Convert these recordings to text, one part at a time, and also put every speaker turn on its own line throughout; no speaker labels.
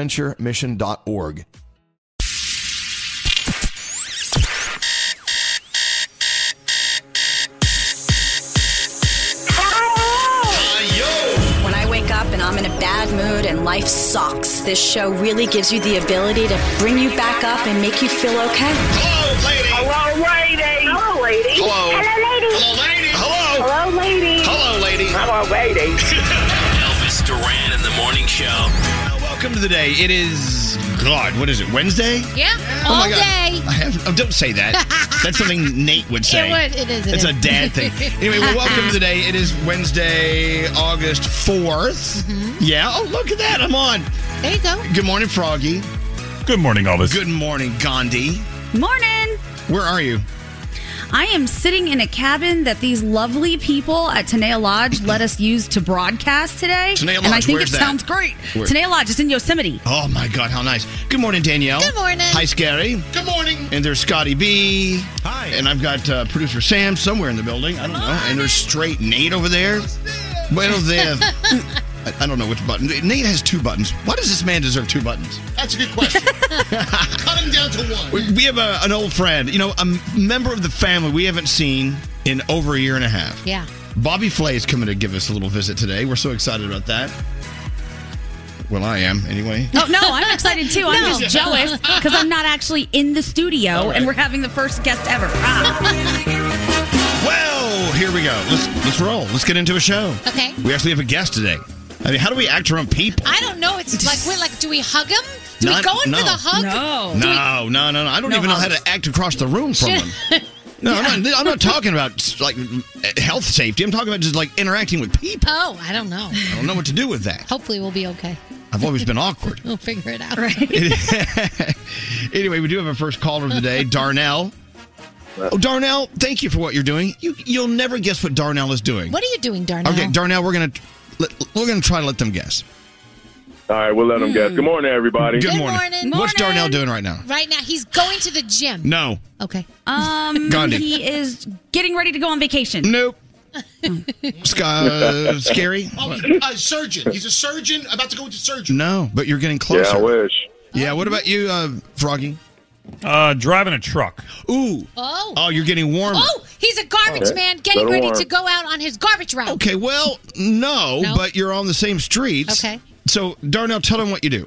adventuremission.org.
When I wake up and I'm in a bad mood and life sucks, this show really gives you the ability to bring you back up and make you feel okay.
Hello, lady. Hello, lady. Hello, lady. Hello. Hello, lady. Hello. Hello, lady. Hello, lady. Hello, lady.
Elvis Duran in the morning show.
Welcome to the day. It is God. What is it? Wednesday?
Yeah.
Oh
All
my God.
day.
I have, oh, don't say that. That's something Nate would say.
It would. It is. It
It's
is.
a dad thing. Anyway, well, welcome to the day. It is Wednesday, August 4th. Yeah. Oh, look at that. I'm on.
Mm-hmm. There you go.
Good morning, Froggy. Good morning, Elvis. Good morning, Gandhi.
Morning!
Where are you?
I am sitting in a cabin that these lovely people at Tanea Lodge let us use to broadcast today.
Tenaya
and I
Lodge,
think it
where's that?
sounds great.
Where?
Tanea Lodge is in Yosemite.
Oh, my God. How nice. Good morning, Danielle.
Good morning.
Hi, Scary.
Good morning.
And there's Scotty B. Hi. And I've got uh, producer Sam somewhere in the building. I don't know. And there's straight Nate over there. Well, there. I- I don't know which button. Nate has two buttons. Why does this man deserve two buttons?
That's a good question. Cut him down to one.
We we have a, an old friend, you know, a m- member of the family we haven't seen in over a year and a half.
Yeah.
Bobby Flay is coming to give us a little visit today. We're so excited about that. Well, I am anyway.
Oh, no, I'm excited too. I'm
No.
just jealous because I'm not actually in the studio and we're having the first guest ever. Ah.
Well, here we go. Let's let's roll. Let's get into a show.
Okay.
We actually have a guest today. I mean, how do we act around people?
I don't know. It's like, we're like, do we hug him? Do
Not-
we go in
no.
for the hug?
No.
No, no, no, no. I don't
Oh. No
even know how
hugs.
to act across the room from them. No, I'm, not, I'm not talking about like health safety. I'm talking about just like interacting with people.
Oh, I don't know.
I don't know what to do with that.
Hopefully, we'll be okay.
I've always been awkward.
We'll figure it out.
anyway, we do have our first caller of the day, Darnell. Oh, Darnell, thank you for what you're doing. You you'll never guess what Darnell is doing.
What are you doing, Darnell?
Okay, Darnell, we're gonna let, we're gonna try to let them guess.
All right, we'll let them guess. Good morning, everybody.
Good morning.
Hmm. morning.
What's Darnell doing right now?
Right now, he's going to the gym.
No.
Okay.
Um,
Gandhi.
he is getting ready to go on vacation.
Nope. Sc- uh, scary?
Oh, a surgeon. He's a surgeon about to go into surgery.
No, but you're getting closer.
Yeah, I
wish. Yeah, what about you, uh, Froggy? Uh, driving a truck. Ooh.
Oh.
Oh, you're getting warmer.
Oh, he's a garbage
Okay.
man getting
Better
ready
warm.
to go out on his garbage route.
Okay, well, no,
No?
but you're on the same streets.
Okay.
So, Darnell, tell him what you do.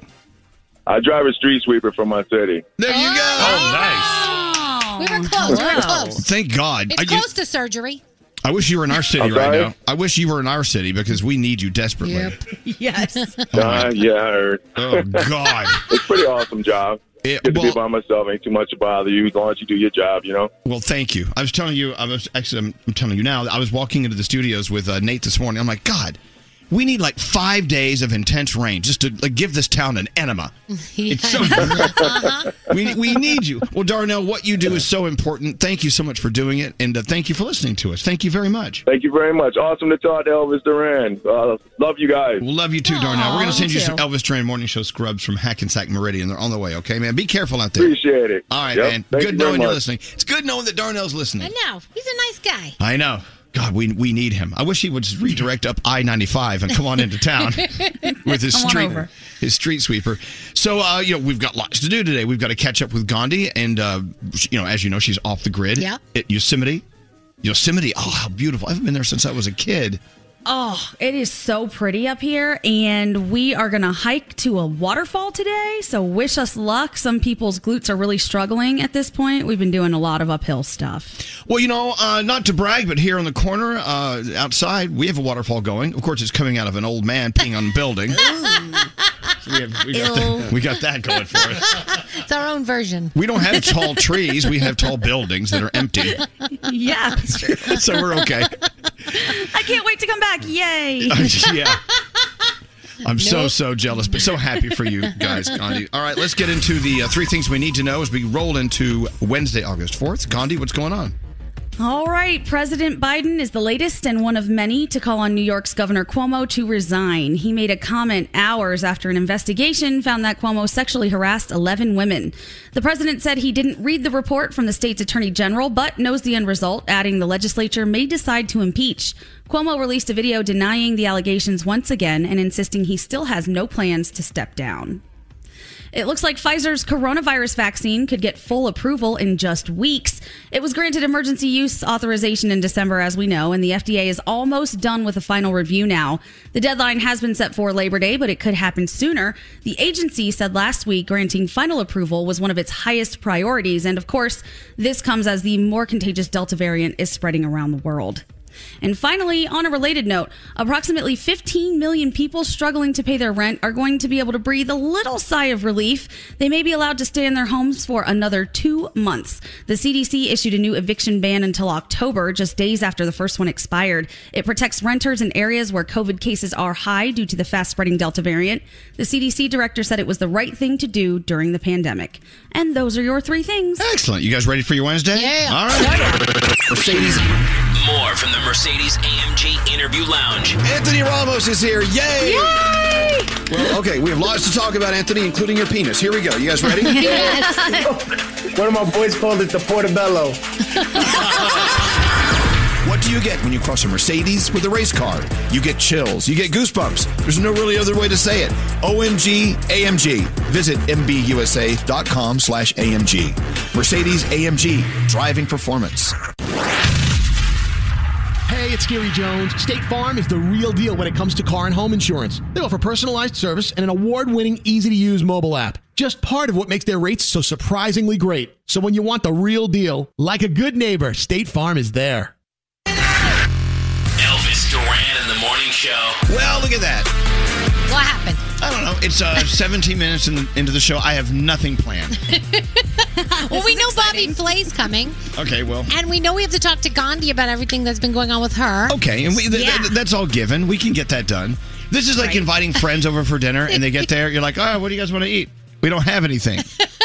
I drive a street sweeper from my city.
There you go. Oh, nice.
Oh. We were close. We were close.
Thank God.
It's
I,
close to surgery.
I wish you were in our city
I'm
right
sorry?
now. I wish you were in our city because we need you desperately.
Yes.
Uh, yeah, I heard.
Oh God,
it's a pretty awesome job. Good to be by myself. Ain't too much to bother you as long as you do your job. You know.
Well, thank you. I was telling you, I was actually, I'm, I'm telling you now. I was walking into the studios with uh, Nate this morning. I'm like, God, we need like five days of intense rain just to like, give this town an enema. It's so we we need you. Well, Darnell, what you do is so important. Thank you so much for doing it, and uh, thank you for listening to us. Thank you very much.
Thank you very much. Awesome to talk to Elvis Duran. Uh, love you guys.
Love you too, Darnell. We're going to send you some Elvis Duran Morning Show scrubs from Hackensack Meridian. They're on the way. Okay, man. Be careful out there.
Appreciate it.
All right,
Yep.
man.
Thank
Good
you very
knowing you're
much.
listening. It's good knowing that Darnell's listening.
I know. He's a nice guy.
I know. God, we we need him. I wish he would just redirect up I ninety five and come on into town with his
Come on
street
over.
his street sweeper. So uh, you know we've got lots to do today. We've got to catch up with Gandhi, and uh, sh- you know as you know she's off the grid.
Yeah.
At Yosemite, Yosemite. Oh, how beautiful! I haven't been there since I was a kid.
Oh, it is so pretty up here, and we are gonna hike to a waterfall today. So wish us luck. Some people's glutes are really struggling at this point. We've been doing a lot of uphill stuff.
Well, you know, uh, not to brag, but here on the corner uh, outside, we have a waterfall going. Of course, it's coming out of an old man peeing on a building. So we, have, we, got
Ew.
that, we got that going for us.
it's our own version.
We don't have tall trees. We have tall buildings that are empty.
yeah, that's true.
So we're okay.
I can't wait to come back. Yay!
yeah. I'm so,
Nope.
so jealous, but so happy for you guys, Gandhi. All right, let's get into the uh, three things we need to know as we roll into Wednesday, August 4th. Gandhi, what's going on?
All right, President Biden is the latest and one of many to call on New York's Governor Cuomo to resign. He made a comment hours after an investigation found that Cuomo sexually harassed 11 women. The president said he didn't read the report from the state's attorney general, but knows the end result, adding the legislature may decide to impeach. Cuomo released a video denying the allegations once again and insisting he still has no plans to step down. It looks like Pfizer's coronavirus vaccine could get full approval in just weeks. It was granted emergency use authorization in December, as we know, and the FDA is almost done with the final review now. The deadline has been set for Labor Day, but it could happen sooner. The agency said last week granting final approval was one of its highest priorities. And of course, this comes as the more contagious Delta variant is spreading around the world. And finally, on a related note, approximately 15 million people struggling to pay their rent are going to be able to breathe a little sigh of relief. They may be allowed to stay in their homes for another two months. The CDC issued a new eviction ban until October, just days after the first one expired. It protects renters in areas where COVID cases are high due to the fast spreading Delta variant. The CDC director said it was the right thing to do during the pandemic. And those are your three things.
Excellent. You guys ready for your Wednesday? Yeah. All right. Mercedes.
More from the Mercedes AMG Interview Lounge.
Anthony Ramos is here. Yay!
Yay!
Well, okay, we have lots to talk about, Anthony, including your penis. Here we go. You guys ready?
One of my boys called it the Portobello.
What do you get when you cross a Mercedes with a race car? You get chills. You get goosebumps. There's no really other way to say it. OMG AMG. Visit MBUSA.com slash AMG. Mercedes AMG. Driving performance.
Hey, it's Gary Jones. State Farm is the real deal when it comes to car and home insurance. They offer personalized service and an award winning, easy to use mobile app. Just part of what makes their rates so surprisingly great. So when you want the real deal, like a good neighbor, State Farm is there.
Elvis Duran in the morning show.
Well, look at that.
What happened?
I don't know. It's uh, 17 minutes in, into the show. I have nothing planned.
well, we know Bobby Flay's coming,
Okay, well.
and we know we have to talk to Gandhi about everything that's been going on with her.
Okay, and we, th- th- that's all given. We can get that done. This is like inviting friends over for dinner, and they get there. You're like, oh, what do you guys want to eat? We don't have anything.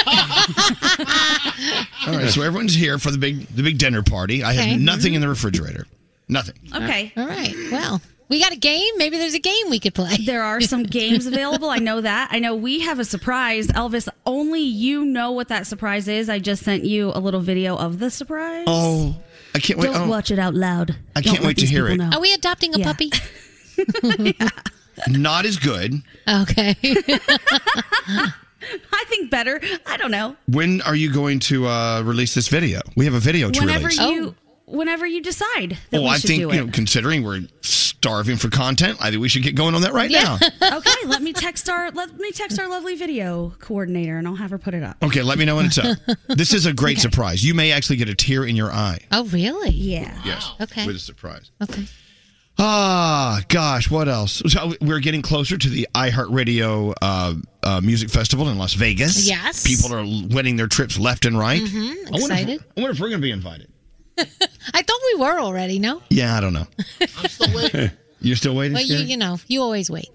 all right, so everyone's here for the big the big dinner party. I have
Okay.
nothing in the refrigerator. Nothing.
Okay. All right. Well, We got a game. Maybe there's a game we could play.
There are some games available. I know that. I know we have a surprise. Elvis, only you know what that surprise is. I just sent you a little video of the surprise.
Oh, I can't wait.
Don't
oh,
watch it out loud.
I
Don't
can't
let
wait to
these
hear
people
it.
know.
Are we adopting a puppy?
Not as good.
Okay.
I think better. I don't know.
When are you going to uh, release this video? We have a video to
Whenever
release.
Oh.
you whenever you decide that
oh,
we
I
should
think
do
you
it.
know, considering we're starving for content, I think we should get going on that right now.
okay, let me text our let me text our lovely video coordinator and I'll have her put it up.
Okay, let me know when it's up. This is a great surprise. You may actually get a tear in your eye.
Oh, really?
Yeah.
Yes.
Okay.
With a surprise.
Okay.
Ah, gosh, what else? So we're getting closer to the iHeartRadio uh, uh, Music Festival in Las Vegas.
Yes.
People are winning their trips left and right.
Mhm,
I wonder if-
excited.
I wonder if we're going to be invited.
I thought we were already. No.
Yeah, I don't know. You're still waiting.
Well, you
Scary?
you know you always wait.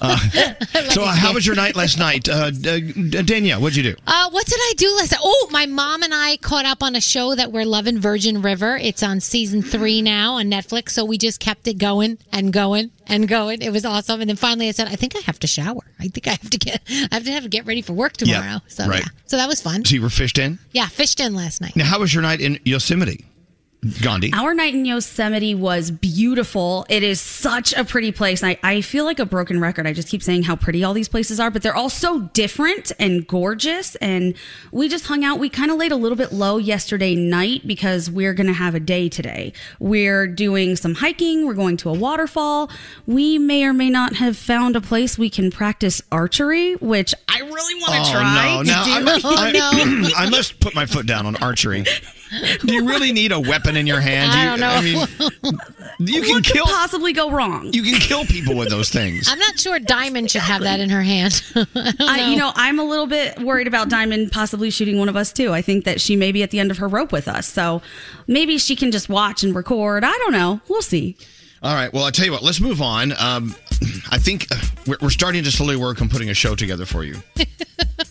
so, uh, how was your night last night, uh, D- uh, Danielle? What'd you do?
Uh, what did I do last? Oh, my mom and I caught up on a show that we're loving, Virgin River. It's on season three now on Netflix. So we just kept it going and going and going. It was awesome. And then finally, I said, I think I have to shower. I think I have to get, I have to have to get ready for work tomorrow. so
right.
yeah, so that was fun.
So you were fished in.
Yeah, fished in last night.
Now, how was your night in Yosemite, Gandhi?
Our night in Yosemite was beautiful. It is such a pretty place. And I, I feel like a broken record. I just keep saying how pretty all these places are, but they're all so different and gorgeous. And we just hung out. We kind of laid a little bit low yesterday night because we're going to have a day today. We're doing some hiking. We're going to a waterfall. We may or may not have found a place we can practice archery, which I really want to
oh no!
try. to
Now
do.
I must, I, I must put my foot down on archery. Do you really need a weapon in your hand?
I
You,
don't
I mean, you can kill.
possibly go wrong?
You can kill people with those things.
I'm not sure Diamond should have that in her hand. I, don't
I, you
know.
know, I'm a little bit worried about Diamond possibly shooting one of us too. I think that she may be at the end of her rope with us. So maybe she can just watch and record. I don't know. We'll see.
All right. Well, I tell you what. Let's move on. Um, I think uh, we're, we're starting to slowly work on putting a show together for you.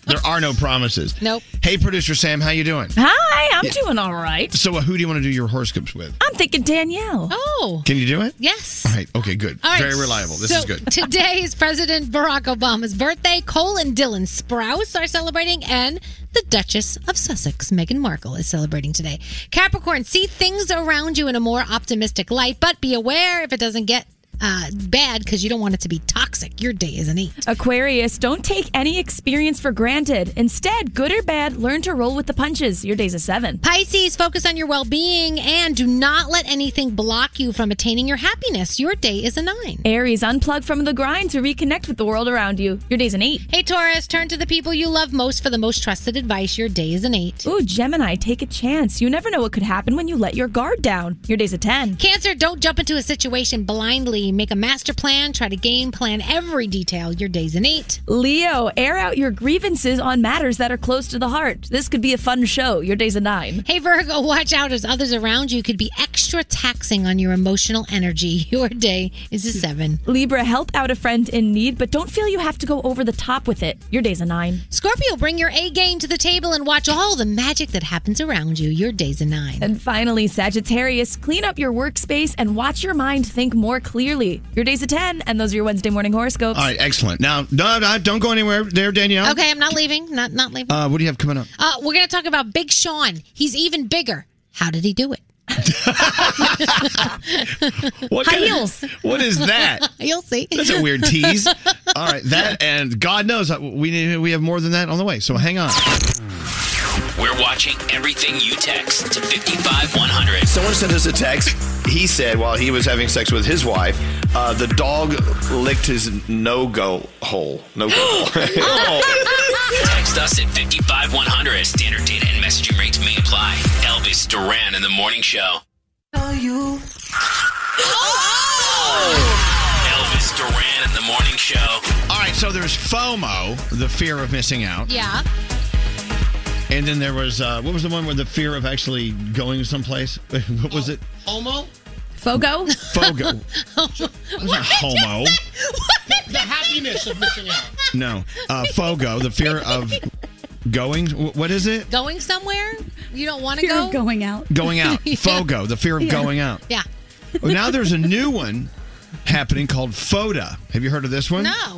there are no promises.
Nope.
Hey, producer Sam, how you doing?
Hi, I'm
Yeah.
doing all right.
So, uh, who do you want to do your horoscopes with?
I'm thinking Danielle.
Oh.
Can you do it?
Yes.
All right. Okay. Good.
All right,
Very reliable. This
so
is good.
Today is President Barack Obama's birthday. Cole and Dylan Sprouse are celebrating, and the Duchess of Sussex, Meghan Markle, is celebrating today. Capricorn, see things around you in a more optimistic light, but be aware if it doesn't get uh, bad because you don't want it to be toxic. Your day is an eight.
Aquarius, don't take any experience for granted. Instead, good or bad, learn to roll with the punches. Your day's a seven.
Pisces, focus on your well being and do not let anything block you from attaining your happiness. Your day is a nine.
Aries, unplug from the grind to reconnect with the world around you. Your day's an eight.
Hey, Taurus, turn to the people you love most for the most trusted advice. Your day is an eight.
Ooh, Gemini, take a chance. You never know what could happen when you let your guard down. Your day's a 10.
Cancer, don't jump into a situation blindly. Make a master plan, try to game plan every detail. Your day's an eight.
Leo, air out your grievances on matters that are close to the heart. This could be a fun show. Your day's a 9.
Hey, Virgo, watch out as others around you could be extra taxing on your emotional energy. Your day is a seven.
Libra, help out a friend in need, but don't feel you have to go over the top with it. Your day's a 9.
Scorpio, bring your A game to the table and watch all the magic that happens around you. Your day's a nine.
And finally, Sagittarius, clean up your workspace and watch your mind think more clearly. Your day's a 10, and those are your Wednesday morning horoscopes.
All right. Excellent. Now, no, no, don't go anywhere there, Danielle.
Okay, I'm not leaving. Not not leaving.
Uh, what do you have coming up?
Uh, we're going to talk about Big Sean. He's even bigger. How did he do it?
What
High
kind of-
heels.
what is that?
You'll see.
That's a weird tease. All right, that and God knows uh, we need, we have more than that on the way. So hang on.
We're watching everything you text to 55100.
Someone sent us a text. He said while he was having sex with his wife, uh, the dog licked his no go hole. No go
Oh.
hole.
Text us at 55100. Standard data and messaging rates may apply. Elvis Duran in the morning show.
Oh.
Elvis Duran in the morning show.
All right, so there's FOMO, the fear of missing out,
Yeah.
and then there was uh, what was the one where the fear of actually going someplace? what was it? Homo?
Fogo?
Fogo. Wasn't homo.
The happiness of missing out.
No, uh, fogo, the fear of going. wh- What is it?
Going somewhere? You don't want to
Fear
go?
of going out.
Going out.
Yeah.
Fogo, the fear of
Yeah.
going out. Oh,
Yeah.
Well, now there's a new one happening called FODA. Have you heard of this one?
No.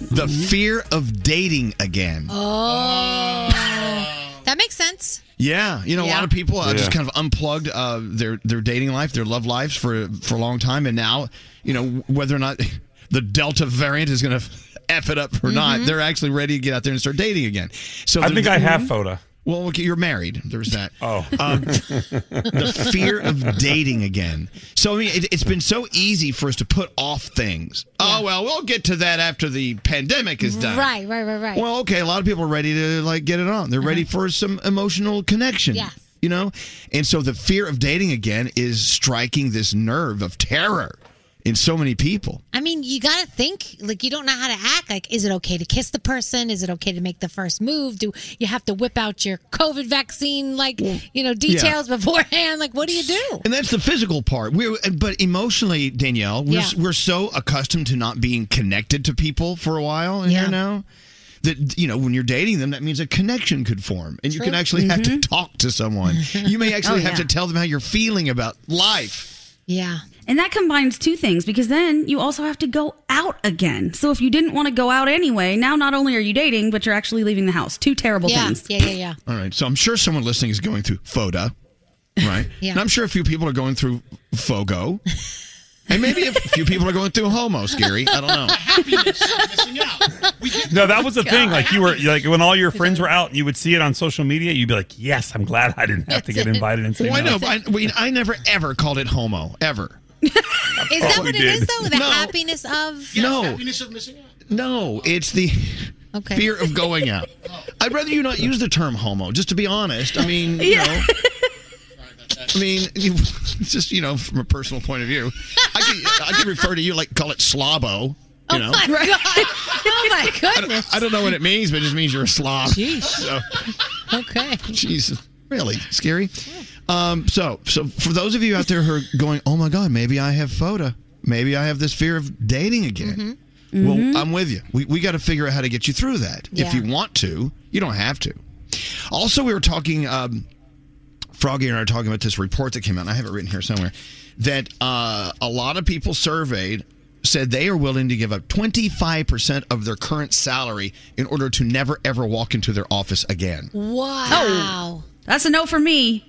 The fear of dating again.
Oh. that makes sense.
Yeah, you know, a
Yeah.
lot of people uh, just
Yeah.
kind of unplugged uh, their their dating life, their love lives for for a long time, and now, you know, whether or not the Delta variant is going to f it up or
Mm-hmm.
not, they're actually ready to get out there and start dating again. So
I
they're-
think I have photo.
Well, okay, you're married. There's that.
Oh.
Um, the fear of dating again. So I mean, it, it's been so easy for us to put off things. Oh well, we'll get to that after the pandemic is done.
Right, right, right, right.
Well, okay, a lot of people are ready to like get it on. They're ready for some emotional connection.
Yes.
You know? And so the fear of dating again is striking this nerve of terror in so many people.
I mean, you got to think like you don't know how to act. Like, is it okay to kiss the person? Is it okay to make the first move? Do you have to whip out your COVID vaccine, like you know, details beforehand? Like, what do you do?
And that's the physical part. We but emotionally, Danielle, we're we're so accustomed to not being connected to people for a while in
Yeah.
here now. That you know, when you're dating them, that means a connection could form, and you
True. Mm-hmm.
can actually have to talk to someone. You may actually
Oh,
have to
yeah.
tell them how you're feeling about life.
Yeah.
And that combines two things because then you also have to go out again. So if you didn't want to go out anyway, now not only are you dating, but you're actually leaving the house. Two terrible
yeah,
things.
yeah, yeah, yeah.
All right, so I'm sure someone listening is going through FODA, right?
Yeah.
And I'm sure a few people are going through FOGO, and maybe a few people are going through HOMO, Scary. I don't know.
No, that was the thing. Like you were like when all your friends were out, and you would see it on social media. You'd be like, "Yes, I'm glad I didn't have to get invited." And say,
Well, I
no.
know, but I, we, I never ever called it homo ever.
Is that
probably
what it
did.
is though? The
No.
happiness of
no, happiness of missing out. No, it's the
Okay.
fear of going out. I'd rather you not use the term homo. Just to be honest, I mean, you
Yeah.
know. I mean, you- just you know, from a personal point of view, I could, I could refer to you like call it slobbo. You
Oh
know,
my god! Oh my
I
goodness!
don't, I don't know what it means, but it just means you're a slob.
Jeez.
So,
okay.
Jesus. Really scary. Um, so, so for those of you out there who are going, oh my God, maybe I have FODA. Maybe I have this fear of dating again.
Mm-hmm.
Well, I'm with you. We, we got to figure out how to get you through that. If
Yeah.
you want to, you don't have to. Also, we were talking, um, Froggy and I are talking about this report that came out, and I have it written here somewhere, that uh, a lot of people surveyed said they are willing to give up 25% of their current salary in order to never, ever walk into their office again,
Wow.
That's a no for me.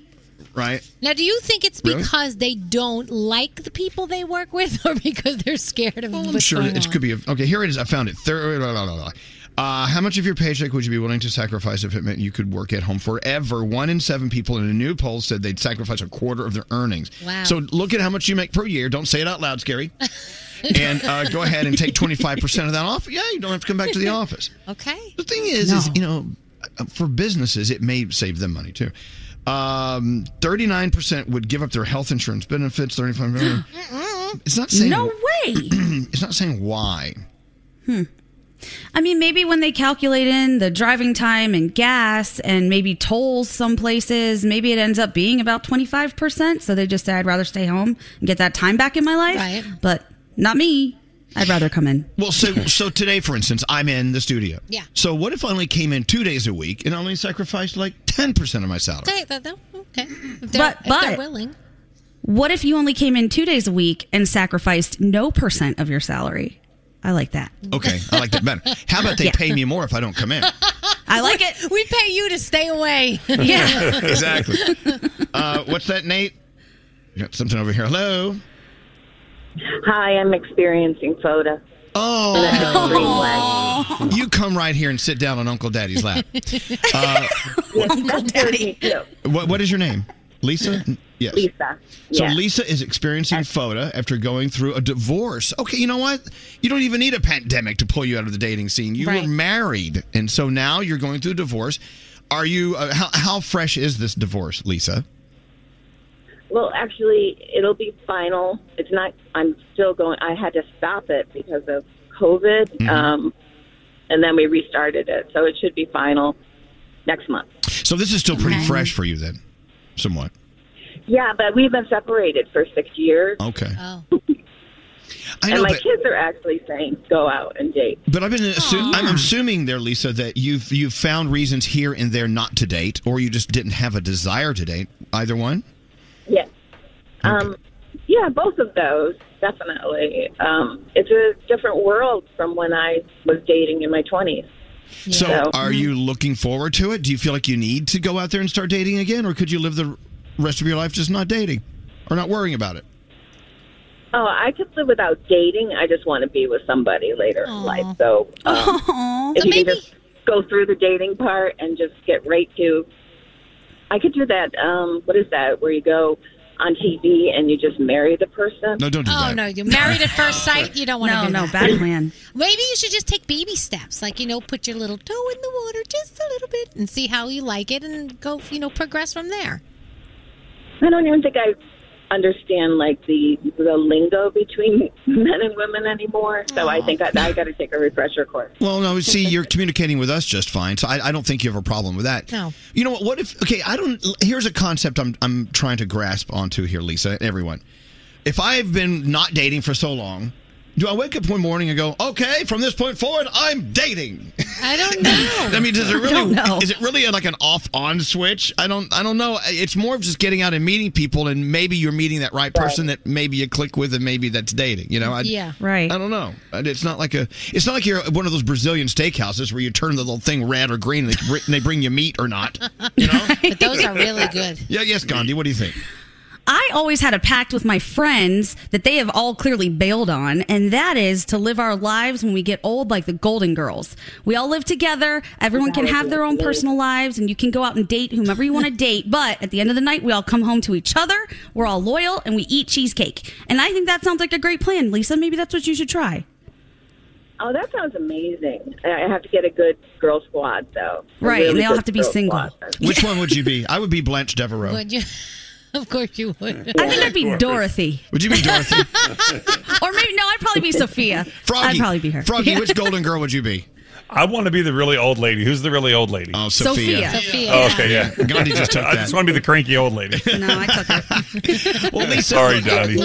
right?
Now, do you think it's
Really?
because they don't like the people they work with, or because they're scared of
I'm
what's
sure
going
it
on?
could be. A, okay, here it is. I found it. Thir- la, la, la, la. Uh, how much of your paycheck would you be willing to sacrifice if it meant you could work at home forever? One in seven people in a new poll said they'd sacrifice a quarter of their earnings.
Wow.
So look at how much you make per year. Don't say it out loud, Scary. and uh, go ahead and take 25% of that off. Yeah, you don't have to come back to the office.
Okay.
The thing is, is you know, uh, for businesses, it may save them money too. Um, 39% would give up their health insurance benefits. 35 It's not saying
No way.
it's not saying why.
I mean, maybe when they calculate in the driving time and gas and maybe tolls some places, maybe it ends up being about 25%. So they just say, I'd rather stay home and get that time back in my life.
Right.
But not me. I'd rather come in.
Well, so so today, for instance, I'm in the studio.
Yeah.
So what if I only came in two days a week and I only sacrificed like ten percent of my salary?
Okay, that, that, okay. If they're,
But-
if
but-
they're willing.
What if you only came in two days a week and sacrificed no percent of your salary? I like that.
Okay, I like that better. How about they
Yeah.
pay me more if I don't come in?
I like
it. We pay you to stay away.
exactly. Uh, what's that, Nate? You got something over here. Hello.
Hi, I'm experiencing FODA.
Oh. You come right here and sit down on Uncle Daddy's lap. Uh,
Uncle Daddy.
what, what is your name? Lisa? Yes.
Lisa.
So
yeah.
Lisa is experiencing FODA after going through a divorce. Okay, you know what? You don't even need a pandemic to pull you out of the dating scene. You were married, and so now you're going through a divorce. Are you? Uh, how, how fresh is this divorce, Lisa?
Well, actually, it'll be final. It's not. I'm still going. I had to stop it because of COVID,
Mm-hmm.
um, and then we restarted it. So it should be final next month.
So this is still pretty fresh for you, then, somewhat.
Yeah, but we've been separated for six years,
Okay.
Oh.
I
and
know,
my
but-
kids are actually saying go out and date.
But I've been assu- I'm assuming there, Lisa, that you've you've found reasons here and there not to date, or you just didn't have a desire to date. Either one.
Yes. Um, yeah, both of those. definitely. Um, it's a different world from when I was dating in my 20s.
So, are you looking forward to it? Do you feel like you need to go out there and start dating again, or could you live the rest of your life just not dating or not worrying about it?
Oh, I could live without dating. I just want to be with somebody later in life. So, um, if you can just go through the dating part and just get right to, I could do that. Um, what is that? Where you go on TV and you just marry the person?
No, don't
Oh no, you're married at first sight. You don't want to
No,
do
no,
that.
bad plan.
Maybe you should just take baby steps, like you know, put your little toe in the water just a little bit and see how you like it, and go, you know, progress from there.
I don't even think I understand like the the lingo between men and women anymore. So I think I, I got to take a refresher course.
Well, no. See, you're communicating with us just fine, so I, I don't think you have a problem with that.
No.
You know what? What if? Okay, I don't. Here's a concept I'm I'm trying to grasp onto here, Lisa. Everyone, if I've been not dating for so long, do I wake up one morning and go, "Okay, from this point forward, I'm dating"?
I don't know.
I mean, does it
I don't
really?
know.
Is it really like an off-on switch? I don't. I don't know. It's more of just getting out and meeting people, and maybe you're meeting that right person that maybe you click with, and maybe that's dating. You know? I,
Yeah.
Right. I don't know. And It's not like a. It's not like you're at one of those Brazilian steakhouses where you turn the little thing red or green, and they, br- and they bring you meat or not.
But those are really good.
Yeah. Yes, Gandhi. What do you think?
I always had a pact with my friends that they have all clearly bailed on, and that is to live our lives when we get old like the Golden Girls. We all live together, everyone can have their own personal lives, and you can go out and date whomever you want to date, but at the end of the night, we all come home to each other, we're all loyal, and we eat cheesecake. And I think that sounds like a great plan, Lisa. Maybe that's what you should try.
Oh, that sounds amazing. I I have to get a good girl squad though. A
Right, and
really
they all
good
have to be
girl
single.
squad.
Which one would you be? I would be Blanche Devereaux.
Would you? Of course you would.
I think I'd be Dorothy.
Would you be Dorothy?
Or maybe, no, I'd probably be Sophia.
Froggy.
I'd probably be her.
Froggy, which golden girl would you be?
I want to be the really old lady. Who's the really old lady? Oh,
Sophia. Sophia. Sophia.
Oh, okay, yeah.
Gandhi just took
I just want to be the cranky old lady.
Well, Lisa,
Sorry, Donnie.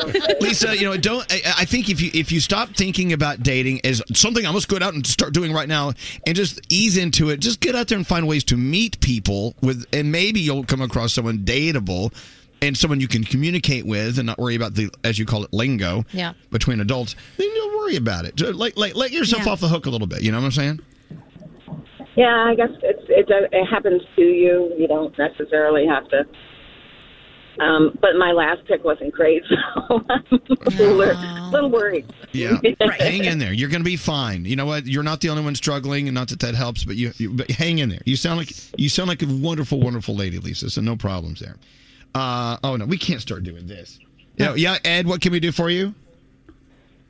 Lisa, you know, don't. I, I think if you if you stop thinking about dating as something I must go out and start doing right now, and just ease into it, just get out there and find ways to meet people with, and maybe you'll come across someone dateable, and someone you can communicate with, and not worry about the as you call it lingo
Yeah.
between adults. Then you'll worry about it. Just Like like let yourself
Yeah.
off the hook a little bit. You know what I'm saying?
Yeah, I guess it's, it does- it happens to you. You don't necessarily have to. Um, but my last pick wasn't great, so I'm a little, a little worried.
Yeah, hang in there. You're going to be fine. You know what? You're not the only one struggling, and not that that helps, but you, you but hang in there. You sound like you sound like a wonderful, wonderful lady, Lisa. So no problems there. Uh, oh no, we can't start doing this. Yeah, yeah, Ed, what can we do for you?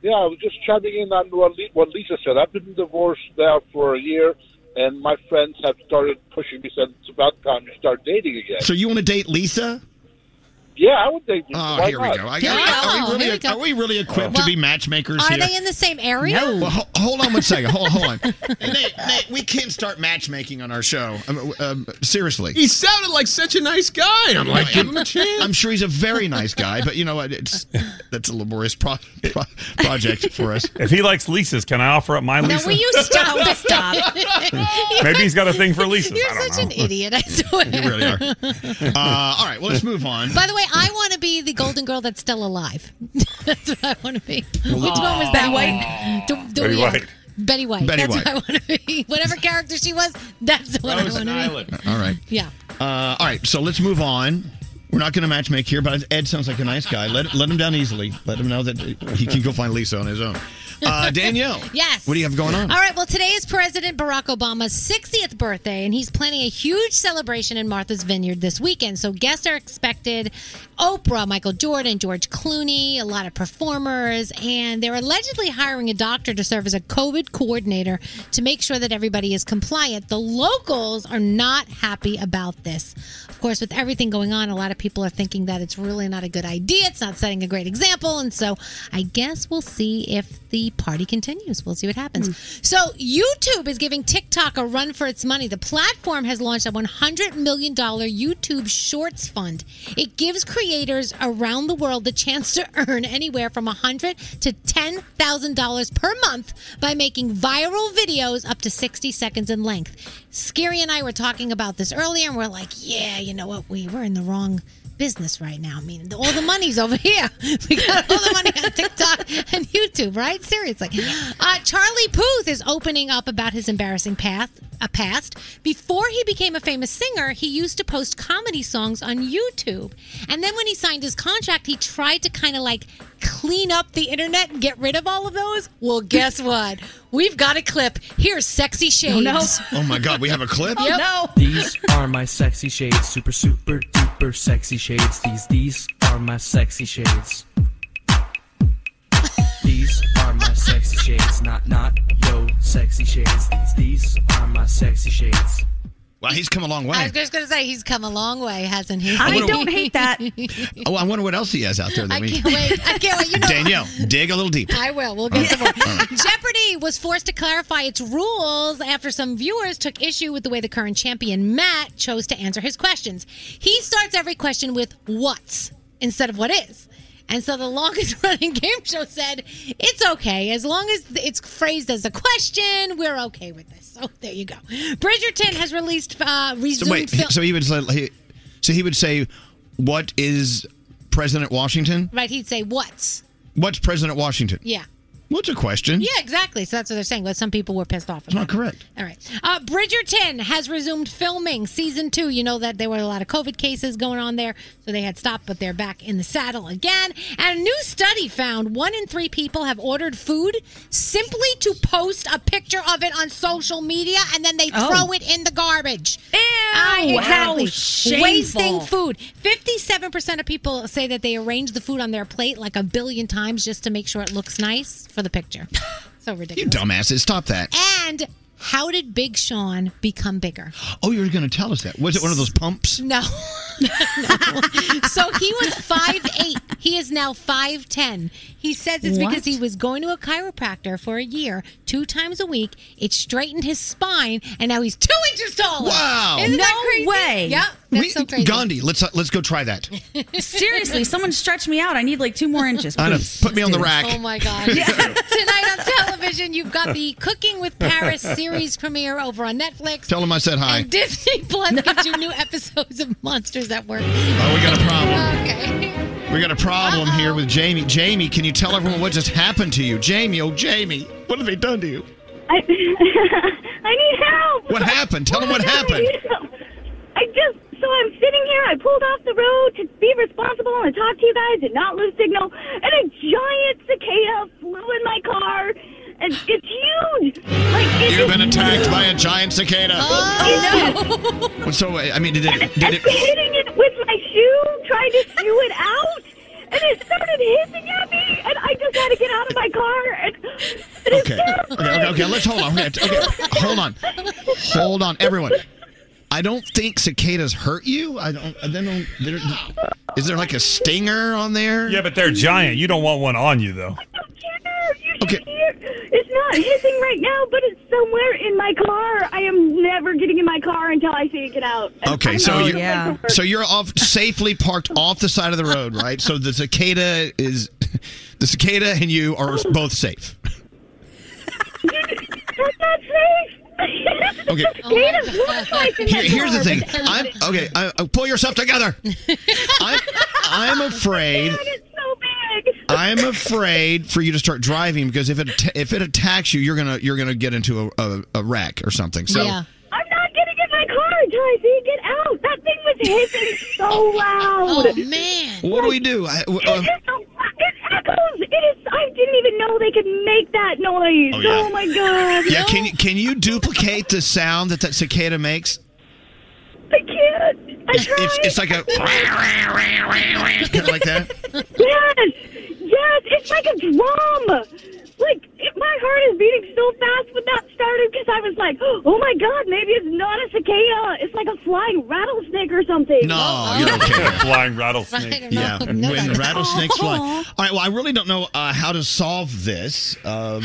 Yeah, I was just chiming in on what, Le- what Lisa said. I've been divorced now for a year, and my friends have started pushing me, said it's about time to start dating again.
So you want to date Lisa?
yeah, I would date Lisa.
Oh,
Why
here we
not?
go. I, are, we really, are we really equipped to be matchmakers
Are
here?
they in the same area?
Well, ho- hold on one second. Hold on, hold on. Nate, Nate, we can't start matchmaking on our show. Um, um, seriously.
He sounded like such a nice guy. I'm like, give him a chance.
I'm sure he's a very nice guy, but you know what? It's that's a laborious pro- pro- project for us.
If he likes Lisa's, can I offer up my
No,
Lisa?
will you stop?
Don't
stop.
Maybe he's got a thing for Lisa's.
You're
I don't
such
know.
an idiot. I swear.
You really are.
Uh, all right, well, let's move on.
By the way, I want to be the golden girl that's still alive. that's what I want to be. Which one was that
oh.
Betty
White? Do, do
Betty
yeah.
White.
Betty White.
Betty
that's
White.
what I want to be. Whatever character she was, that's what I want to be.
All right.
Yeah.
Uh, all right, so let's move on. We're not going to matchmake here, but Ed sounds like a nice guy. Let, let him down easily. Let him know that he can go find Lisa on his own. Uh, Danielle.
Yes.
What do you have going on?
All right. Well, today is President Barack Obama's 60th birthday, and he's planning a huge celebration in Martha's Vineyard this weekend. So guests are expected Oprah, Michael Jordan, George Clooney, a lot of performers, and they're allegedly hiring a doctor to serve as a COVID coordinator to make sure that everybody is compliant. The locals are not happy about this. Of course, with everything going on, a lot of people are thinking that it's really not a good idea. It's not setting a great example. And so I guess we'll see if the party continues. We'll see what happens. So YouTube is giving TikTok a run for its money. The platform has launched a $100 million YouTube Shorts Fund. It gives creators around the world the chance to earn anywhere from $100 to $10,000 per month by making viral videos up to 60 seconds in length. Scary and I were talking about this earlier, and we're like, yeah, you know what? We were in the wrong business right now. I mean, all the money's over here. We got all the money on TikTok and YouTube, right? Seriously. Uh, Charlie Puth is opening up about his embarrassing path. A past. Before he became a famous singer, he used to post comedy songs on YouTube. And then when he signed his contract, he tried to kind of like clean up the internet and get rid of all of those. Well, guess what? We've got a clip. Here's Sexy Shades.
Oh my God, we have a clip?
Oh, Yep. no.
These are my sexy shades, super, super, duper sexy shades. These, these are my sexy shades. These are my sexy shades, not, not, yo, sexy shades. These, these are my sexy shades.
Wow, he's come a long
I was just going to say he's come a long way, hasn't he?
I I don't hate
that.
Oh, I wonder what else he has out there. That
I
we...
can't Uh, wait. I can't wait. You know,
Danielle, dig a little deeper.
I will. We'll get
All
some more.
right. All right.
Jeopardy was forced to clarify its rules after some viewers took issue with the way the current champion, Matt, chose to answer his questions. He starts every question with what's instead of what is. And so the longest running game show said, it's okay. As long as it's phrased as a question, we're okay with this. So there you go. Bridgerton has released, uh, resumed
So wait,
fil-
so he would say, he- so he would say, what is President Washington?
right, he'd say what's.
What's President Washington?
Yeah.
What's a question?
Yeah, exactly. So that's what they're saying. But some people were pissed off.
It's not correct.
All right. Uh, Bridgerton has resumed filming season two. You know that there were a lot of COVID cases going on there, so they had stopped, but they're back in the saddle again. And a new study found one in three people have ordered food simply to post a picture of it on social media and then they
Oh.
throw it in the garbage. Ew!
Wow,
exactly.
shameful.
Wasting food. 57% of people say that they arrange the food on their plate like a billion times just to make sure it looks nice for the picture. So ridiculous.
You dumbasses, stop that.
And how did Big Sean become bigger?
Oh, you were going to tell us that. Was it one of those pumps?
No. No. So he was five eight. He is now 5'10. He says it's
What?
because he was going to a chiropractor for a year, two times a week. It straightened his spine, and now he's two inches taller.
Wow.
Isn't that
No
crazy?
way.
Yep. That's so crazy.
Gandhi, let's uh, let's go try that.
Seriously, someone stretch me out. I need like two more inches.
I know.
please.
Put me on the rack.
Oh my God! Tonight on television, you've got the Cooking with Paris series premiere over on Netflix.
Tell him I said hi.
And Disney Plus gives you new episodes of Monsters at Work.
Oh, we got a problem.
Okay.
We got a problem here with Jamie. Jamie, can you tell everyone what just happened to you? Jamie, oh Jamie, what have they done to you?
I, I need help.
What happened? Tell them what
I
happened.
need help. I just so I'm sitting here. I pulled off the road to be responsible and talk to you guys and not lose signal. And a giant cicada flew in my car. And it's huge. Like it
You've been
just-
attacked by a giant cicada.
It's-
Well, So uh, I mean, did it? Did
Oh, it's
it?
hitting it with my shoe, trying to shoo it out, and it started hissing at me, and I just had to get out of my car. And
Okay. Okay. Okay. okay. Let's hold on. Okay. okay. Hold on. Hold on, everyone. I don't think cicadas hurt you. I don't. I don't. They're, is there like a stinger on there?
Yeah, but they're giant. You don't want one on you, though.
Okay.
it's not hissing right now, but it's somewhere in my car. I am never getting in my car until I see it get out. And
Okay,
I'm
so
not
you
gonna
so you're off safely parked off the side of the road, right? So the cicada is the cicada and you are both safe.
That's not safe.
Okay.
Oh,
Cicadas look like in
Here-
Oh, my
here's the
car,
thing.
but-
I'm okay. I, I- pull yourself together. I'm, I'm afraid. I'm afraid for you to start driving because if it att- if it attacks you, you're gonna you're gonna get into a, a, a wreck or something. So
I'm not getting in my car until I see it get out. That thing was hissing so loud.
Oh man!
what do we do? I, w-
It,
uh,
is so- it echoes. It is. I didn't even know they could make that noise.
Oh, yeah.
my god.
yeah, can you can you duplicate the sound that that cicada makes?
I can't. I
It's, it's, it's like a kind of like that.
Yes, yes, it's like a drum. Like it, my heart is beating so fast when that started because I was like, oh my god, maybe it's not a cicada. It's like a flying rattlesnake or something.
No, you're okay.
Flying rattlesnake.
Yeah, when rattlesnakes fly. All right. Well, I really don't know uh, how to solve this. Um,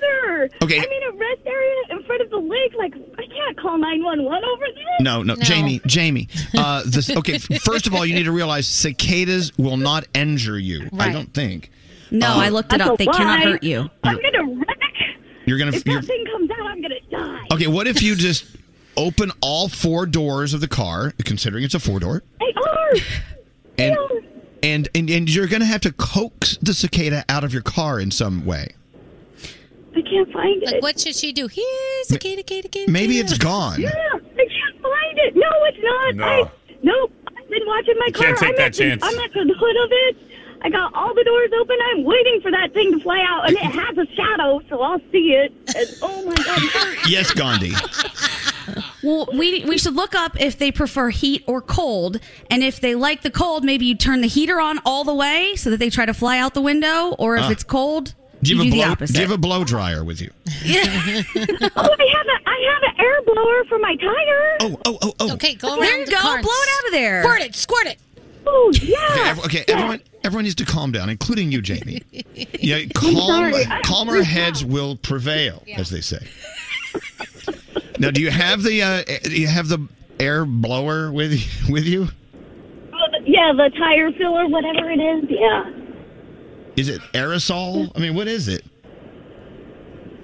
Sir.
Okay.
I'm in a rest area in front of the lake. Like I can't call nine one one over this.
no, no, Jamie, Jamie. Uh, this, okay. f- First of all, you need to realize cicadas will not injure you. I
Right.
don't think.
No,
Uh,
I looked it up. They cannot hurt you.
I'm gonna wreck.
You're gonna.
If
You're,
that thing comes out, I'm gonna die.
okay. What if you just open all four doors of the car, considering it's a four door?
They are.
And and and, and you're going to have to coax the cicada out of your car in some way.
I can't find
it. Like, what should she do? Here's cicada, cicada, cicada.
Maybe it's gone.
Yeah, I can't find it. No, it's not.
No.
I, no, I've been watching my
You
car.
can't take
I'm
that
at the-
chance.
I'm at the hood of it. I got all the doors open. I'm waiting for that thing to fly out, and it has a shadow, so I'll see it. And oh my god!
Yes, Gandhi.
Well, we we should look up if they prefer heat or cold, and if they like the cold, maybe you turn the heater on all the way so that they try to fly out the window, or if
Ah.
it's cold,
Do you
you
have
do the
a blow,
opposite.
do you have a blow dryer with you?
oh, I have a I have an air blower for my tire.
Oh, oh, oh, oh.
Okay, go
There
around
you
the
go.
car and
Blow it out of there.
Squirt it. Squirt it.
Oh
Okay,
yeah.
ev- okay, everyone everyone needs to calm down, including you, Jamie. Yeah, calm,
sorry. I-
calmer heads will prevail, as they say. now, do you have the uh, do you have the air blower with with you?
Oh, the- yeah, the tire filler, whatever it is. Yeah.
Is it aerosol? I mean, what is it?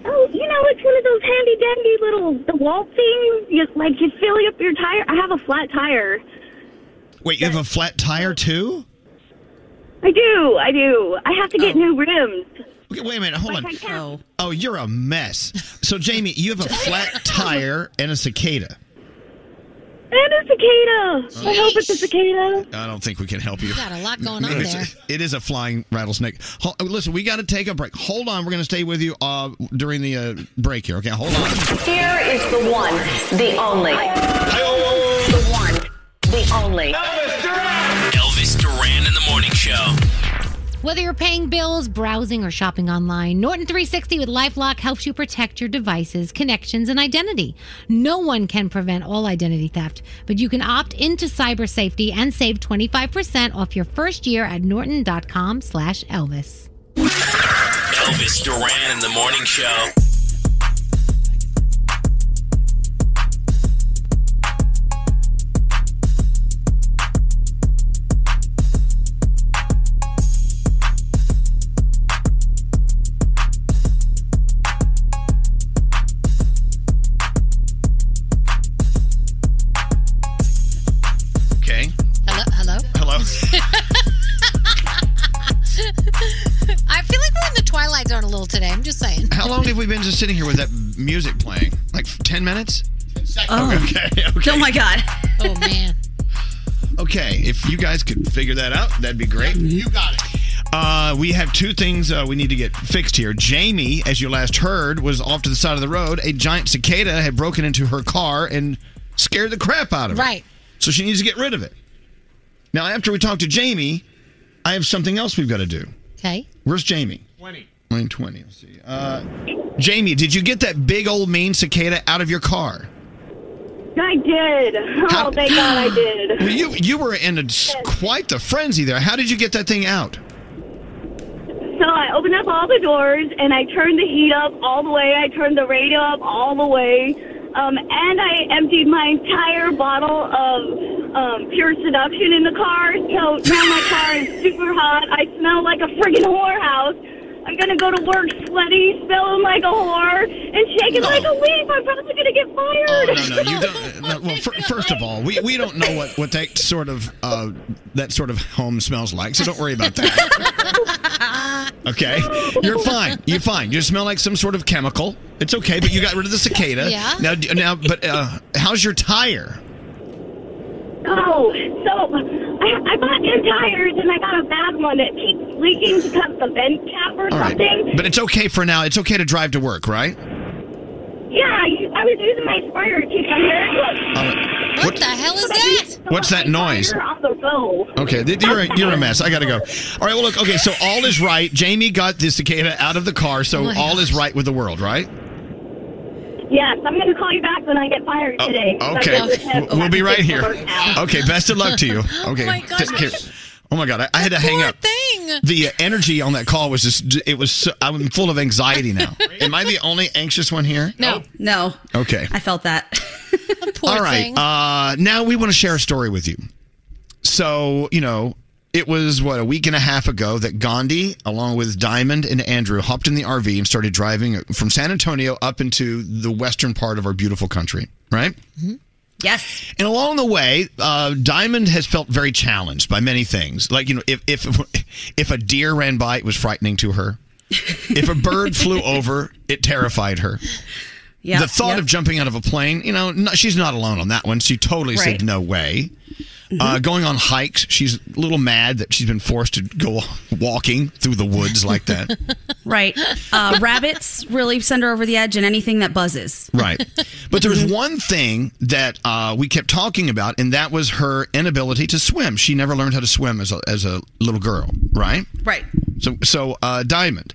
Oh, you know, it's one of those handy dandy little the wall thing. You, like you fill up your tire. I have a flat tire.
Wait, you have a flat tire too?
I do. I do. I have to
Oh.
get new rims.
Okay, wait a minute. Hold
Like, I
on.
can't-
Oh, you're a mess. So, Jamie, you have a flat tire and a cicada.
And a cicada. I hope it's a cicada.
I don't think we can help you.
Got a lot going on
It's-
there.
It is a flying rattlesnake. Hol- oh, Listen, we got to take a break. Hold on. We're going to stay with you uh, during the uh, break here. Okay, hold on.
Here is the one, the only. The one, the only.
Elvis Duran in the morning show.
Whether you're paying bills, browsing, or shopping online, Norton 360 with Lifelock helps you protect your devices, connections, and identity. No one can prevent all identity theft, but you can opt into cyber safety and save 25% off your first year at norton.com slash Elvis.
Elvis Duran in the morning show.
Okay.
Hello? Hello?
Hello.
I feel like we're in the Twilight Zone a little today. I'm just saying.
How long have we been just sitting here with that music playing? Like 10 minutes?
Oh.
Okay, okay.
Oh, my God. Oh, man.
Okay, if you guys could figure that out, that'd be great. You got it. Uh, we have two things uh, we need to get fixed here. Jamie, as you last heard, was off to the side of the road. A giant cicada had broken into her car and scared the crap out of her. Right. So she needs to get rid of it. Now, after we talk to Jamie, I have something else we've got to do.
Okay.
Where's Jamie? 20. Line 20. Let's see. Uh, Jamie, did you get that big old mean cicada out of your car?
I did. Oh, thank God I did.
Well, you you were in a, quite the frenzy there. How did you get that thing out?
So I opened up all the doors and I turned the heat up all the way. I turned the radio up all the way. Um, and I emptied my entire bottle of um, pure seduction in the car. So now my car is super hot. I smell like a friggin' whorehouse. I'm gonna go to work sweaty, smelling like a whore, and shaking like a leaf. I'm probably gonna get fired.
Oh, No, no, you don't. uh, No, well, fir- first of all, we, we don't know what, what that sort of uh, that sort of home smells like, so don't worry about that. Okay, you're fine. You're fine. You smell like some sort of chemical. It's okay, but you got rid of the cicada.
Yeah.
Now, do- now, but uh, how's your tire?
Oh, so I, I bought new tires and I got a bad one that keeps leaking because the vent cap or
All right,
something.
but it's okay for now. It's okay to drive to work, right?
Yeah, I, I was using my sprayer to keep my hair cooked.
What,
the hell is that?
What's that noise?
On the bow.
Okay, th- you're a, you're a mess. I gotta go. All right. Well, look. Okay, so all is right. Jamie got the cicada out of the car,
Oh
so
my
all is right with the world, right?
Yes, I'm going to call you back when I get fired today.
Oh, Okay, W- we'll be right here. Okay, best of luck to you. Okay,
Oh my gosh.
Take care. Oh my god, I, I had to hang up.
Thing.
The uh, energy on that call was just—it was. So, I'm full of anxiety now. Am I the only anxious one here?
No, no,
Okay.
I felt that.
All right. Uh, now we want to share a story with you. So, you know, it was what a week and a half ago that Gandhi, along with Diamond and Andrew, hopped in the RV and started driving from San Antonio up into the western part of our beautiful country, right?
Yes.
And along the way, uh, Diamond has felt very challenged by many things. Like you know, if if if a deer ran by, it was frightening to her. If a bird flew over, it terrified her.
Yeah,
the thought
yeah.
of jumping out of a plane, you know, no, she's not alone on that one. She totally
Right. Mm-hmm.
said no way. Uh, going on hikes, she's a little mad that she's been forced to go walking through the woods like that.
Right. Uh, rabbits really send her over the edge, and anything that buzzes.
Right. But there was one thing that uh, we kept talking about, and that was her inability to swim. She never learned how to swim as a, as a little girl, right?
Right.
So, so uh, Diamond,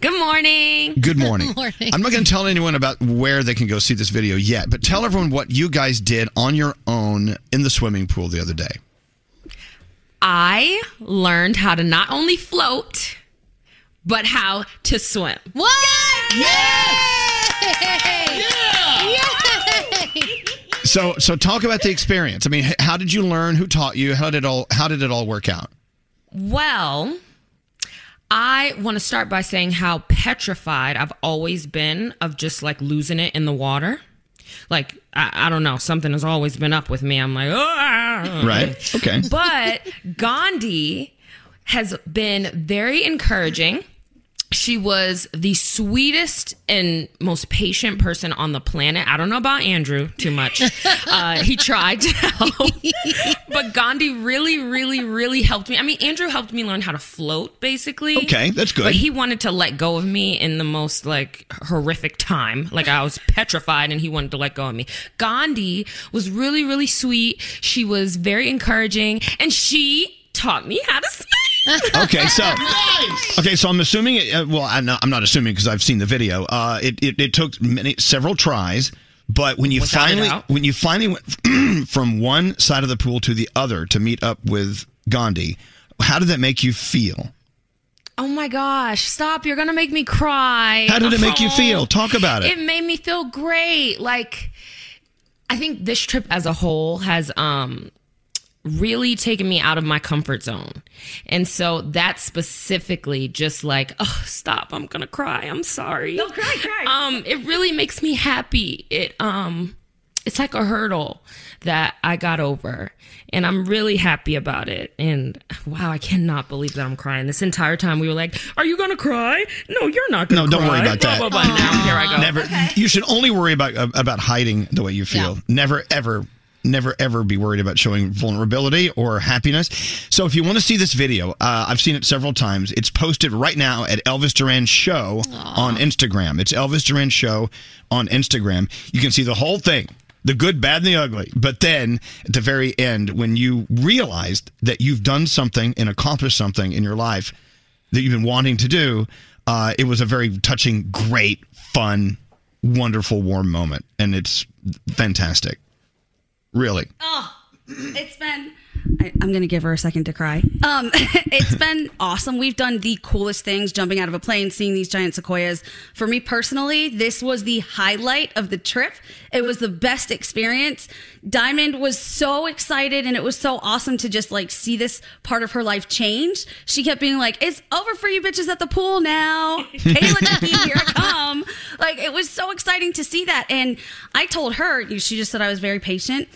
Good morning.
good morning. I'm not going to tell anyone about where they can go see this video yet, but tell everyone what you guys did on your own in the swimming pool the other day.
I learned how to not only float, but how to swim.
What?
So, so talk about the experience. I mean, h- how did you learn? Who taught you? How did it all? How did it all work out?
Well, I want to start by saying how petrified I've always been of just like losing it in the water. Like, I, I don't know, something has always been up with me. I'm like, "Ah."
Right. Okay.
But Gandhi has been very encouraging. She was the sweetest and most patient person on the planet. I don't know about Andrew too much. Uh, he tried to help. but Gandhi really, really, really helped me. I mean, Andrew helped me learn how to float, basically.
Okay, that's good.
But he wanted to let go of me in the most like horrific time. Like I was petrified and he wanted to let go of me. Gandhi was really, really sweet. She was very encouraging and she taught me how to swim.
Okay, so okay, so I'm assuming. It, uh, well, I'm not, I'm not assuming because I've seen the video. Uh, it, it it took many several tries, but when you
Without a
finally
doubt.
when you finally went from one side of the pool to the other to meet up with Gandhi, how did that make you feel?
Oh my gosh, stop. You're going to make me cry. Oh.
How did it make you feel? Talk about it.
It made me feel great. Like I think this trip as a whole has um really taken me out of my comfort zone. And so that specifically just like, oh, stop. I'm going to cry. I'm sorry. Don't cry, cry. Um it really makes me happy. It um it's like a hurdle that I got over and I'm really happy about it. And wow, I cannot believe that I'm crying. This entire time we were like, are you going to cry? No, you're not going
No,
to
don't worry about
Blah,
that.
blah, blah. Now here I go.
Never. You should only worry about uh, about hiding the way you feel. Never ever. Never ever be worried about showing vulnerability or happiness. So, if you want to see this video, uh, I've seen it several times. It's posted right now at Elvis Duran Show on Instagram. It's Elvis Duran Show on Instagram. You can see the whole thing the good, bad, and the ugly. But then at the very end, when you realized that you've done something and accomplished something in your life that you've been wanting to do, uh, it was a very touching, great, fun, wonderful, warm moment. And it's fantastic. Really.
Oh, it's been. I, I'm going to give her a second to cry. Um, it's been awesome. We've done the coolest things jumping out of a plane, seeing these giant sequoias. For me personally, this was the highlight of the trip. It was the best experience. Diamond was so excited and it was so awesome to just like see this part of her life change. She kept being like, It's over for you bitches at the pool now. Kayla, Nikki, here I come. Like, it was so exciting to see that. And I told her, she just said I was very patient.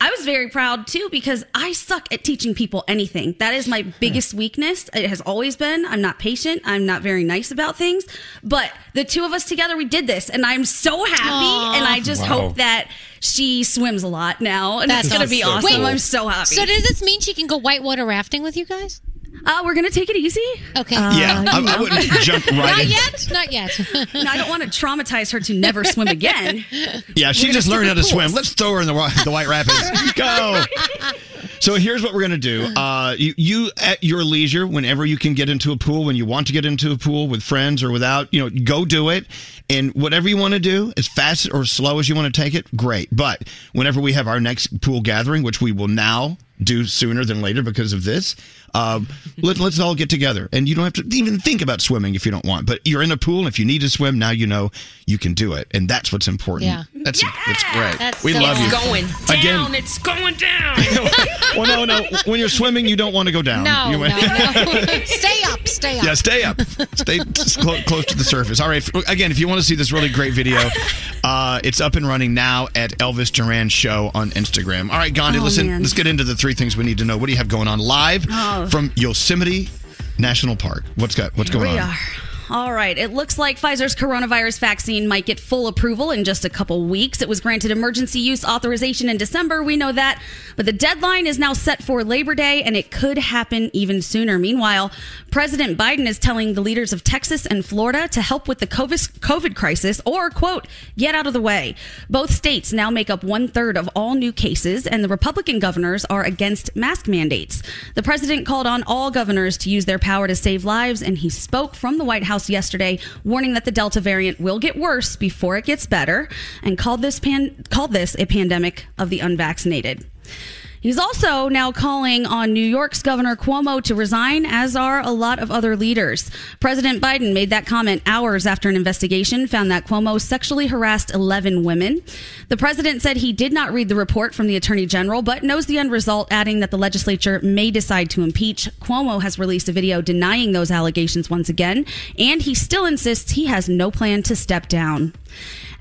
I was very proud too because I suck at teaching people anything. That is my
Hmm.
biggest weakness. It has always been. I'm not patient. I'm not very nice about things. But the two of us together, we did this, and I'm so happy.
Aw.
And I just
Wow.
hope that she swims a lot now, and that's,
That's
gonna be
awesome.
awesome.
Wait,
I'm so happy.
So does this mean she can go whitewater rafting with you guys?
Uh, we're gonna take it easy. Uh,
Okay.
yeah, I, I wouldn't jump right
Not
in.
yet. Not yet.
No, I don't want to traumatize her to never swim again.
Yeah, she just learned how to swim. Let's throw her in the, wa- the White Rapids. Go. So here's what we're gonna do.
Mm-hmm.
Uh, you, you at your leisure, whenever you can get into a pool, when you want to get into a pool with friends or without, you know, go do it. And whatever you want to do, as fast or slow as you want to take it, great. But whenever we have our next pool gathering, which we will now do sooner than later because of this, um, let, let's all get together. And you don't have to even think about swimming if you don't want. But you're in a pool. If you need to swim, now you know you can do it, and that's what's important.
Yeah.
That's that's great.
That's
we
so
love you.
It's going down.
again.
It's going down.
well, no, no. When you're swimming, you don't want to go down.
No,
You
no,
want-
no. Stay up. stay up.
Yeah, stay up. Stay s- clo- close to the surface. All right. f- Again, if you want to see this really great video, uh, it's up and running now at Elvis Duran Show on Instagram. All right, Gandhi,
Oh,
listen,
man.
let's get into the three things we need to know. What do you have going on live
Oh.
from Yosemite National Park? What's got what's going
we
on?
are. All right. It looks like Pfizer's coronavirus vaccine might get full approval in just a couple weeks. It was granted emergency use authorization in December. We know that. But the deadline is now set for Labor Day, and it could happen even sooner. Meanwhile, President Biden is telling the leaders of Texas and Florida to help with the COVID COVID crisis or, quote, get out of the way. Both states now make up one third of all new cases, and the Republican governors are against mask mandates. The president called on all governors to use their power to save lives, and he spoke from the White House yesterday, warning that the Delta variant will get worse before it gets better, and called this pan- called this a pandemic of the unvaccinated. He's also now calling on New York's Governor Cuomo to resign, as are a lot of other leaders. President Biden made that comment hours after an investigation found that Cuomo sexually harassed 11 women. The president said he did not read the report from the attorney general, but knows the end result, adding that the legislature may decide to impeach. Cuomo has released a video denying those allegations once again, and he still insists he has no plan to step down.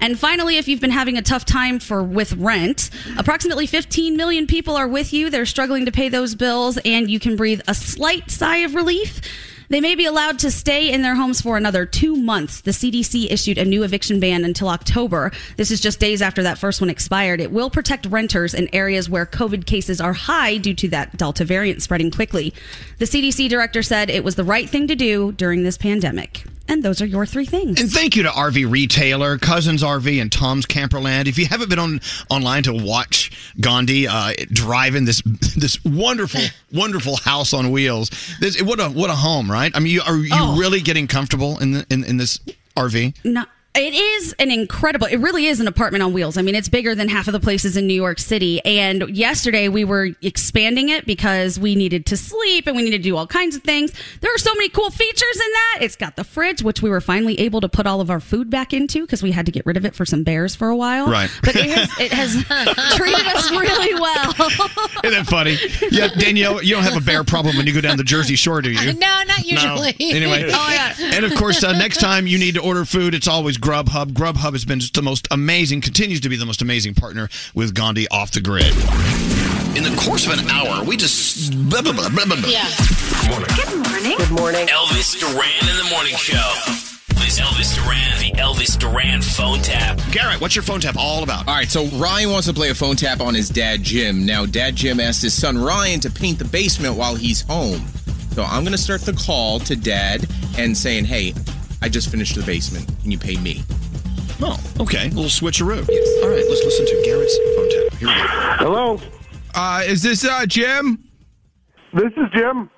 And finally, if you've been having a tough time for with rent, approximately 15 million people are with you. They're struggling to pay those bills, and you can breathe a slight sigh of relief. They may be allowed to stay in their homes for another two months. The CDC issued a new eviction ban until October. This is just days after that first one expired. It will protect renters in areas where COVID cases are high due to that Delta variant spreading quickly. The CDC director said it was the right thing to do during this pandemic. And those are your three things.
And thank you to RV Retailer, Cousins RV, and Tom's Camperland. If you haven't been on online to watch Gandhi uh, driving this this wonderful wonderful house on wheels, this what a what a home, right? I mean, you, are you
Oh.
really getting comfortable in the, in in this RV?
No, it is an incredible. It really is an apartment on wheels. I mean, it's bigger than half of the places in New York City. And yesterday we were expanding it because we needed to sleep and we needed to do all kinds of things. There are so many cool features in that. It's got the fridge, which we were finally able to put all of our food back into because we had to get rid of it for some bears for a while.
Right.
But it has, it has treated us really well.
Isn't that funny? Yeah, Danielle, you don't have a bear problem when you go down the Jersey Shore, do you?
No, not usually.
Anyway,
Oh, yeah.
and of course, uh, next time you need to order food, it's always Grubhub. Grubhub has been just the most amazing, continues to be the most amazing partner with Gandhi off the grid. In the course of an hour, we just blah blah blah blah blah. blah.
Good morning. Good morning. Elvis Duran in the morning show. This Elvis Duran, the Elvis Duran phone tap.
Garrett, what's your phone tap all about?
All right, so Ryan wants to play a phone tap on his dad, Jim. Now, dad Jim asked his son Ryan to paint the basement while he's home. So I'm going to start the call to dad and saying, hey, I just finished the basement. Can you pay me?
Oh, okay. little switcheroo. Yes. All right, let's listen to Garrett's phone tap. Here we go.
Hello? Uh, is this uh, Jim? This is Jim.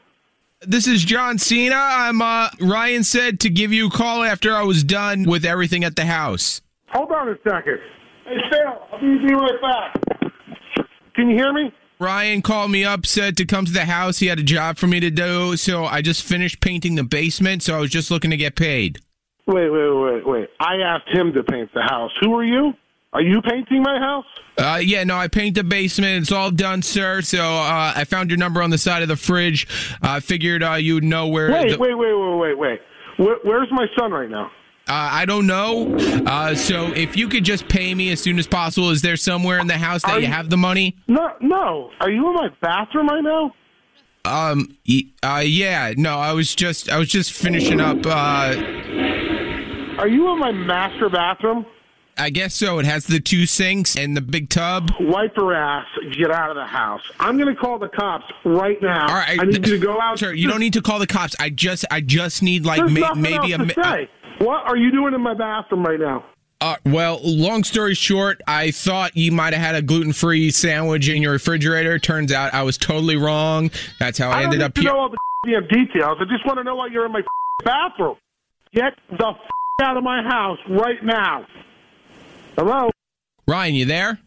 This is John Cena. I'm uh, Ryan said to give you a call after I was done with everything at the house.
Hold on a second. Hey, Phil, I'll be right back. Can you hear me?
Ryan called me up, said to come to the house. He had a job for me to do, so I just finished painting the basement. So I was just looking to get paid.
Wait, wait, wait, wait. I asked him to paint the house. Who are you? Are you painting my house?
Uh, yeah, no, I paint the basement. It's all done, sir. So uh, I found your number on the side of the fridge. I figured uh, you'd know where.
Wait,
the-
wait, wait, wait, wait, wait. Where, where's my son right now?
Uh, I don't know. Uh, so if you could just pay me as soon as possible, is there somewhere in the house that
Are
you
you-
have the money?
No, no. Are you in my bathroom right now?
Um. y- Uh. Yeah. No. I was just. I was just finishing up. Uh.
Are you in my master bathroom?
I guess so. It has the two sinks and the big tub.
Wipe her ass. Get out of the house. I'm going to call the cops right now.
All right.
I need you to go out.
Sir, you don't need to call the cops. I just. I just need like
There's
may,
nothing
maybe a.
else to
mi-
say. what are you doing in my bathroom right now?
Uh, well, long story short, I thought you might have had a gluten-free sandwich in your refrigerator. Turns out I was totally wrong. That's how I,
I don't
ended
need
up
to
here.
know all the damn details. I just want to know why you're in my bathroom. Get the out of my house right now. Hello.
Ryan, you there?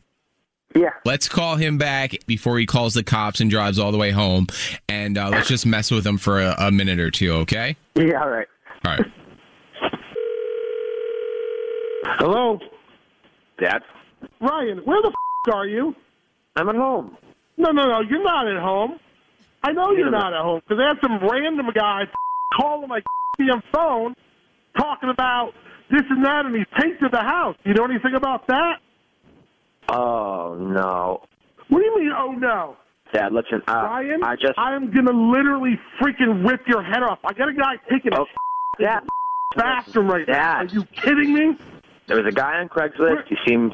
Yeah.
Let's call him back before he calls the cops and drives all the way home, and uh, let's just mess with him for a, a minute or two, okay?
Yeah. All right.
All right.
Hello. Dad. Ryan, where the f- are you? I'm at home. No, no, no. You're not at home. I know you're not at home because they had some random guy f- calling my damn phone talking about this and that, and he painted the house. You know anything about that?
Oh no,
What do you mean, oh no?
Dad! Listen, uh,
Ryan,
I just
I am gonna literally freaking rip your head off. I got a guy taking
Oh,
a
that
bathroom right now. Are you kidding me?
there was a guy on Craigslist. He seemed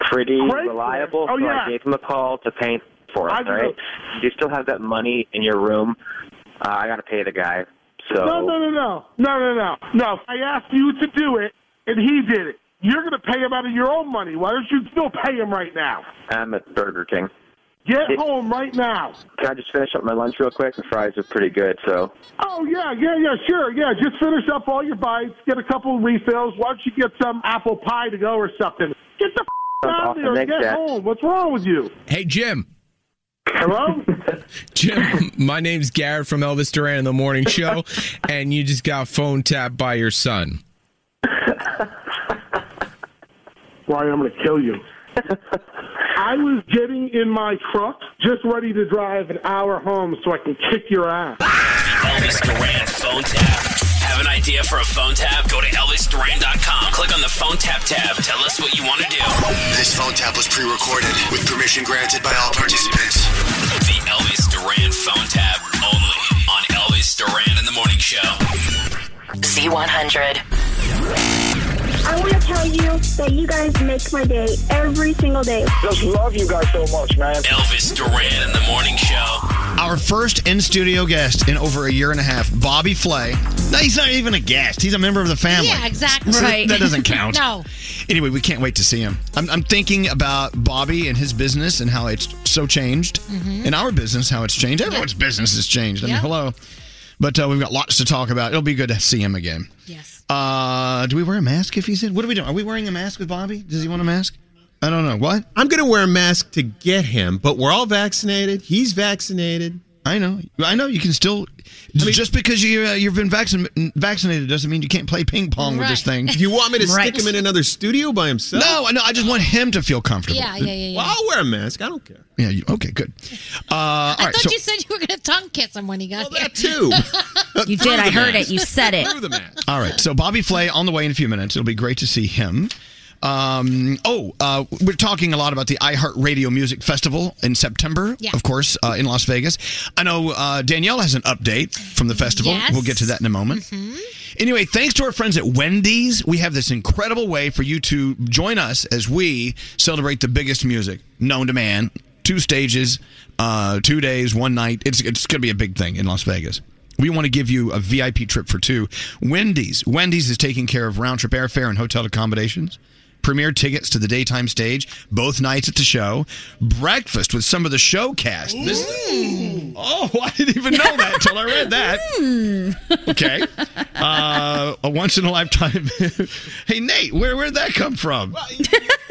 pretty
Craigslist?
reliable,
Oh,
so
yeah.
I gave him a call to paint for us.
I
All right, you still have that money in your room. Uh, I got to pay the guy. So
No, no, no, no, no, no, no, no. I asked you to do it, and he did it. You're gonna pay him out of your own money. Why don't you still pay him right now?
I'm at Burger King.
Get
Hey,
home right now.
Can I just finish up my lunch real quick? The fries are pretty good, so
Oh yeah, yeah, yeah, sure, yeah. Just finish up all your bites, get a couple of refills. Why don't you get some apple pie to go or something? Get the f-
Sounds
out of
awesome.
there.
Thanks,
Get
Jack.
home. What's wrong with you?
Hey, Jim.
Hello?
Jim, my name's Garrett from Elvis Duran in the Morning Show, and you just got phone tapped by your son.
Ryan, I'm going to kill you. I was getting in my truck, just ready to drive an hour home so I can kick your ass.
Elvis Duran phone tap. Have an idea for a phone tap? Go to ElvisDuran.com. Click on the phone tap tab. Tell us what you want to do.
This phone tap was pre-recorded with permission granted by all participants.
The Elvis Duran phone tap only on Elvis Duran in the Morning Show.
Z100.
I want to tell you that you guys make my day every single day. Just love you guys so much, man.
Elvis Duran in the Morning Show.
Our first in studio guest in over a year and a half, Bobby Flay. No, he's not even a guest. He's a member of the family.
Yeah, exactly.
So
Right.
That doesn't count.
No.
Anyway, we can't wait to see him. I'm, I'm thinking about Bobby and his business and how it's so changed.
Mhm.
And our business, how it's changed. Everyone's business has changed. I mean,
Yeah.
hello. But uh, we've got lots to talk about. It'll be good to see him again.
Yes.
Uh, do we wear a mask if he's in? What are we doing? Are we wearing a mask with Bobby? Does he want a mask? I don't know. What?
I'm going to wear a mask to get him, but we're all vaccinated. He's vaccinated.
I know. I know. You can still. just because you uh, you've been vaccin- vaccinated doesn't mean you can't play ping pong with this thing.
You want me to stick him in another studio by himself?
No, no. I just want him to feel comfortable.
Yeah, yeah, yeah, yeah.
Well, I'll wear a mask. I don't care.
Yeah. You, okay. Good. Uh, all
I
right.
thought
So
you said you were going to tongue kiss him when he got well, here. That
too.
You did. I heard it. You said it.
all right. So Bobby Flay on the way in a few minutes. It'll be great to see him. Um, oh, uh, we're talking a lot about the iHeartRadio Music Festival in September,
Yeah.
of course, uh, in Las Vegas. I know uh, Danielle has an update from the festival.
Yes.
We'll get to that in a moment. Anyway, thanks to our friends at Wendy's, we have this incredible way for you to join us as we celebrate the biggest music known to man. Two stages, uh, two days, one night. It's it's going to be a big thing in Las Vegas. We want to give you a VIP trip for two. Wendy's. Wendy's is taking care of round trip airfare and hotel accommodations. Premier tickets to the daytime stage, both nights at the show, breakfast with some of the show cast. This,
Mm.
oh, I didn't even know that until I read that. Okay. Uh, a once in a lifetime. hey, Nate, where, where'd that come from?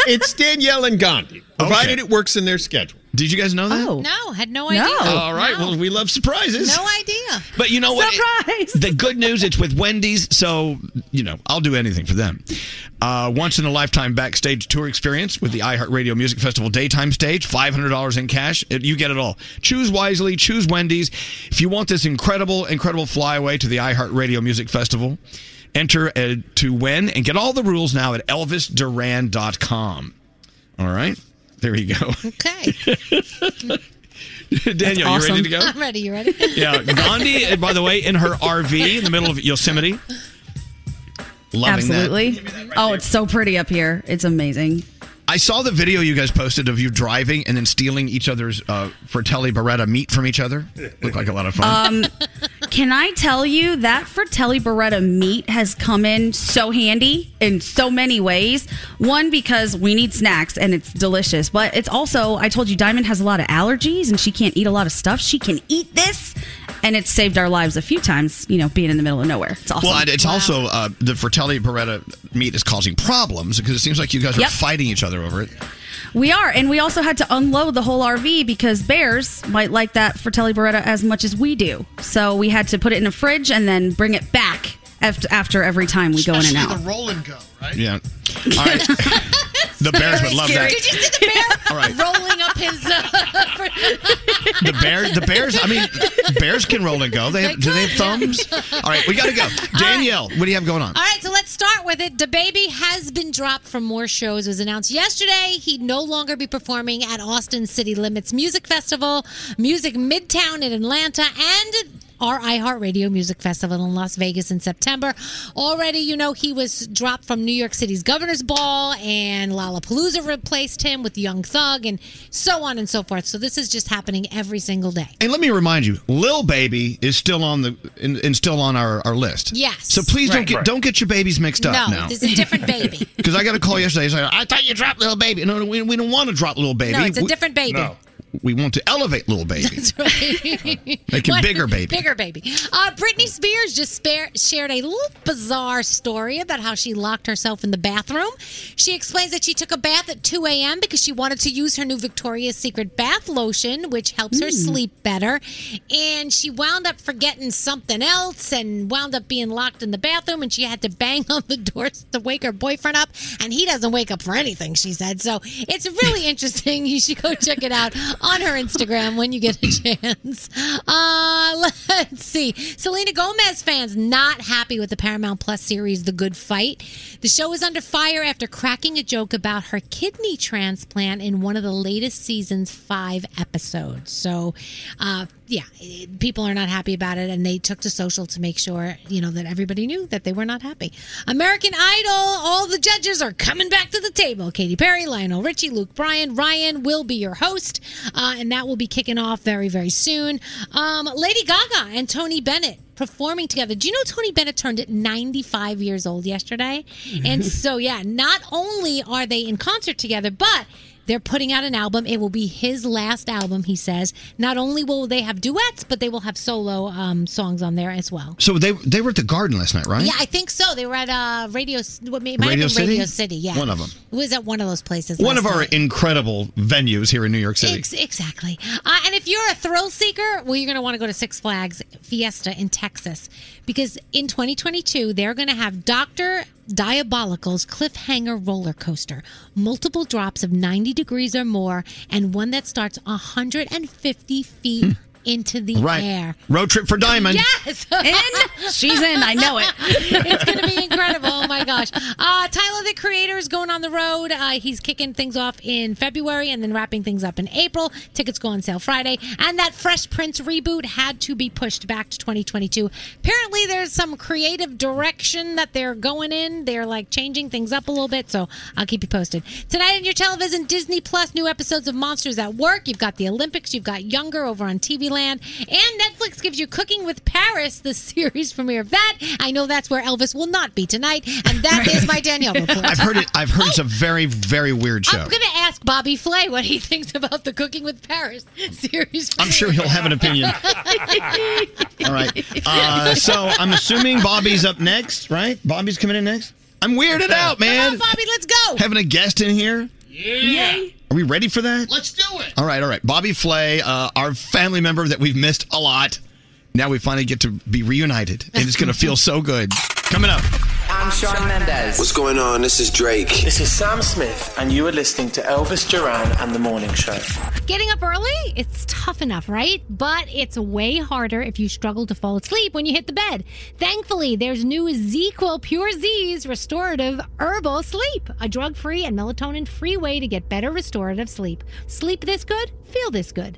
it's Danielle and Gandhi, provided it works in their schedule.
Did you guys know that?
No, had Oh. no idea.
All right. Well, we love surprises.
No idea.
But you know what? Surprise! the good news, it's with Wendy's, so you know I'll do anything for them. Uh, once in a lifetime backstage tour experience with the iHeartRadio Music Festival daytime stage, five hundred dollars in cash. It- you get it all. Choose wisely. Choose Wendy's. If you want this incredible, incredible flyaway to the iHeartRadio Music Festival, enter uh, to win and get all the rules now at ElvisDuran.com. All right, there you go.
Okay.
Daniel, you ready to go?
I'm ready. You ready?
Yeah, Gandhi, uh, by the way, in her RV in the middle of Yosemite. Loving
Absolutely.
that.
Oh, it's so pretty up here. It's amazing.
I saw the video you guys posted of you driving and then stealing each other's uh, Fratelli Beretta meat from each other. Looked like a lot of fun.
Um, can I tell you that Fratelli Beretta meat has come in so handy in so many ways? One, because we need snacks and it's delicious, but it's also, I told you, Diamond has a lot of allergies and she can't eat a lot of stuff. She can eat this, and it's saved our lives a few times, you know, being in the middle of nowhere. It's awesome.
Well, and it's also uh, the Fratelli Beretta meat is causing problems because it seems like you guys are
Yep.
fighting each other over it.
We are, and we also had to unload the whole RV because bears might like that Fratelli Beretta as much as we do. So we had to put it in a fridge and then bring it back after, after every time we go in and
Especially
out.
the roll and go, right? Yeah. All right. The Bears would love that.
Did you see the bear
All right.
rolling up his? Uh,
The bear, the bears. I mean, bears can roll and go. They have, do they have thumbs? All right, we got to go. Danielle, what do you have going on?
All right, so let's start with it. DaBaby has been dropped from more shows. It was announced yesterday he'd no longer be performing at Austin City Limits Music Festival, Music Midtown in Atlanta, and our iHeartRadio Music Festival in Las Vegas in September. Already, you know, he was dropped from New York City's Governor's Ball, and Lollapalooza replaced him with Young Thug, and so on and so forth. So this is just happening every single day.
And let me remind you, Lil Baby is still on the and, and still on our, our list.
Yes.
So please don't
Right.
get
Right.
don't get your babies mixed up
no,
now.
there's a different baby.
Because I got a call yesterday. Saying, I thought you dropped Lil Baby. No, no, we, we don't want to drop Lil Baby.
No, it's a
We-
different baby. No.
We want to elevate Lil Baby.
That's right.
Make him
What?
bigger, baby.
Bigger baby. Uh, Britney Spears just spare, shared a little bizarre story about how she locked herself in the bathroom. She explains that she took a bath at 2 a.m. because she wanted to use her new Victoria's Secret bath lotion, which helps
Hmm.
her
Mm.
sleep better. And she wound up forgetting something else and wound up being locked in the bathroom. And she had to bang on the door to wake her boyfriend up. And he doesn't wake up for anything, she said. So it's really interesting. You should go check it out on her Instagram when you get a chance. Uh, let's see. Selena Gomez fans not happy with the Paramount Plus series, The Good Fight. The show is under fire after cracking a joke about her kidney transplant in one of the latest season's five episodes. So, uh, yeah, it- people are not happy about it, and they took to social to make sure you know that everybody knew that they were not happy. American Idol, all the judges are coming back to the table. Katy Perry, Lionel Richie, Luke Bryan, Ryan will be your host, uh, and that will be kicking off very very soon. Um, Lady Gaga and Tony Bennett performing together. Do you know Tony Bennett turned at 95 years old yesterday? And so yeah, not only are they in concert together, but they're putting out an album. It will be his last album, he says. Not only will they have duets, but they will have solo um, songs on there as well.
So they they were at the garden last night, right?
Yeah, I think so. They were at uh, Radio. What may, it might
Radio
have been
City?
Radio City. Yeah,
One of 'em.
It was at one of those places.
One of
last
our
night.
incredible venues here in New York City.
Ex- exactly. Uh, and if you're a thrill seeker, well, you're going to want to go to Six Flags Fiesta in Texas because in 2022 they're going to have Doctor Diabolical's cliffhanger roller coaster, multiple drops of 90 degrees or more, and one that starts 150 feet into the
Hmm. right.
air.
Road trip for Diamond.
Yes. In? She's in. I know it. it's going to be incredible. Oh, my gosh. Uh, Tyler, the creator, is going on the road. Uh, he's kicking things off in February and then wrapping things up in April. Tickets go on sale Friday. And that Fresh Prince reboot had to be pushed back to 2022. Apparently, there's some creative direction that they're going in. They're like changing things up a little bit. So I'll keep you posted. Tonight on your television, Disney Plus, new episodes of Monsters at Work. You've got the Olympics. You've got Younger over on TV Land. And Netflix gives you Cooking with Paris, the series premiere of that. I know that's where Elvis will not be tonight. And that is my Danielle report.
I've heard it. I've heard it's a very very weird show.
Oh. I'm going to ask Bobby Flay what he thinks about the Cooking with Paris series.
I'm sure he'll have an opinion. All right. Uh, so I'm assuming Bobby's up next, right? Bobby's coming in next. I'm weirded out, man.
Come on, Bobby, let's go.
Having a guest in here.
Yeah.
Are we ready for that?
Let's do it.
All right, all right. Bobby Flay, uh, our family member that we've missed a lot. Now we finally get to be reunited, and it's going to feel so good. Coming up.
I'm Sean Mendez.
What's going on? This is Drake.
This is Sam Smith, and you are listening to Elvis Duran and the Morning Show.
Getting up early, it's tough enough, right? But it's way harder if you struggle to fall asleep when you hit the bed. Thankfully, there's new ZQL Pure Z's restorative herbal sleep, a drug free and melatonin free way to get better restorative sleep. Sleep this good, feel this good.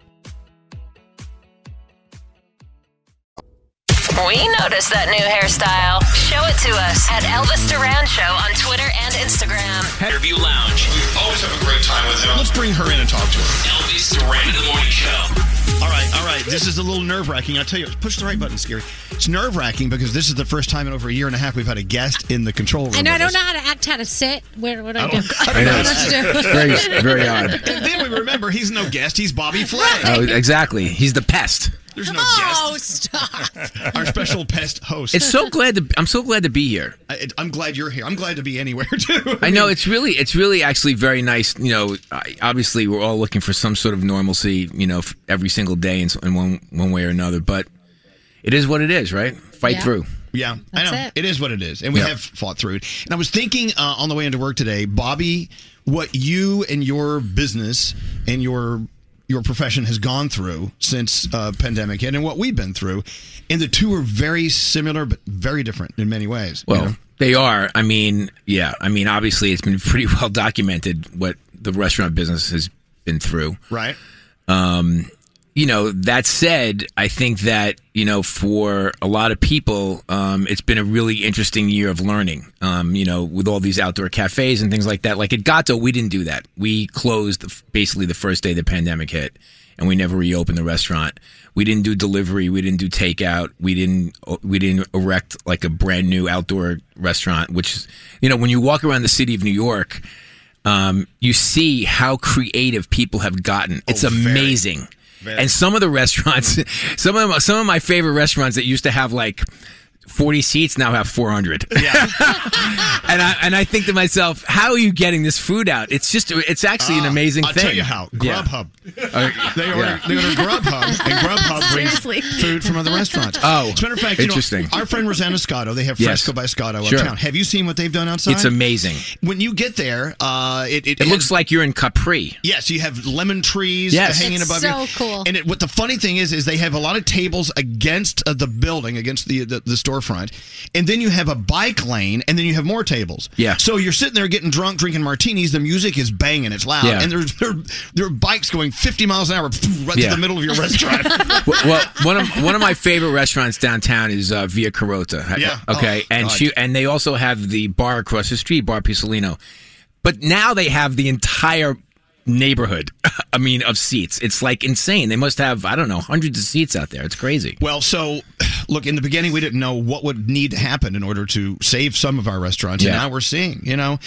We noticed that new hairstyle. Show it to us at Elvis Duran Show on Twitter and Instagram.
Interview Lounge.
We always have a great time with him. Let's bring her in and talk to her.
Elvis Duran in the Morning Show.
All right, all right. This is a little nerve wracking. I'll tell you, push the right button, Scary. It's nerve wracking because this is the first time in over a year and a half we've had a guest in the control room.
I know I
with
don't
us.
know how to act, how to sit. Where what do I, do?
I
Oh.
I
don't
don't know
know.
what to do.
And then we remember he's no guest, he's Bobby Flay.
Oh, exactly. He's the pest.
There's no
Oh, stop.
guest. Our special pest host.
It's so glad to. I'm so glad to be here.
I, I'm glad you're here. I'm glad to be anywhere too.
I know it's really, it's really actually very nice. You know, I, obviously we're all looking for some sort of normalcy. You know, f- every single day in, s- in one one way or another. But it is what it is, right? Fight
Yeah.
through.
Yeah, I know.
That's
it is what it is. And we have fought through it. And I was thinking uh, on the way into work today, Bobby, what you and your business and your your profession has gone through since uh, pandemic hit and what we've been through. And the two are very similar, but very different in many ways. you
Well,
know?
they are. I mean, yeah. I mean, obviously, it's been pretty well documented what the restaurant business has been through.
Right.
Um, you know, that said, I think that, you know, for a lot of people, um, it's been a really interesting year of learning, um, you know, with all these outdoor cafes and things like that. Like at Gato, we didn't do that. We closed the, basically the first day the pandemic hit and we never reopened the restaurant. We didn't do delivery. We didn't do takeout. We didn't, uh, we didn't erect like a brand new outdoor restaurant, which, you know, when you walk around the city of New York, um, you see how creative people have gotten.
Oh,
It's amazing.
Very.
And some of the restaurants, some of them, some of my favorite restaurants that used to have like forty seats now have four hundred. Yeah. and I and I think to myself, how are you getting this food out? It's just it's actually an
Ah,
amazing
I'll
thing.
tell you how.
Yeah.
Grubhub.
Uh,
They order,
yeah.
they order Grubhub, and Grubhub brings
Seriously.
food from other restaurants.
Oh,
As a matter of fact, you know,
interesting.
our friend Rosanna Scotto, they have
Yes.
Fresco by Scotto
Sure.
uptown. Have you seen what they've done outside?
It's amazing.
When you get there, uh, it, it,
It looks like you're in Capri.
Yes, you have lemon trees
Yes.
hanging
It's
above
so
you.
cool.
And it, what the funny thing is, is they have a lot of tables against uh, the building, against the, the the storefront, and then you have a bike lane, and then you have more tables.
Yeah.
So you're sitting there getting drunk, drinking martinis. The music is banging, it's loud,
Yeah.
and there's there, there are bikes going 50 miles an hour right
Yeah.
to the middle of your restaurant.
well, well, one of one of my favorite restaurants downtown is uh, Via Carota.
Yeah.
Okay.
Oh,
and
God.
she and they also have the bar across the street, Bar Pisolino. But now they have the entire neighborhood. I mean, of seats. It's like insane. They must have I don't know hundreds of seats out there. It's crazy.
Well, so look, in the beginning, we didn't know what would need to happen in order to save some of our restaurants. And
Yeah.
now we're seeing, you know,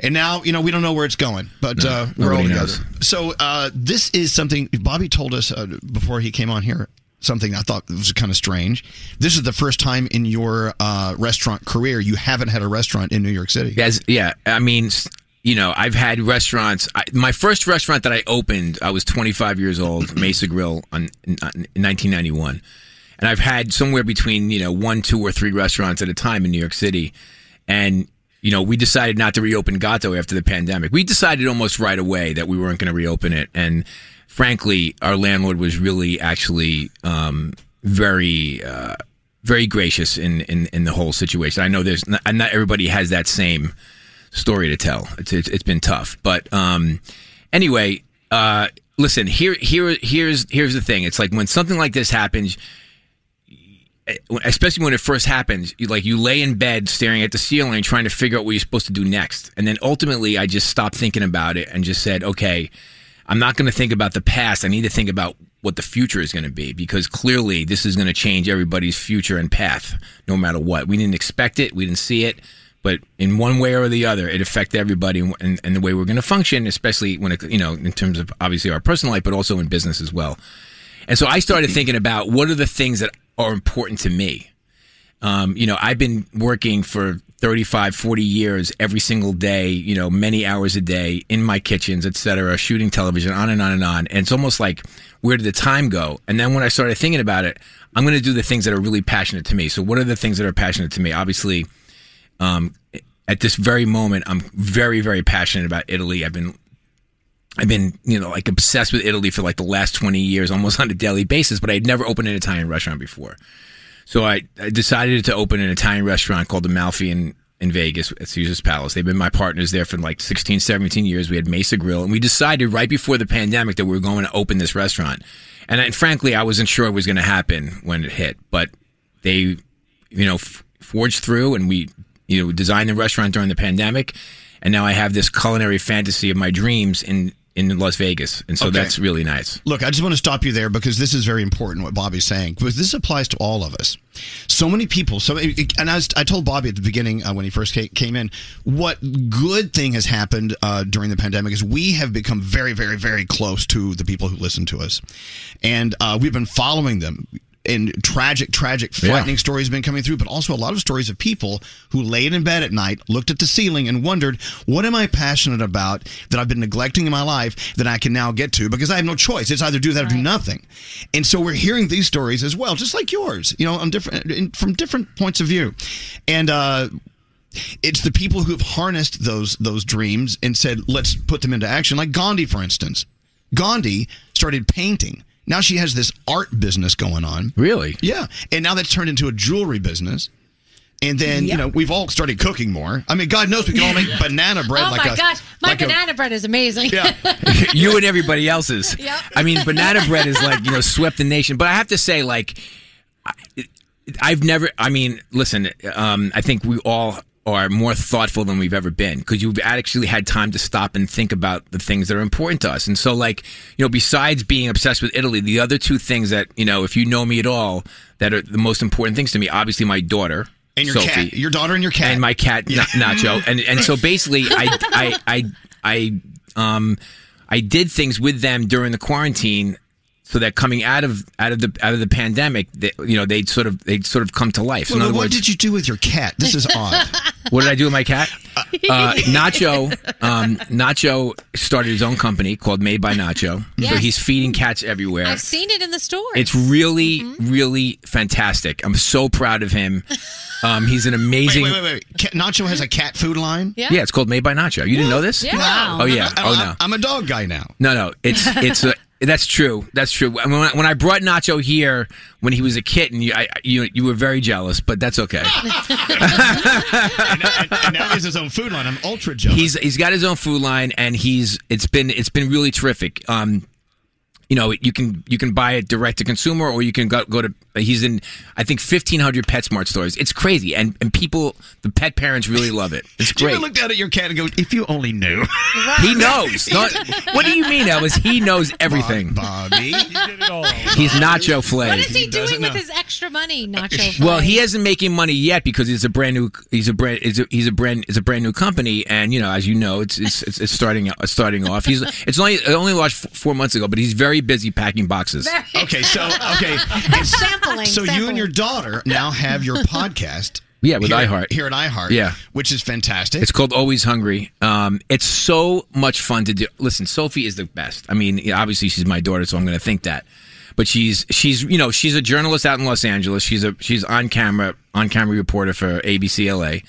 and now, you know, we don't know where it's going, but
No,
uh, we're all
nobody
together.
knows.
So uh, this is something Bobby told us uh, before he came on here. Something I thought was kind of strange. This is the first time in your uh, restaurant career you haven't had a restaurant in New York City.
Yes, yeah. I mean, s- you know, I've had restaurants. I, my first restaurant that I opened, I was 25 years old, Mesa Grill, on, in, on- in 1991, and I've had somewhere between you know one, two, or three restaurants at a time in New York City, and you know, we decided not to reopen Gato after the pandemic. We decided almost right away that we weren't going to reopen it, and frankly, our landlord was really actually um, very. Uh, very gracious in, in, in the whole situation. I know there's not, and not everybody has that same story to tell. It's, it's, it's been tough, but um, anyway, uh, listen here here here's here's the thing. It's like when something like this happens, especially when it first happens, you, like you lay in bed staring at the ceiling, trying to figure out what you're supposed to do next. And then ultimately, I just stopped thinking about it and just said, okay, I'm not going to think about the past. I need to think about what the future is going to be because clearly this is going to change everybody's future and path no matter what. We didn't expect it, we didn't see it. But in one way or the other, it affected everybody and, and the way we're going to function, especially when it, you know, in terms of obviously our personal life, but also in business as well. And so I started thinking about what are the things that are important to me. Um, you know, I've been working for 35, 40 years every single day, you know, many hours a day in my kitchens, et cetera, shooting television, on and on and on. And it's almost like, where did the time go? And then when I started thinking about it, I'm going to do the things that are really passionate to me. So, what are the things that are passionate to me? Obviously, um, at this very moment, I'm very, very passionate about Italy. I've been I've been, you know, like obsessed with Italy for like the last 20 years, almost on a daily basis, but I had never opened an Italian restaurant before. So I, I decided to open an Italian restaurant called Amalfi in, in Vegas at Caesar's Palace. They've been my partners there for like 16, 17 years. We had Mesa Grill, and we decided right before the pandemic that we were going to open this restaurant. And, I, frankly, I wasn't sure it was going to happen when it hit, but they, you know, f- forged through and we, you know, designed the restaurant during the pandemic. And now I have this culinary fantasy of my dreams in, in Las Vegas. And so
Okay.
that's really nice.
Look, I just want to stop you there because this is very important what Bobby's saying because this applies to all of us. So many people, so and I, was, I told Bobby at the beginning uh, when he first ca- came in, what good thing has happened uh, during the pandemic is we have become very, very, very close to the people who listen to us, and uh, we've been following them. and tragic, tragic, frightening stories have been coming through, but also a lot of stories of people who laid in bed at night, looked at the ceiling, and wondered, what am I passionate about that I've been neglecting in my life that I can now get to? Because I have no choice. It's either do that or do nothing. And so we're hearing these stories as well, just like yours, you know, on different in, from different points of view, and. uh it's the people who have harnessed those those dreams and said, let's put them into action. Like Gandhi, for instance. Gandhi started painting. Now she has this art business going on.
Really?
Yeah. And now that's turned into a jewelry business. And then, you know, we've all started cooking more. I mean, God knows we can all make banana bread
oh
like
my
a
gosh, my
like a-
banana bread is amazing.
Yeah.
you and everybody else's. I mean, banana bread is like you know swept the nation. But I have to say, like, I, I've never. I mean, listen. Um, I think we all are more thoughtful than we've ever been because you've actually had time to stop and think about the things that are important to us. And so, like, you know, besides being obsessed with Italy, the other two things that you know, if you know me at all, that are the most important things to me, obviously, my daughter.
and your
Sophie,
cat, your daughter and your cat.
and my cat Na- Nacho, and and so basically, I I I I um I did things with them during the quarantine, so that coming out of out of the out of the pandemic, they, you know, they'd sort of they'd sort of come to life.
Well,
In
now,
other
what
words,
did you do with your cat? This is odd.
what did I do with my cat? Uh, Nacho, um, Nacho started his own company called Made by Nacho. So
Yes.
he's feeding cats everywhere.
I've seen it in the store.
It's really, really fantastic. I'm so proud of him. Um, he's an amazing.
Wait, wait, wait, wait. Cat, Nacho has a cat food line.
Yeah. it's called Made by Nacho. You didn't know this?
Yeah. Wow.
Oh yeah.
I-
Oh
I-
no.
I'm a dog guy now.
No, no. It's it's a. That's true. That's true. I mean, when, I, when I brought Nacho here when he was a kitten, you, I, you you were very jealous, but that's okay.
And now he has his own food line. I'm ultra jealous.
he's he's got his own food line, and he's it's been it's been really terrific. Um, you know, you can you can buy it direct to consumer, or you can go go to. He's in I think 1,500 PetSmart stores. It's crazy, and and people the pet parents really love it. It's
you ever
great.
look down at your cat and go, if you only knew.
He knows. Not- what do you mean, Elvis? He knows everything.
Bobby.
He's nacho flay.
Uh, what is he, doing with his extra money, Nacho?
Well,
Fry?
he hasn't making money yet because he's a brand new. He's a brand. He's a, he's a brand. It's a brand new company, and you know, as you know, it's it's it's, it's starting uh, starting off. He's it's only it only launched f- four months ago, but he's very busy packing boxes.
okay, so okay.
sampling.
So you and your daughter now have your podcast.
Yeah, with
here,
iHeart.
Here at iHeart.
Yeah.
Which is fantastic.
It's called Always Hungry. Um, it's so much fun to do. Listen, Sophie is the best. I mean, yeah, obviously she's my daughter, so I'm going to think that. But she's she's you know she's a journalist out in Los Angeles. She's a she's on camera on camera reporter for ABC LA,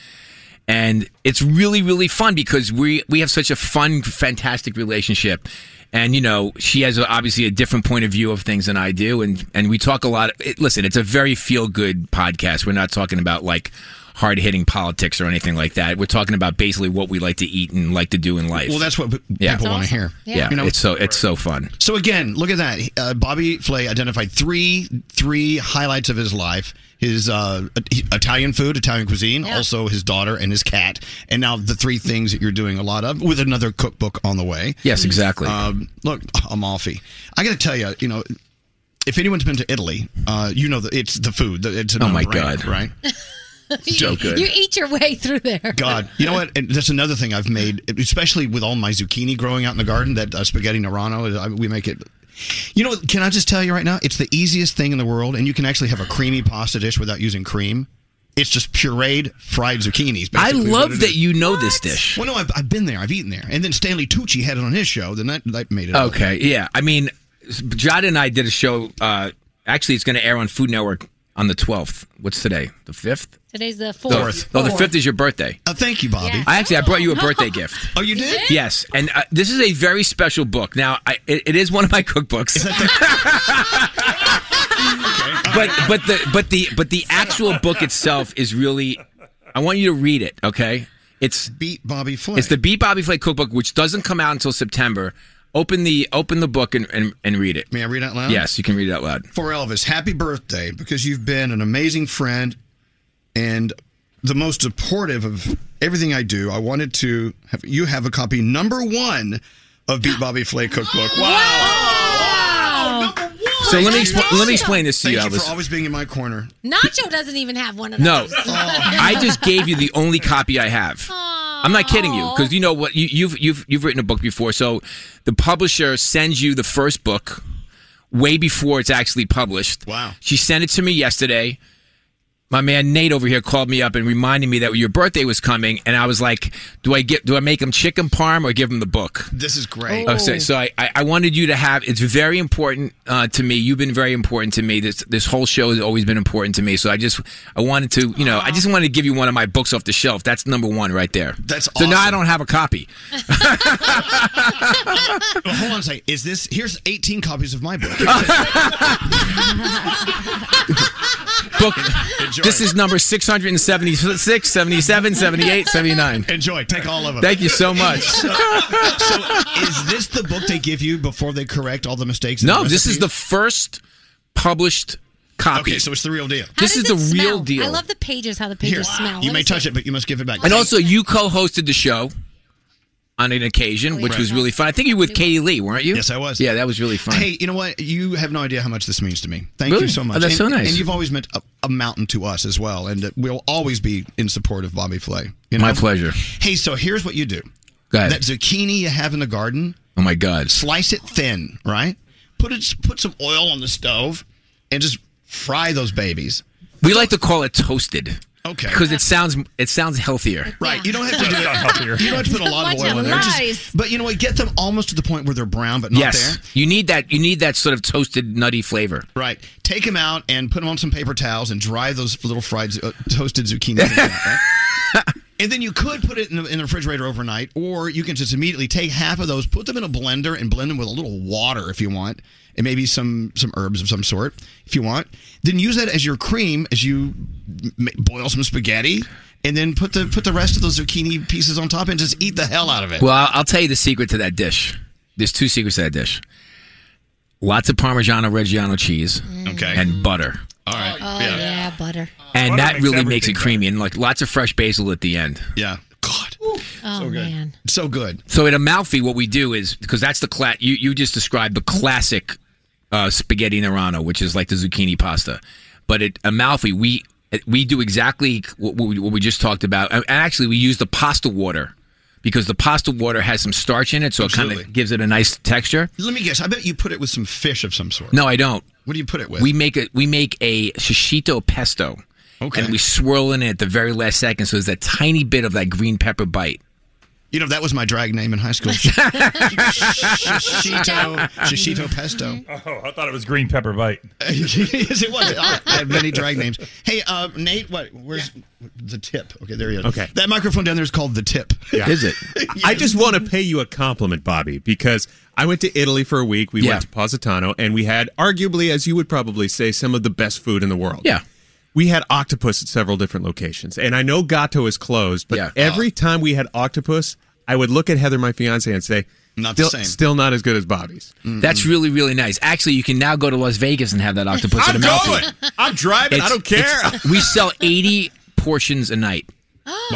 and it's really really fun because we we have such a fun fantastic relationship. And you know she has obviously a different point of view of things than I do, and and we talk a lot. It, listen, it's a very feel good podcast. We're not talking about like hard hitting politics or anything like that. We're talking about basically what we like to eat and like to do in life.
Well, that's what p- people want to hear.
Yeah,
You know,
it's so it's so fun.
so again, look at that. Uh, Bobby Flay identified three three highlights of his life: his uh, Italian food, Italian cuisine, also his daughter and his cat, and now the three things that you're doing a lot of with another cookbook on the way.
Yes, exactly.
Um, look, Amalfi. I got to tell you, you know, if anyone's been to Italy, uh, you know that it's the food. that It's a
Oh, my
no-brainer,
God.
right? so good.
You eat your way through there.
God, you know what? And that's another thing I've made, especially with all my zucchini growing out in the garden. That uh, spaghetti Norano, I, we make it. You know, can I just tell you right now? It's the easiest thing in the world, and you can actually have a creamy pasta dish without using cream. It's just pureed fried zucchinis.
I
basically, is what
love
it
that
is.
you know this dish.
Well, no, I've, I've been there. I've eaten there. And then Stanley Tucci had it on his show. Then that, that made it. up.
Okay, yeah. I mean, Jada and I did a show. Uh, actually, it's going to air on Food Network on the 12th. What's today? The 5th?
Today's the fourth.
Fourth. Oh, the 5th is your birthday.
Oh, thank you, Bobby.
I actually I brought you a birthday gift.
Oh, you did?
Yes, and uh, this is a very special book. Now, I, it, it is one of my cookbooks. but but the but the but the actual book itself is really. I want you to read it. Okay, it's
beat Bobby Flay.
It's the Beat Bobby Flay cookbook, which doesn't come out until September. Open the open the book and and, and read it.
May I read out loud?
Yes, you can read it out loud.
for Elvis, happy birthday because you've been an amazing friend and the most supportive of everything I do. I wanted to have you have a copy number one of Beat Bobby Flay Cookbook. Wow.
Oh,
So let me expl- let me explain this to
Thank
you,
you for
Elvis.
always being in my corner.
Nacho doesn't even have one of
No, Oh.
those.
I just gave you the only copy I have. I'm not kidding you because you know what you, you've you've you've written a book before. So the publisher sends you the first book way before it's actually published. Wow. She sent it to me yesterday. My man Nate over here called me up and reminded me that your birthday was coming, and I was like, "Do I get? Do I make him chicken parm or give him the book?"
This is great.
Oh, so so I, I I wanted you to have. It's very important uh, to me. You've been very important to me. This this whole show has always been important to me. So I just I wanted to you know I just wanted to give you one of my books off the shelf. That's number one right there. That's so now I don't have a copy.
Well, hold on a second. Is this here's 18 copies of my book?
Book. This is number 676, 77, 78, 79.
Enjoy. Take all of them.
Thank you so much.
so, so is this the book they give you before they correct all the mistakes? in
No, this is the
recipes?
first published copy.
Okay, so it's the real deal.
How
this is
does
the
it
real
smell?
deal.
I love the pages, how the pages smell.
You
What
may
is
touch it, but you must give it back.
and also, you co-hosted the show on an occasion, which
yeah.
was really fun. I think you were with Katie Lee, weren't you? Yes,
I was.
Yeah, that was really fun.
Hey, you know what? You have no idea how much this means to me. Thank
Really?
you so much.
Oh, that's
and,
so nice.
And you've always meant a, a mountain to us as well. And uh, we'll always be in support of Bobby Flay. You know?
My pleasure.
Hey, so here's what you do.
Go ahead.
That zucchini you have in the garden.
Oh my God!
Slice it thin, right? Put it. Put some oil on the stove, and just fry those babies.
We like to call it toasted.
Okay.
Because it sounds it sounds healthier.
Right. You don't have to do it. You don't have to put a lot of
Watch
oil in there.
your
Just- but you know what? Get them almost to the point where they're brown, but not
yes,
there.
you need that. You need that sort of toasted nutty flavor.
Right. Take them out and put them on some paper towels and dry those little fried zu- uh, toasted zucchini. things out, right? And then you could put it in the, in the refrigerator overnight, or you can just immediately take half of those, put them in a blender, and blend them with a little water if you want, and maybe some some herbs of some sort if you want. Then use that as your cream as you m- boil some spaghetti, and then put the put the rest of those zucchini pieces on top and just eat the hell out of it.
Well, I'll, I'll tell you the secret to that dish. There's two secrets to that dish. Lots of Parmigiano Reggiano cheese. Okay. And butter.
All right.
it? Oh, yeah. butter.
And
Butter
that
makes
really makes
everything
it creamy, and like lots of fresh basil at the end.
Yeah.
Oh, man.
So good.
So at Amalfi, what we do is because that's the cla- you you just described the classic uh, spaghetti Nerano, which is like the zucchini pasta. But at Amalfi, we we do exactly what, what, we, what we just talked about. And actually, we use the pasta water because the pasta water has some starch in it, so it kind
Absolutely.
of gives it a nice texture.
Let me guess. I bet you put it with some fish of some sort.
No, I don't.
What do you put it with?
We make a we make a shishito pesto.
Okay.
And we swirl in it at the very last second, so there's that tiny bit of that green pepper bite.
You know, that was my drag name in high school. Shishito, shishito pesto.
Oh, I thought it was green pepper bite.
yes, it was. I I had many drag names. Hey, uh, Nate, what? Where's the tip? Okay, there he is.
Okay.
that microphone down there is called the tip.
Is it? I just want to pay you a compliment, Bobby, because I went to Italy for a week. We
Yeah.
went to Positano, and we had arguably, as you would probably say, some of the best food in the world.
Yeah.
We had octopus at several different locations, and I know Gato is closed, but
Uh.
every time we had octopus, I would look at Heather, my fiance, and say,
"Not Mm.
still,
same."
Still not as good as Bobby's."
That's really really nice. Actually, you can now go to Las Vegas and have that octopus at
I'm
Amalfi.
going. I'm driving. I
It's-
don't care.
it's- We sell 80 portions a night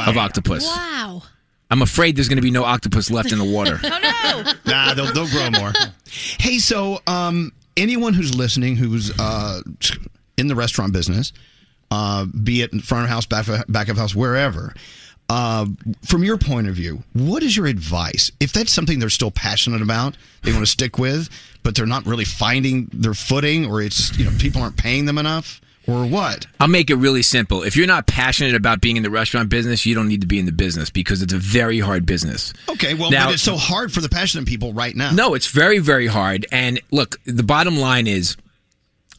of octopus.
Wow.
I'm afraid there's going to be no octopus left in the water.
nah, they'll, they'll grow more. Hey, so um, anyone who's listening who's uh, in the restaurant business, uh, be it in front of house, back of, back of house, wherever, uh, from your point of view, what is your advice? If that's something they're still passionate about, they want to stick with, but they're not really finding their footing, or it's, you know, people aren't paying them enough, or what?
I'll make it really simple. If you're not passionate about being in the restaurant business, you don't need to be in the business because it's a very hard business.
Okay, well,
Now-
but it's so hard for the passionate people right now.
No, it's very, very hard. And look, the bottom line is,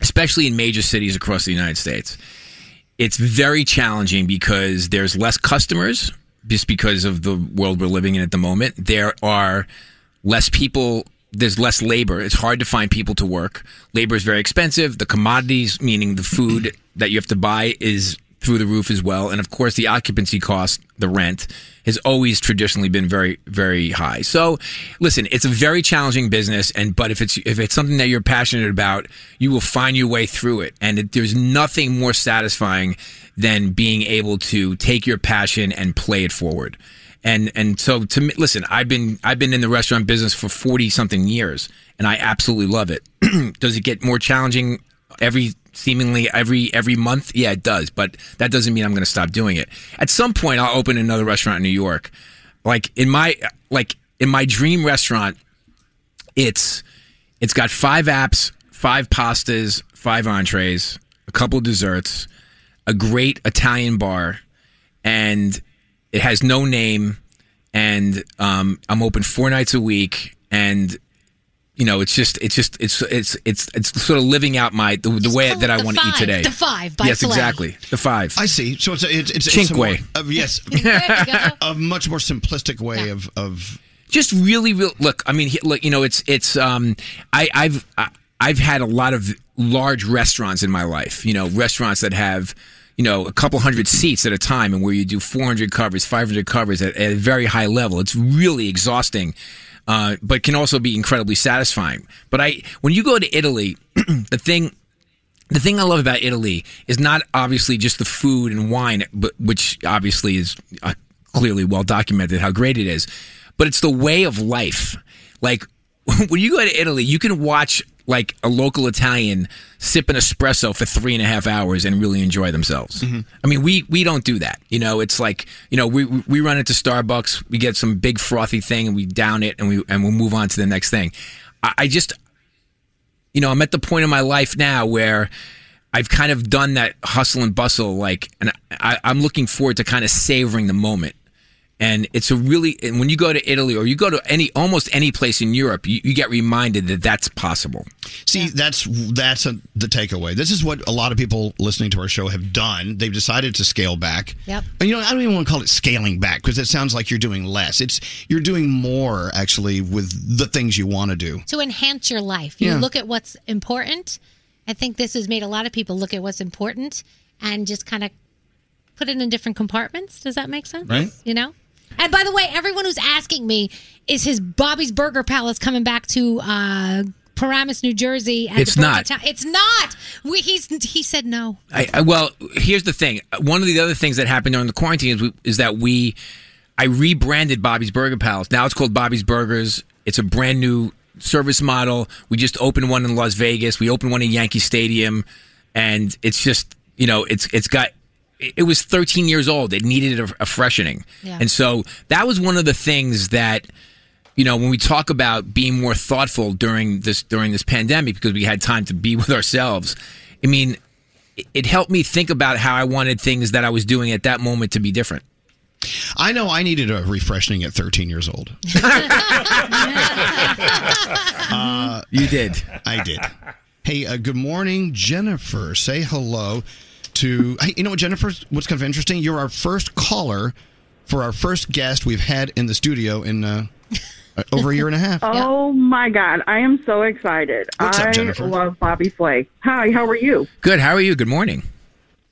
especially in major cities across the United States, it's very challenging because there's less customers just because of the world we're living in at the moment. There are less people. There's less labor. It's hard to find people to work. Labor is very expensive. The commodities, meaning the food that you have to buy, is through the roof as well. And of course, the occupancy cost, the rent, has always traditionally been very, very high. So, listen, it's a very challenging business. And but if it's if it's something that you're passionate about, you will find your way through it. And it, there's nothing more satisfying than being able to take your passion and play it forward. And and so to me, listen, I've been I've been in the restaurant business for forty something years, and I absolutely love it. Does it get more challenging every seemingly every every month yeah it does but that doesn't mean i'm going to stop doing it at some point i'll open another restaurant in new york like in my like in my dream restaurant it's it's got five apps five pastas, five entrees, a couple desserts, a great Italian bar, and it has no name. And um, I'm open four nights a week, and you know, it's just, it's just, it's, it's, it's, it's sort of living out my the, the way that I want to eat today.
The five by
yes,
Filet.
exactly. The five.
I see. So it's a, it's, it's, it's a
Chink
more,
way.
of- yes, a much more simplistic way of of
just really real look i mean he- look you know it's it's um i i've I, i've had a lot of large restaurants in my life you know restaurants that have you know a couple hundred seats at a time and where you do 400 covers 500 covers at, at a very high level it's really exhausting uh, but can also be incredibly satisfying but i when you go to italy the thing the thing I love about Italy is not obviously just the food and wine, but which obviously is uh, clearly well documented how great it is, but it's the way of life. Like when you go to Italy, you can watch like a local Italian sip an espresso for three and a half hours and really enjoy themselves. I mean, we we don't do that. You know, it's like you know we we run into Starbucks, we get some big frothy thing, and we down it, and we and we'll move on to the next thing. I, I just you know, I'm at the point in my life now where I've kind of done that hustle and bustle, like, and I, I'm looking forward to kind of savoring the moment. And it's a really, and when you go to Italy or you go to any, almost any place in Europe, you, you get reminded that that's possible.
See, that's that's a, the takeaway. This is what a lot of people listening to our show have done. They've decided to scale back.
Yep.
And you know, I don't even want to call it scaling back because it sounds like you're doing less. It's you're doing more actually with the things you want to do.
to enhance your life. You
Yeah.
look at what's important. I think this has made a lot of people look at what's important and just kind of put it in different compartments. Does that make sense?
Right.
You know? And by the way, everyone who's asking me, is his Bobby's Burger Palace coming back to uh, Paramus, New Jersey? at the
It's
Burger
not.
Town- It's not. We, he's, he said no.
I, I, well, here's the thing. One of the other things that happened during the quarantine is, we, is that we, I rebranded Bobby's Burger Palace. Now it's called Bobby's Burgers. It's a brand new service model. We just opened one in Las Vegas. We opened one in Yankee Stadium, and it's just you know it's it's got. It it was 13 years old. It needed a, a freshening,
Yeah.
and so that was one of the things that you know when we talk about being more thoughtful during this during this pandemic because we had time to be with ourselves i mean it- it helped me think about how i wanted things that i was doing at that moment to be different
I know I needed a refreshing at 13 years old. uh,
you did.
I did. Hey, uh, good morning, Jennifer. Say hello to. Hey, you know what, Jennifer? What's kind of interesting? You're our first caller for our first guest we've had in the studio in uh, uh, over a year and a half.
Oh my God, I am so excited!
What's up,
I
Jennifer?
love Bobby Flay. Hi, how are you?
good how are you good morning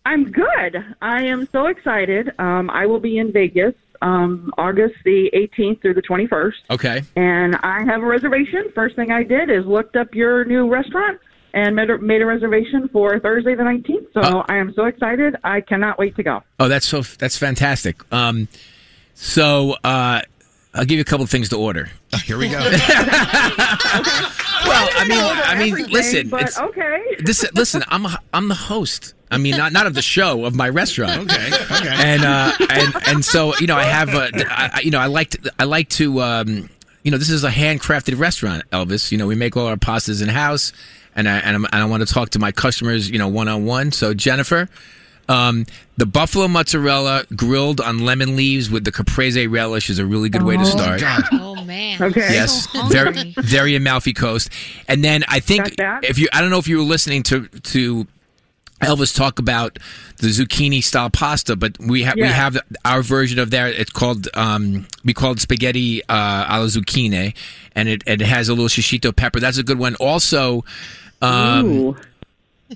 I'm good. I am so excited. Um, I will be in Vegas um, August the 18th through the 21st,
okay
and I have a reservation. First thing I did is looked up your new restaurant and made a, made a reservation for Thursday the 19th. So
Uh.
I am so excited. I cannot wait to go.
oh that's so that's fantastic um so uh i'll give you a couple of things to order
Ah, here we go
well i mean i mean listen
but
it's-
okay.
this listen i'm a, i'm the host i mean not not of the show of my restaurant
Oh, okay okay
and uh and and so you know i have uh, I, I- you know i like to i like to um you know this is a handcrafted restaurant elvis you know we make all our pastas in house and i and, I'm, and i want to talk to my customers you know one-on-one so jennifer um, the buffalo mozzarella grilled on lemon leaves with the caprese relish is a really good way to start.
Oh, man.
Yes, very, very Amalfi Coast. And then I think if you, I don't know if you were listening to to Elvis talk about the zucchini style pasta, but we have we
Yeah.
have our version of that. It's called um, we call it spaghetti uh, alla zucchine, and it it has a little shishito pepper. That's a good one. Also, um,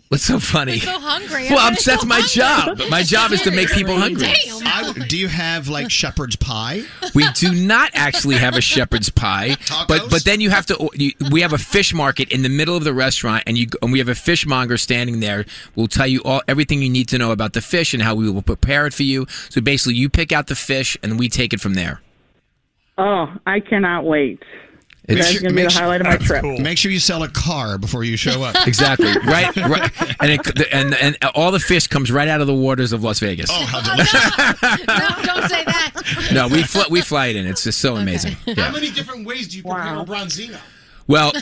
what's so funny?
So hungry.
Well, I'm,
Everybody's
that's
so
my
hungry.
job. My job is to make people hungry.
I- do you have like shepherd's pie?
We do not actually have a shepherd's pie, but but then you have to. You, we have a fish market in the middle of the restaurant, and you and we have a fishmonger standing there. We'll tell you all everything you need to know about the fish and how we will prepare it for you. So basically, you pick out the fish, and we take it from there.
Oh, I cannot wait.
It's-
That's going to be
Make
the
sure-
highlight of my
that's
trip.
Make sure you sell a car before you show up.
Exactly right, right, and it, and and all the fish comes right out of the waters of Las Vegas.
Oh, how delicious!
Don't say that.
No, we fly, we fly it in. It's just so amazing. Yeah.
How many different ways do you prepare a bronzino?
Well,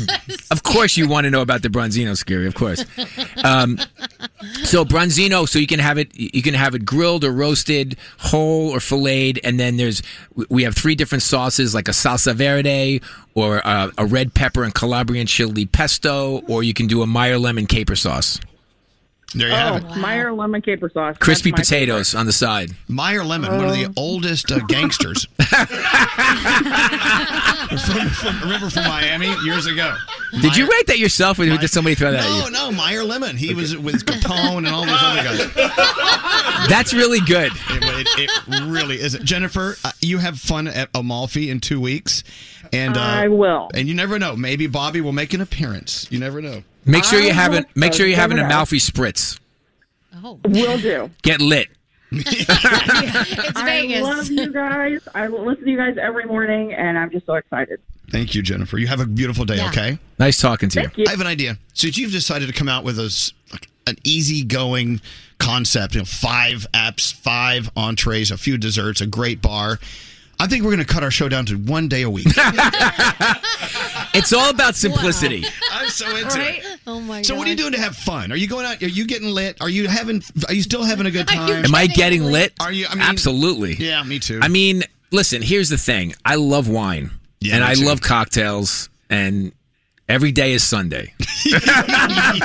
of course you want to know about the Bronzino scary, of course. Um, so Bronzino, so you can have it, you can have it grilled or roasted, whole or filleted, and then there's we have three different sauces, like a salsa verde or uh, a red pepper and Calabrian chili pesto, or you can do a Meyer lemon caper sauce. There
oh, Meyer lemon caper sauce.
Crispy
That's my
potatoes on the side.
Meyer Lemon, one of the oldest uh, gangsters. from, from, remember from Miami years ago.
Did you write that yourself, or did somebody throw that
No,
at
Oh, no, Meyer Lemon. He was with Capone and all those other guys.
you? That's really good.
It, it, it really is. Jennifer, uh, you have fun at Amalfi in two weeks, and uh,
I will.
And you never know. Maybe Bobby will make an appearance. You never know.
Make sure you have an make sure you have an Amalfi spritz.
Will do.
Get lit.
I love you guys. I listen to you guys every morning, and I'm just so excited.
Thank you, Jennifer. You have a beautiful day.
Yeah.
Okay.
Nice talking to
you. I have an idea. Since you've decided to come out with a s- like an easygoing concept, you know, five apps, five entrees, a few desserts, a great bar. I think we're going to cut our show down to one day a week.
it's all about simplicity.
I'm so into it.
Oh my
So what are you doing to have fun? Are you going out? Are you getting lit? Are you having? Are you still having a good
Are you
time?
Am I getting getting lit? lit?
Are you? I mean,
Absolutely.
Yeah, me too.
I mean, listen, here's the thing. I love wine.
Yeah,
and
me
I
too.
love cocktails and every day is Sunday.
Sunday,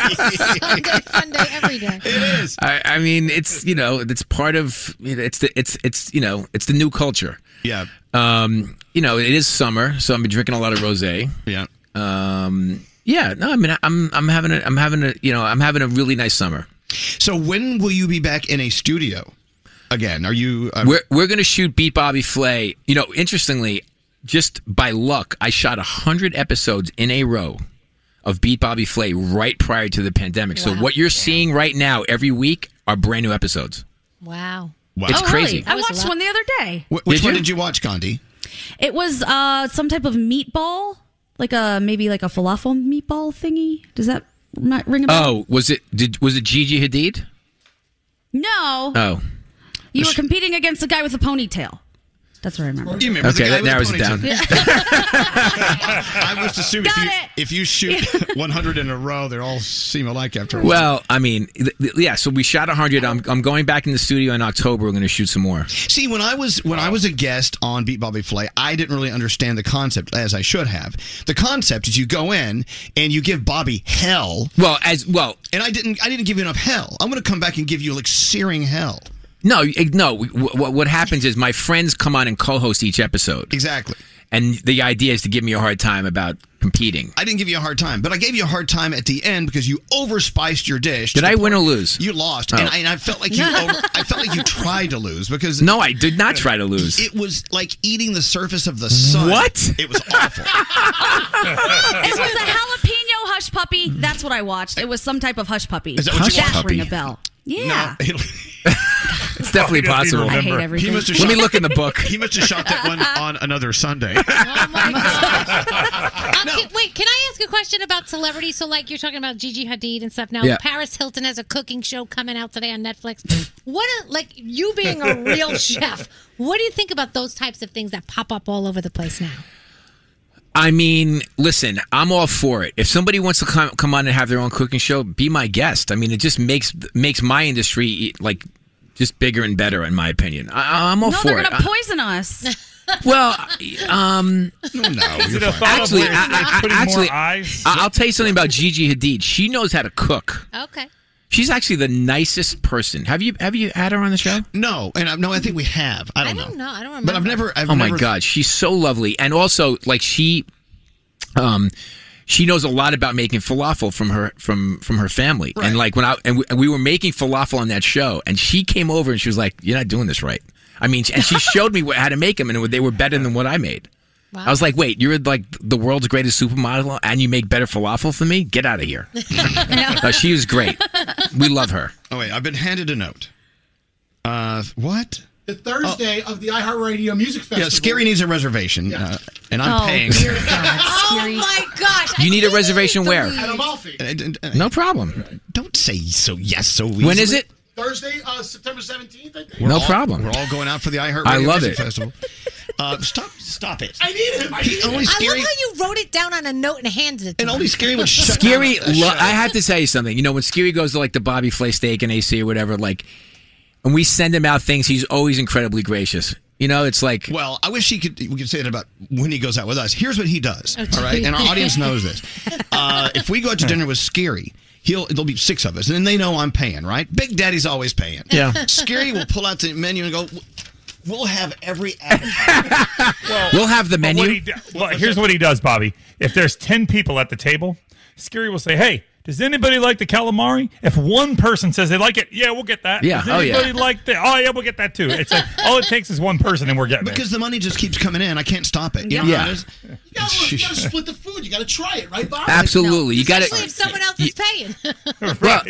Sunday, every day.
It is.
I, I mean, it's you know, it's part of you know, it's the it's it's you know, it's the new culture.
Yeah.
Um, you know, it is summer, so I've been drinking a lot of rosé.
Yeah.
Um, yeah. No, I mean, I'm I'm having a I'm having a you know I'm having a really nice summer.
So when will you be back in a studio again? Are you? Uh,
we're we're gonna shoot Beat Bobby Flay. You know, interestingly, just by luck, I shot hundred episodes in a row of Beat Bobby Flay right prior to the pandemic. So what you're seeing right now every week are brand new episodes.
Wow.
Wow. It's
oh,
crazy.
Really? I watched one the other day.
which one did you watch, Gandhi?
It was uh, some type of meatball, like a maybe like a falafel meatball thingy. Does that not ring a bell?
Oh, was it did was it Gigi Hadid?
No,
Oh,
you were competing against a guy with a ponytail. That's what I remember.
You remember
Okay,
the guy
that
with the
narrows it down.
I was assuming if you, if you shoot 100 in a row, they all seem alike after a while.
Well, I mean, th- th- yeah. So we shot hundred. I'm I'm going back in the studio in October. We're going to shoot some more.
See, when I was when I was a guest on Beat Bobby Flay, I didn't really understand the concept as I should have. The concept is you go in and you give Bobby hell.
Well, as well,
and I didn't I didn't give you enough hell. I'm going to come back and give you like searing hell.
No, eh, no. What what happens is my friends come on and co-host each episode.
Exactly.
And the idea is to give me a hard time about competing.
I didn't give you a hard time, but I gave you a hard time at the end because you overspiced your dish.
Did I win or lose?
You lost,
Oh.
and, I, and I felt like you. Over, I felt like you tried to lose because
No, I did not try to lose.
It was like eating the surface of the sun.
What?
It was awful.
It was a jalapeno hush puppy. That's what I watched. It was some type of hush puppy.
Is that what you
Does
watched?
ring a bell? Yeah.
It's definitely possible.
I hate everything.
He must have
Let me
shot-
look in the book.
He must have shot that one on another Sunday.
Uh, can- wait, can I ask a question about celebrities? So, like, you're talking about Gigi Hadid and stuff. Now,
Yeah.
Paris Hilton has a cooking show coming out today on Netflix. what, a, like, you being a real chef, what do you think about those types of things that pop up all over the place now?
I mean, listen, I'm all for it. If somebody wants to come come on and have their own cooking show, be my guest. I mean, it just makes makes my industry like just bigger and better, in my opinion. I, I'm all
no,
Oh, for
they're
it. Uh,
gonna poison us.
well, uh, um,
no,
it a thought
actually,
of
I,
where they're
I- I-
putting
actually,
more eyes?
I- I'll tell you something about Gigi Hadid. She knows how to cook.
Okay.
She's actually the nicest person. Have you have you had her on the show?
No, and I, no, I think we have. I don't, know.
No, I don't remember.
But I've never. I've
oh my
never-
god, she's so lovely, and also like she, um, she knows a lot about making falafel from her from from her family, and like when I and we, and we were making falafel on that show, and she came over and she was like, "You're not doing this right." I mean, and she showed me what, how to make them, and they were better than what I made. I was like, "Wait, you're like the world's greatest supermodel, and you make better falafel than me? Get out of here!" No, she was great. We love her.
Oh wait, I've been handed a note. Uh, what?
The Thursday of the iHeartRadio Music Festival.
Yeah, Scary needs a reservation, uh, and
Oh,
I'm paying.
oh my gosh.
You need a reservation where? Uh,
At Amalfi.
No problem.
Don't say so. Yes, so. Easily.
When is it?
Thursday, uh, September 17th, I think.
We're
No
all-
problem.
We're all going out for the iHeart.
I love
Music
it.
Festival. Uh, stop! Stop it!
I need
him. I need him. Only scary-
I love how you wrote it down on a note and handed it to
And
him.
only scary would shut
Scary, lo- I have to tell you something. You know, when Scary goes to like the Bobby Flay steak and AC or whatever, like, and we send him out things, he's always incredibly gracious. You know, it's like,
Well, I wish he could. We could say that about when he goes out with us. Here's what he does.
Oh,
all right, and our
geez.
audience knows this. Uh, if we go out to dinner with Scary, he'll there'll be six of us, and they know I'm paying. Right, Big Daddy's always paying.
Yeah.
Scary will pull out the menu and go. We'll have every.
we'll have the
menu. well, here's what he does, Bobby. If there's 10 people at the table, Scary will say, hey, does anybody like the calamari? If one person says they like it, yeah, we'll get that.
Yeah,
Does
oh, yeah.
anybody like that? Oh, yeah, we'll get that too. It's like, all it takes is one person and we're getting
Because
it.
the money just keeps coming in. I can't stop it. You know
Yeah.
how it is?
You gotta split the food. You gotta try it, right, Bob?
Absolutely. You gotta-
Especially if someone else is paying.
Well,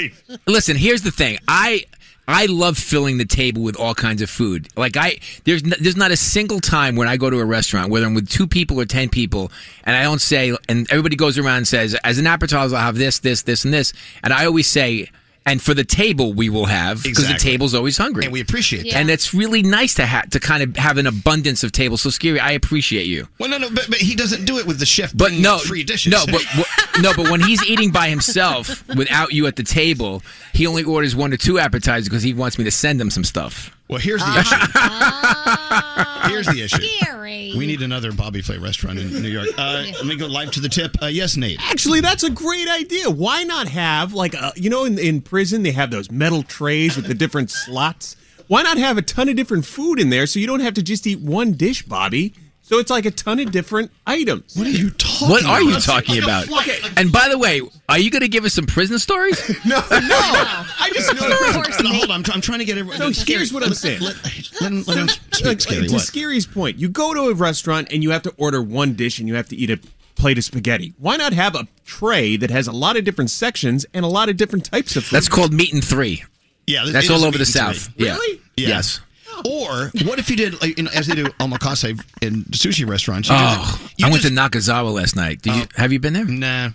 listen, here's the thing. I I love filling the table with all kinds of food. Like I there's n- there's not a single time when I go to a restaurant whether I'm with 2 people or 10 people and I don't say and everybody goes around and says as an appetizer I'll have this this this and this and I always say and for the table we will have because the
Exactly.
table's always hungry. And we
appreciate
that. And it's really nice to have to kind of have an abundance of tables. So scary, I appreciate you.
Well, no, no, but, but he doesn't do it with the chef.
But
bringing
no,
free dishes.
No, but wh- no, but when he's eating by himself without you at the table, he only orders one to two appetizers because he wants me to send him some stuff.
Well, here's the issue. Here's the issue. We need another Bobby Flay restaurant in New York. Uh, let me go live to the tip. Uh, yes, Nate.
Actually, that's a great idea. Why not have like a, you know in, in prison they have those metal trays with the different slots. Why not have a ton of different food in there so you don't have to just eat one dish, Bobby? So it's like a ton of different items. What
are you talking?
What are you talking about?
Okay.
And by the way, are you going to give us some prison stories?
no, no.
I just know. Hold on, I'm, I'm trying to get everyone.
So here's what I'm saying.
Let, let him, let him speak,
Like,
Scary.
to
What?
Scary's point, you go to a restaurant and you have to order one dish and you have to eat a plate of spaghetti. Why not have a tray that has a lot of different sections and a lot of different types of food?
That's called meat and three.
Yeah, this-
that's
it is
all
a
over the
meat and
South.
three.
Yeah.
Really? Yeah.
Yes.
Or what if you did, like, you know, as they do omakase in sushi restaurants? You do
Oh,
the- you
I
just- Oh.
went to Nakazawa last night. Did you, have you been there?
Nah,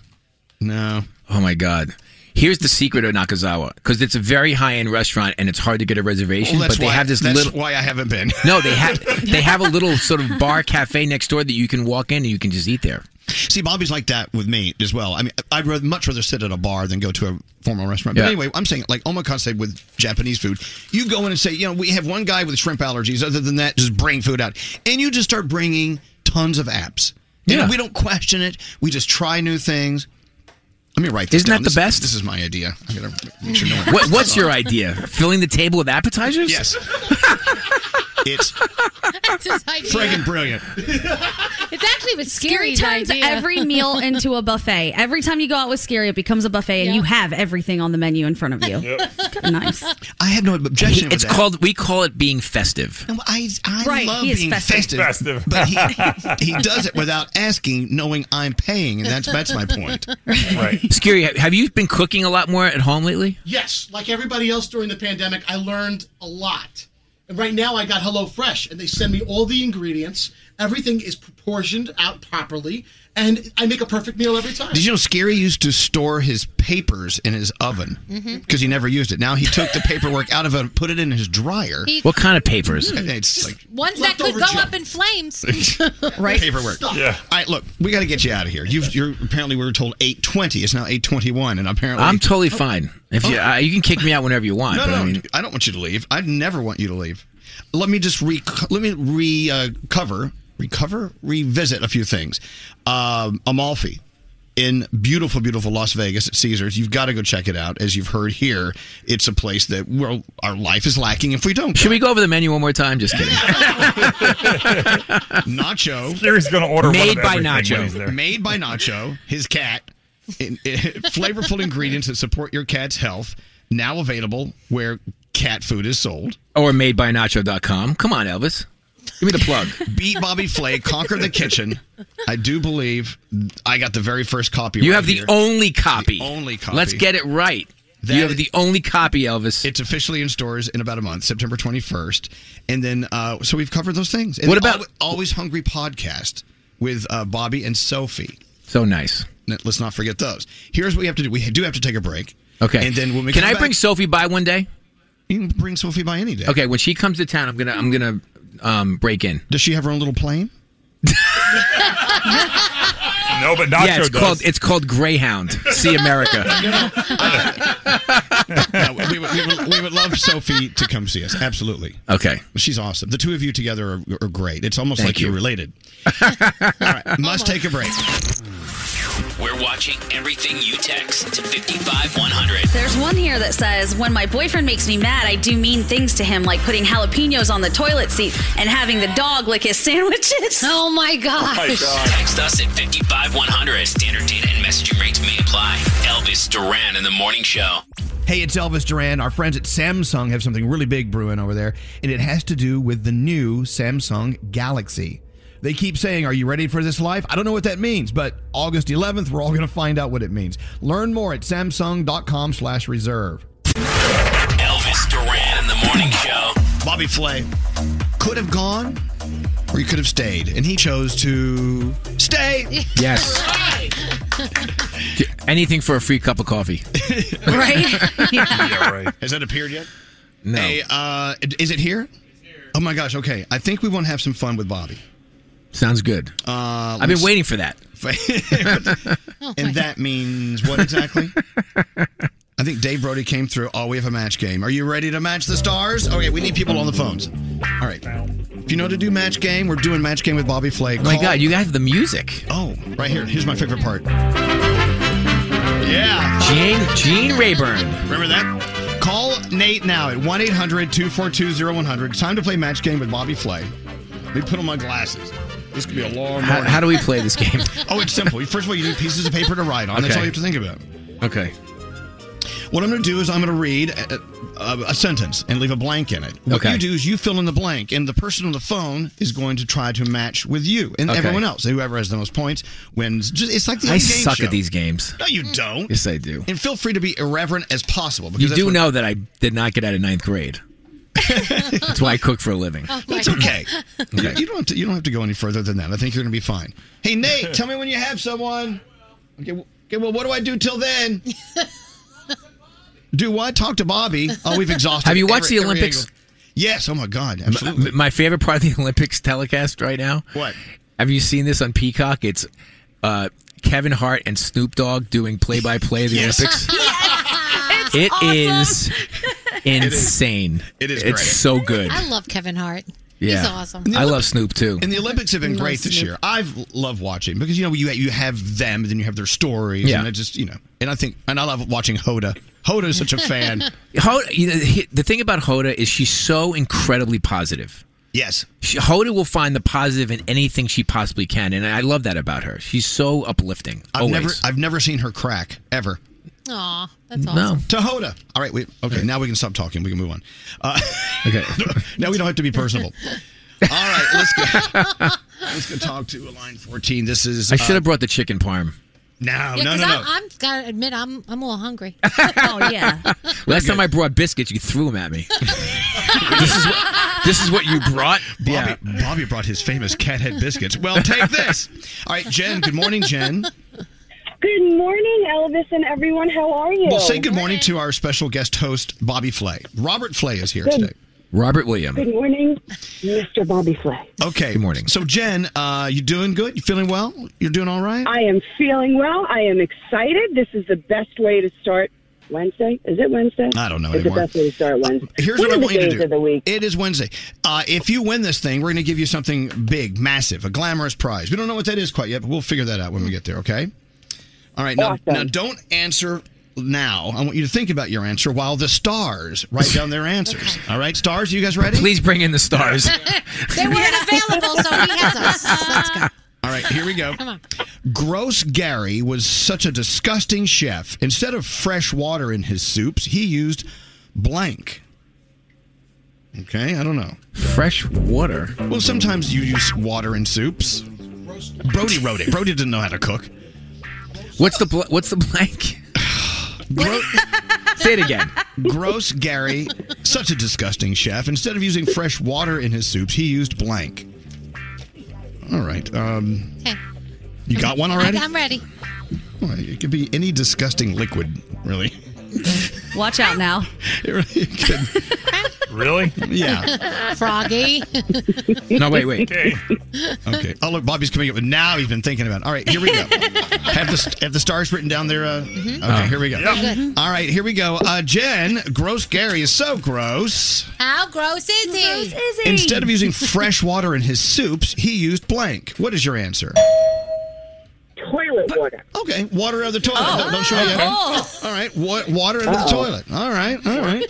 no.
Oh my God! Here's the secret of Nakazawa because it's a very high-end restaurant and it's hard to get a reservation.
Well, that's
but they
why-
have this
that's
little.
why I haven't been.
No, they have they have a little sort of bar cafe next door that you can walk in and you can just eat there.
See, Bobby's like that with me as well. I mean, I'd rather, much rather sit at a bar than go to a formal restaurant. But
Yeah.
anyway, I'm saying like oh omakase with Japanese food. You go in and say, you know, we have one guy with shrimp allergies. Other than that, just bring food out, and you just start bringing tons of apps. And
Yeah.
we don't question it. We just try new things. Let me write this
Isn't that
down.
the
This-
best?
This is my idea. I gotta make sure no one
What, what's your idea? Filling the table with appetizers?
Yes. it's
That's his idea.
friggin' brilliant.
It's actually with
Scary turns every meal into a buffet. Every time you go out with Scary, it becomes a buffet, and you have everything on the menu in front of you. Nice.
I have no objection. with
It's
that.
called. We call it being festive.
No, I, I
Right,
love
he is
being
festive.
festive,
Festive.
but he, he does it without asking, knowing I'm paying, and that's that's my point.
Right. Scary. ha- Have you been cooking a lot more at home lately?
Yes, like everybody else during the pandemic, I learned a lot. And right now, I got HelloFresh, and they send me all the ingredients. Everything is proportioned out properly, and I make a perfect meal every time.
Did you know Scary used to store his papers in his oven because
Mhm.
he never used it? Now he took the paperwork out of it, and put it in his dryer.
He-
What kind of papers?
Hmm. It's like
Ones that could
Leftover
go
junk.
up in flames.
paperwork. Yeah. All right, look, we got to get you out of here. You've, you're apparently we were told eight twenty. It's now eight twenty one, and apparently Oh.
I'm totally fine. If you uh, you can kick me out whenever you want.
No,
but
no,
I mean,
I don't want you to leave. I never want you to leave. Let me just re let me re uh, cover recover revisit a few things. Um, Amalfi in beautiful, beautiful Las Vegas at Caesars. You've got to go check it out. As you've heard here, it's a place that well, our life is lacking if we don't.
should we go over the menu one more time? Just kidding.
Nacho.
Scary's gonna order one Made of by everything Nacho. when he's there.
Made by Nacho, his cat. In- in- flavorful ingredients that support your cat's health. Now available where cat food is sold.
Or made by Nacho.com. Come on, Elvis. Give me the plug.
Beat Bobby Flay, conquer the kitchen. I do believe I got the very first copy.
You
right
have the
here.
only copy.
The only copy.
Let's get it right.
That
you have
is-
the only copy, Elvis.
It's officially in stores in about a month, September 21st. And then, uh, so we've covered those things. And
What
then
about-
Always, Always Hungry podcast with uh, Bobby and Sophie?
So nice.
Let's not forget those. Here's what we have to do. We do have to take a break.
Okay.
And then when we
Can
come
I
back-
bring Sophie by one day?
You can bring Sophie by any day.
Okay, when she comes to town, I'm gonna I'm gonna um, break in.
Does she have her own little plane?
No, but Nacho
yeah, it's
does.
called it's called Greyhound. See America.
No, we, would, we, would, we would love Sophie to come see us. Absolutely.
Okay.
She's awesome. The two of you together are, are great. It's almost
Thank
like you. are
you.
related. All right, must take a break.
We're watching everything you text to 55100.
There's one here that says, When my boyfriend makes me mad, I do mean things to him, like putting jalapenos on the toilet seat and having the dog lick his sandwiches.
Oh my gosh.
Text us at 55100. Standard data and messaging rates may apply. Elvis Duran in the Morning Show.
Hey, it's Elvis Duran. Our friends at Samsung have something really big brewing over there, and it has to do with the new Samsung Galaxy. They keep saying, Are you ready for this life? I don't know what that means, but August 11th, we're all going to find out what it means. Learn more at samsung.com slash reserve.
Elvis Duran in the Morning Show.
Bobby Flay could have gone or he could have stayed, and he chose to stay.
Yes. Anything for a free cup of coffee.
yeah, right. Has that appeared yet?
No.
Hey, uh, is it here? Oh my gosh! Okay, I think we want to have some fun with Bobby.
Sounds good.
Uh,
I've been
let's-
waiting for that.
and that means what exactly? I think Dave Brody came through. Oh, we have a match game. Are you ready to match the stars? Okay, we need people on the phones. All right. If you know how to do match game, we're doing match game with Bobby Flay. Oh
my God, you have the music.
Oh, right here. Here's my favorite part.
Yeah. Gene Gene Rayburn.
Remember that? Call Nate now at 1 800 242 0100. It's time to play match game with Bobby Flay. Let me put on my glasses. This could be a long
How,
morning.
how do we play this game?
Oh, it's simple. First of all, you need pieces of paper to write on. That's
Okay.
all you have to think about.
Okay.
What I'm going to do is I'm going to read a, a, a sentence and leave a blank in it. What
Okay.
you do is you fill in the blank, and the person on the phone is going to try to match with you and
Okay.
everyone else. Whoever has the most points wins. Just, it's like the
I
old game
suck
show.
at these games.
No, you don't.
Yes, I do.
And feel free to be irreverent as possible. Because
You
that's
do
what-
know that I did not get out of ninth grade. That's why I cook for a living.
It's okay. You, you don't have to, you don't have to go any further than that. I think you're going to be fine. Hey Nate, tell me when you have someone. Okay, well, okay, well what do I do till then? do what? Talk to Bobby. Oh, we've exhausted.
Have you watched
every-
the
every
Olympics?
angle. Yes. Oh my God. Absolutely.
My favorite part of the Olympics telecast right now.
What?
Have you seen this on Peacock? It's uh, Kevin Hart and Snoop Dogg doing play by play of the
Yes.
Olympics.
It's
It is
It is.
insane.
It is
It's
great.
so good.
I love Kevin Hart.
Yeah.
He's awesome.
I love Snoop too.
And the Olympics have been
Love
great this
Snoop.
year. I've loved watching because you know you you have them, then you have their stories,
Yeah.
and I just you know, and I think and I love watching Hoda. Hoda's such a fan.
Hoda, you know, he- the thing about Hoda is she's so incredibly positive.
Yes.
She, Hoda will find the positive in anything she possibly can, and I love that about her. She's so uplifting.
I've
always.
never I've never seen her crack ever.
Aw, that's awesome.
No.
To Hoda. All right, we okay. Now we can stop talking. We can move on. Uh, okay. now we don't have to be personable. All right, let's go. let's go talk to line fourteen. This is. uh,
I should have brought the chicken parm.
Oh, No,
Yeah,
no, no,
'cause
no.
I, I'm gotta admit, I'm I'm a little hungry.
oh yeah.
Last time I brought biscuits, you threw them at me. this is what this is what you brought.
Bobby, Bobby brought his famous cat head biscuits. Well, take this. All right, Jen. Good morning, Jen.
Good morning, Elvis and everyone. How are you?
Well, say good morning to our special guest host, Bobby Flay. Robert Flay is here
Good.
today.
Robert William.
Good morning, Mr. Bobby Flay.
Okay. Good morning. So, Jen, uh, you doing good? You feeling well? You're doing all right?
I am feeling well. I am excited. This is the best way to start Wednesday. Is it Wednesday?
I don't know
It's
anymore.
the best way to start Wednesday.
Here's
One
what I
of the
want you to
days
do.
Of the week.
It is Wednesday. Uh, if you win this thing, we're going to give you something big, massive, a glamorous prize. We don't know what that is quite yet, but we'll figure that out when we get there. Okay. All right. Now,
Awesome.
now don't answer now. I want you to think about your answer while the stars write down their answers. All right, stars. You guys ready?
Please bring in the stars.
they weren't available, so he has us. Let's go.
All right, here we go.
Come on.
Gross Gary was such a disgusting chef. Instead of fresh water in his soups, he used blank. Okay, I don't know.
Fresh water.
Well, sometimes you use water in soups. Brody wrote it. Brody didn't know how to cook.
What's the bl- what's the blank?
Gro-
Say it again.
Gross Gary, such a disgusting chef. Instead of using fresh water in his soups, he used blank. All right. Um,
Okay.
you got one already?
I, am ready.
Well, it could be any disgusting liquid, really.
Watch out now.
It really could.
Really?
Froggy.
No, wait, wait.
Okay.
Okay. Oh, look, Bobby's coming up with now. He's been thinking about. it. All right, here we go. have the have the stars written down there. Uh, Okay,
Oh.
here we go.
Yep. Good.
All right, here we go. Uh, Jen, gross Gary is so gross.
How gross is he? Gross is
Instead of using fresh water in his soups, he used blank. What is your answer?
Toilet water.
Okay, water of the toilet.
Oh.
Don't- don't show me that.
Oh.
All right, wa- water of the
Uh-oh.
toilet. All right, all right.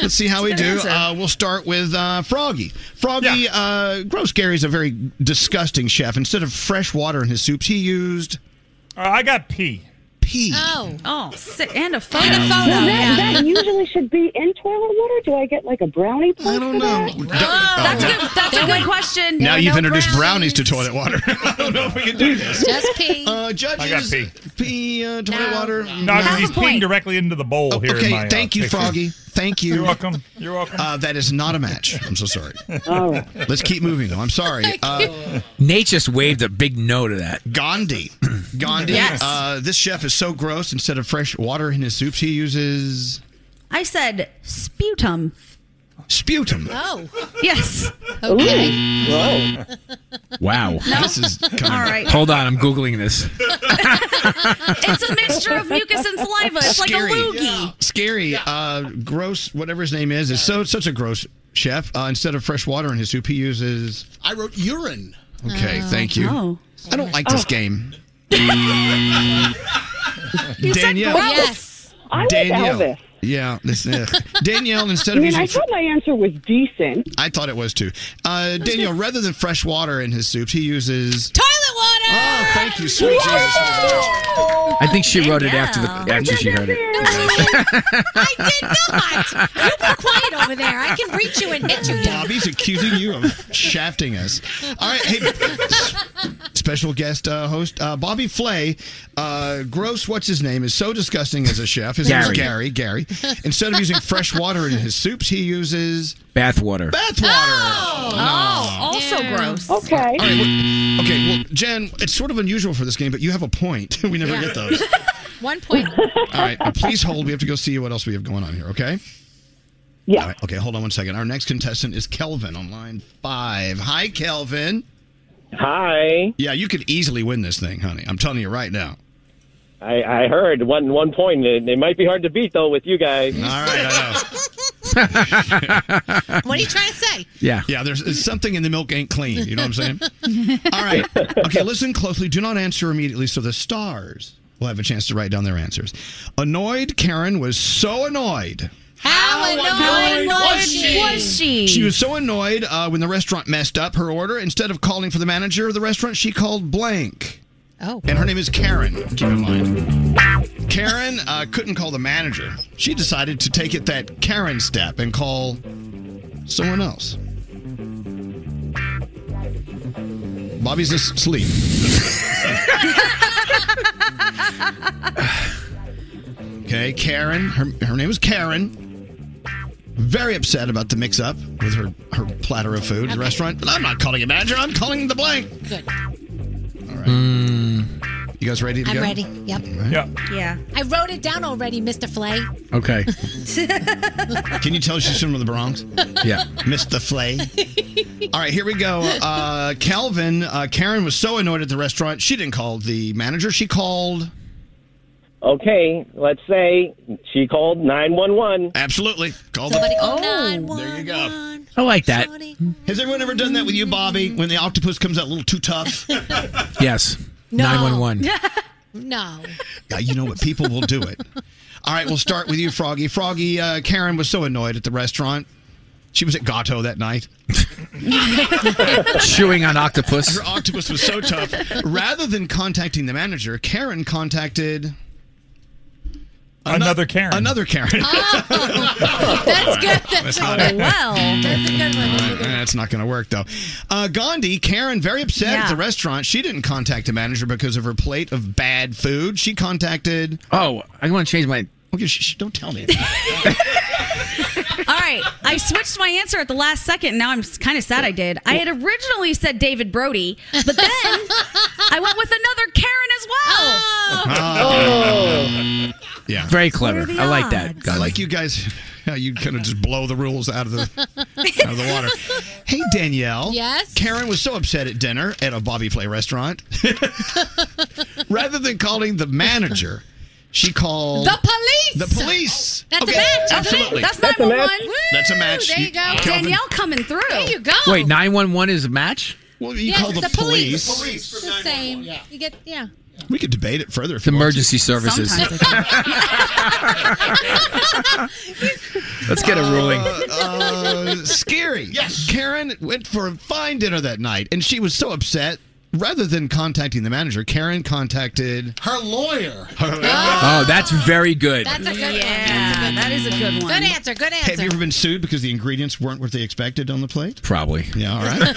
Let's see how we
That's a
do.
good answer.
Uh, we'll start with uh, Froggy. Froggy, uh, Gross Gary's a very disgusting chef. Instead of fresh water in his soups, he used.
Uh, I got pee.
Pee.
Oh.
Oh, si- and a photo.
And a photo, yeah.
Well, that- that-
That usually should be in toilet water. Do I get like a brownie? I don't know.
Oh, that's, a good, that's a good question.
now you've introduced brownies. to toilet water. I don't know if we can do this.
Just pee.
Uh, judges,
I got pee.
Pee, uh, toilet water.
No, 'cause he's peeing directly into the bowl here.
Oh, okay,
in my, uh,
thank you,
picture.
Froggy. Thank you.
You're welcome. You're welcome.
Uh, that is not a match. I'm so sorry.
All
Oh.
right.
Let's keep moving, though. I'm sorry. Uh,
Nate just waved a big no to that.
Gandhi. Gandhi.
Yes.
Uh, this chef is so gross. Instead of fresh water in his soups, he uses
I said sputum.
sputum.
Oh.
Yes.
Whoa.
Wow.
No. This is coming. All right.
Hold on, I'm Googling this.
It's a mixture of mucus and saliva. It's
Scary.
like a loogie.
Scary. Uh, gross. Whatever his name is is so such a gross chef. Uh, instead of fresh water in his soup, he uses.
I wrote urine.
Okay, thank
Uh,
you.
oh.
I don't like
Oh.
this game.
You said
Danielle.
gross. Yes. I like
Danielle.
Elvis.
Yeah, this, ugh. Danielle. Instead
I
of
mean,
using,
I
fr-
thought my answer was decent.
I thought it was too. Uh, Danielle, rather than fresh water in his soups, he uses.
Toilet water.
Oh, thank you, sweet Jesus.
I think she wrote it after the after she heard it.
I did not. You be quiet over there. I can reach you and hit you.
Bobby's accusing you of shafting us. All right, hey, s- special guest uh, host uh, Bobby Flay, uh, gross. What's his name? Is so disgusting as a chef. His name is Gary.
Gary.
Gary. Instead of using fresh water in his soups, he uses
Bath water.
bath water.
Oh.
also gross.
Okay.
All right, well, okay, well, Jen, it's sort of unusual for this game, but you have a point. we never
Yeah.
get those.
One point.
All right, uh, please hold. We have to go see what else we have going on here, okay?
Yeah.
All right, okay, hold on one second. Our next contestant is Kelvin on line five. Hi, Kelvin.
Hi.
Yeah, you could easily win this thing, honey. I'm telling you right now.
I, I heard one one point. It, it might be hard to beat though with you guys. All
right,
What are you trying to say?
Yeah.
Yeah, there's it's something in the milk ain't clean. You know what I'm saying? All right. Okay, listen closely. Do not answer immediately so the stars will have a chance to write down their answers. Annoyed Karen was so annoyed.
How annoying was she?
She was so annoyed uh, when the restaurant messed up her order. Instead of calling for the manager of the restaurant, she called blank.
Oh.
And her name is Karen. Keep in mind. Karen uh, couldn't call the manager. She decided to take it that Karen step and call someone else. Bobby's asleep. okay, Karen. Her, her name is Karen. Very upset about the mix up with her, her platter of food at the restaurant. I'm not calling it manager, I'm calling the blank.
Good.
Hmm.
You guys ready to
I'm
go?
ready. Yep.
Yeah.
Yeah. I wrote it down already, Mr. Flay.
Okay. Can you tell she's from the Bronx? Yeah. Mr. Flay. All right, here we go. Uh, Calvin, uh, Karen was so annoyed at the restaurant, she didn't call the manager. She called.
Okay, let's say she called nine one one.
Absolutely, call
the.
Oh. There you go.
I like that.
Has everyone ever done that with you, Bobby, when the octopus comes out a little too tough?
Yes.
No.
911.
No.
Yeah, you know what? People will do it. All right, we'll start with you, Froggy. Froggy, uh, Karen was so annoyed at the restaurant. She was at Gato that night.
Chewing on octopus.
Her octopus was so tough. Rather than contacting the manager, Karen contacted another Karen. Another Karen.
That's good. That's
That's
a
not
good
it.
one. That's a good one. That's a good
Eh, That's not going to work though. Uh, Gandhi, Karen, very upset at
Yeah.
the restaurant. She didn't contact the manager because of her plate of bad food. She contacted.
Oh, I want to change my.
Okay, sh- sh- don't tell me.
All right, I switched my answer at the last second. and Now I'm kind of sad I did. I had originally said David Brody, but then
Oh.
I went with another Karen as well.
Oh. Yeah.
Very clever. What are the I like that, odds?
I
Gandhi.
like you guys. How you kind of just blow the rules out of the out of the water. Hey Danielle.
Yes?
Karen was so upset at dinner at a Bobby Flay restaurant. Rather than calling the manager, she called
The police.
The police.
That's a match, isn't it?
Absolutely.
That's That's a match. 911.
That's a match.
There you go.
Calvin-
Danielle
coming through.
There you go.
Oh.
Wait, nine one one is a match.
Well,
you Yes, call the the police. police.
Police.
It's the same. You get yeah.
We could debate it further. If
It's emergency services. Let's get a ruling.
uh, scary. Yes. Karen went for a fine dinner that night, and she was so upset. Rather than contacting the manager, Karen contacted
her lawyer.
Oh, that's very good.
That's a good one.
Yeah, that is a good one.
Good answer. Good answer.
Have you ever been sued because the ingredients weren't what they expected on the plate?
Probably.
Yeah. All right.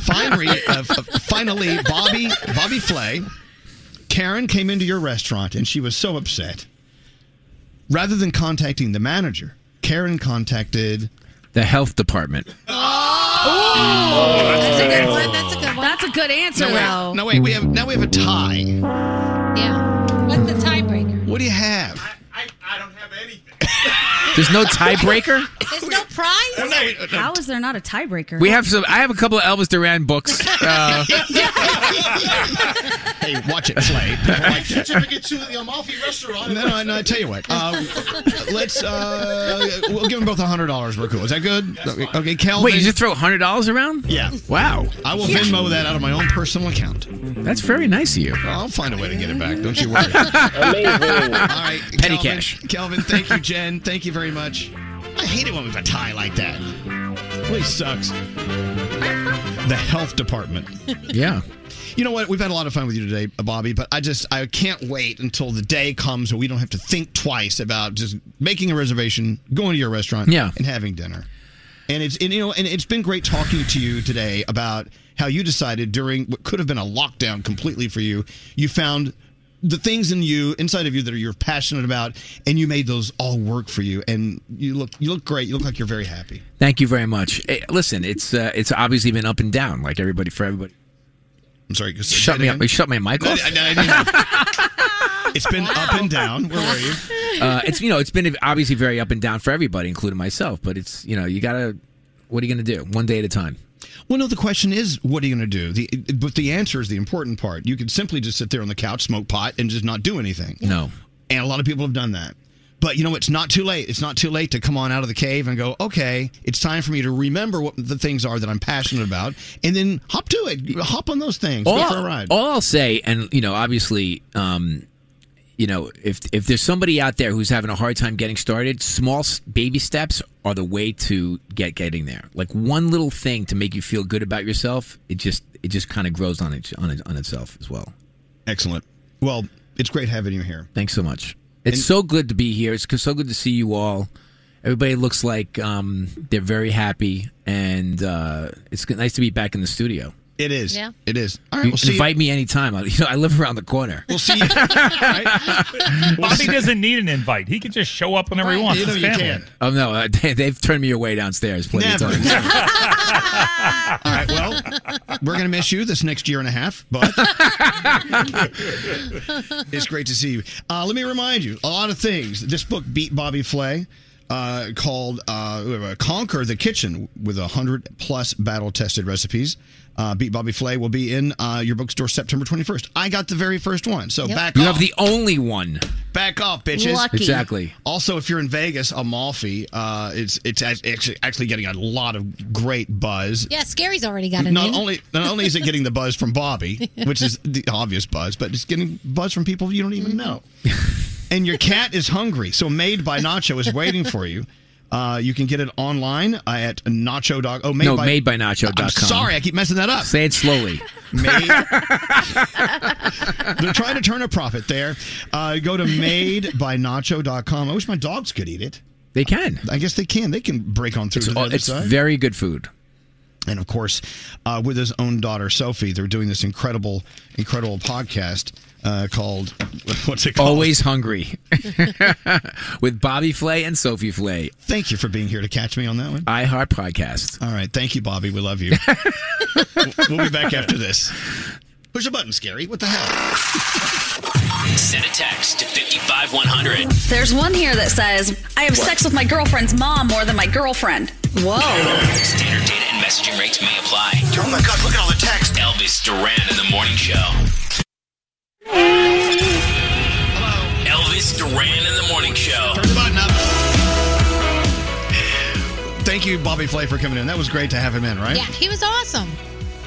finally, uh, f- finally, Bobby Bobby Flay, Karen came into your restaurant, and she was so upset. Rather than contacting the manager, Karen contacted
the health department.
Oh,
that's a good one.
That's a good one. That's a good answer,
No, wait.
though.
No, wait. We have now we have a tie.
Yeah. What's the tiebreaker?
What do you have?
There's no tiebreaker.
There's no prize.
How is there not a tiebreaker?
We have some. I have a couple of Elvis Duran books. Uh,
hey, watch it play. People like that.
Certificate to the Amalfi restaurant.
No, no, no, I tell you what. Uh, let's. Uh, we'll give them both hundred dollars. We're cool. Is that good? Okay, okay, Calvin.
Wait, you just throw hundred dollars around?
Yeah.
Wow.
I will Venmo that out of my own personal account.
That's very nice of you.
I'll find a way to get it back. Don't you worry.
Amazing.
All right,
Petty
Calvin,
cash.
Calvin, thank you, Jen. Thank you very much. I hate it when we have a tie like that. Really sucks. The health department.
Yeah.
You know what? We've had a lot of fun with you today, Bobby, but I just I can't wait until the day comes where we don't have to think twice about just making a reservation, going to your restaurant,
Yeah.
and having dinner. And it's and you know and it's been great talking to you today about how you decided during what could have been a lockdown completely for you, you found the things in you inside of you that are you're passionate about and you made those all work for you and you look you look great you look like you're very happy
Thank you very much. Eh, listen, it's uh, it's obviously been up and down, like everybody for everybody.
I'm sorry.
Shut me up. You shut my mic off.
it's been up and down where were you
uh, it's you know it's been obviously very up and down for everybody, including myself. But it's you know you gotta what are you gonna do one day at a time.
Well, no, the question is, what are you going to do? The, but the answer is the important part. You could simply just sit there on the couch, smoke pot, and just not do anything.
No.
And a lot of people have done that. But you know, it's not too late. It's not too late to come on out of the cave and go, okay, it's time for me to remember what the things are that I'm passionate about and then hop to it. Hop on those things. Go for a ride.
all I'll say, and you know, obviously, um, you know, if if there's somebody out there who's having a hard time getting started, small s- baby steps are the way to get getting there. Like one little thing to make you feel good about yourself, it just it just kind of grows on it on, it, on itself as well.
Excellent. Well, it's great having you here.
Thanks so much. It's so good to be here. It's so good to see you all. Everybody looks like um, they're very happy, and uh, it's g- nice to be back in the studio.
It is.
Yeah.
It is. All right.
You
We'll see.
invite me anytime. I, you know, I live around the corner.
We'll see.
Bobby doesn't need an invite. He can just show up whenever he wants. His family.
Oh no, uh, they, they've turned me away downstairs plenty of times.
All right. Well, we're going to miss you this next year and a half, but it's great to see you. Uh, let me remind you a lot of things. This book beat Bobby Flay. Uh, called uh, Conquer the Kitchen with 100 plus battle tested recipes. Uh, Beat Bobby Flay will be in uh, your bookstore September 21st. I got the very first one, so back
you
off.
have the only one.
Back off, bitches.
Lucky. Exactly.
Also, if you're in Vegas, Amalfi, uh, it's it's act- actually actually getting a lot of great buzz.
Yeah, Scary's already got it.
Not
in.
only not only is it getting the buzz from Bobby, which is the obvious buzz, but it's getting buzz from people you don't even know. and your cat is hungry, so made by Nacho is waiting for you. Uh, you can get it online uh, at Nacho dog. Oh, made
no,
by
made by Nacho.com.
I'm sorry, I keep messing that up.
Say it slowly.
Made. They're trying to turn a profit there. Uh, go to madebynacho.com. I wish my dogs could eat it.
They can.
I guess they can. They can break on through
It's
to the
all-
other
it's
side.
very good food.
And of course, uh, with his own daughter Sophie, they're doing this incredible, incredible podcast uh, called what's it called?
Always hungry. With Bobby Flay and Sophie Flay.
Thank you for being here to catch me on that one.
iHeart Podcast.
All right, thank you, Bobby. We love you. we'll be back after this. Push a button, Scary. What the hell?
Send a text to 55100.
There's one here that says, I have sex with my girlfriend's mom more than my girlfriend. Whoa.
Standard data and messaging rates may apply.
Oh my God, look at all the text.
Elvis Duran in the morning show. Elvis Duran in the morning show. Turn the button up.
Thank you, Bobby Flay, for coming in. That was great to have him in, right?
Yeah, he was awesome.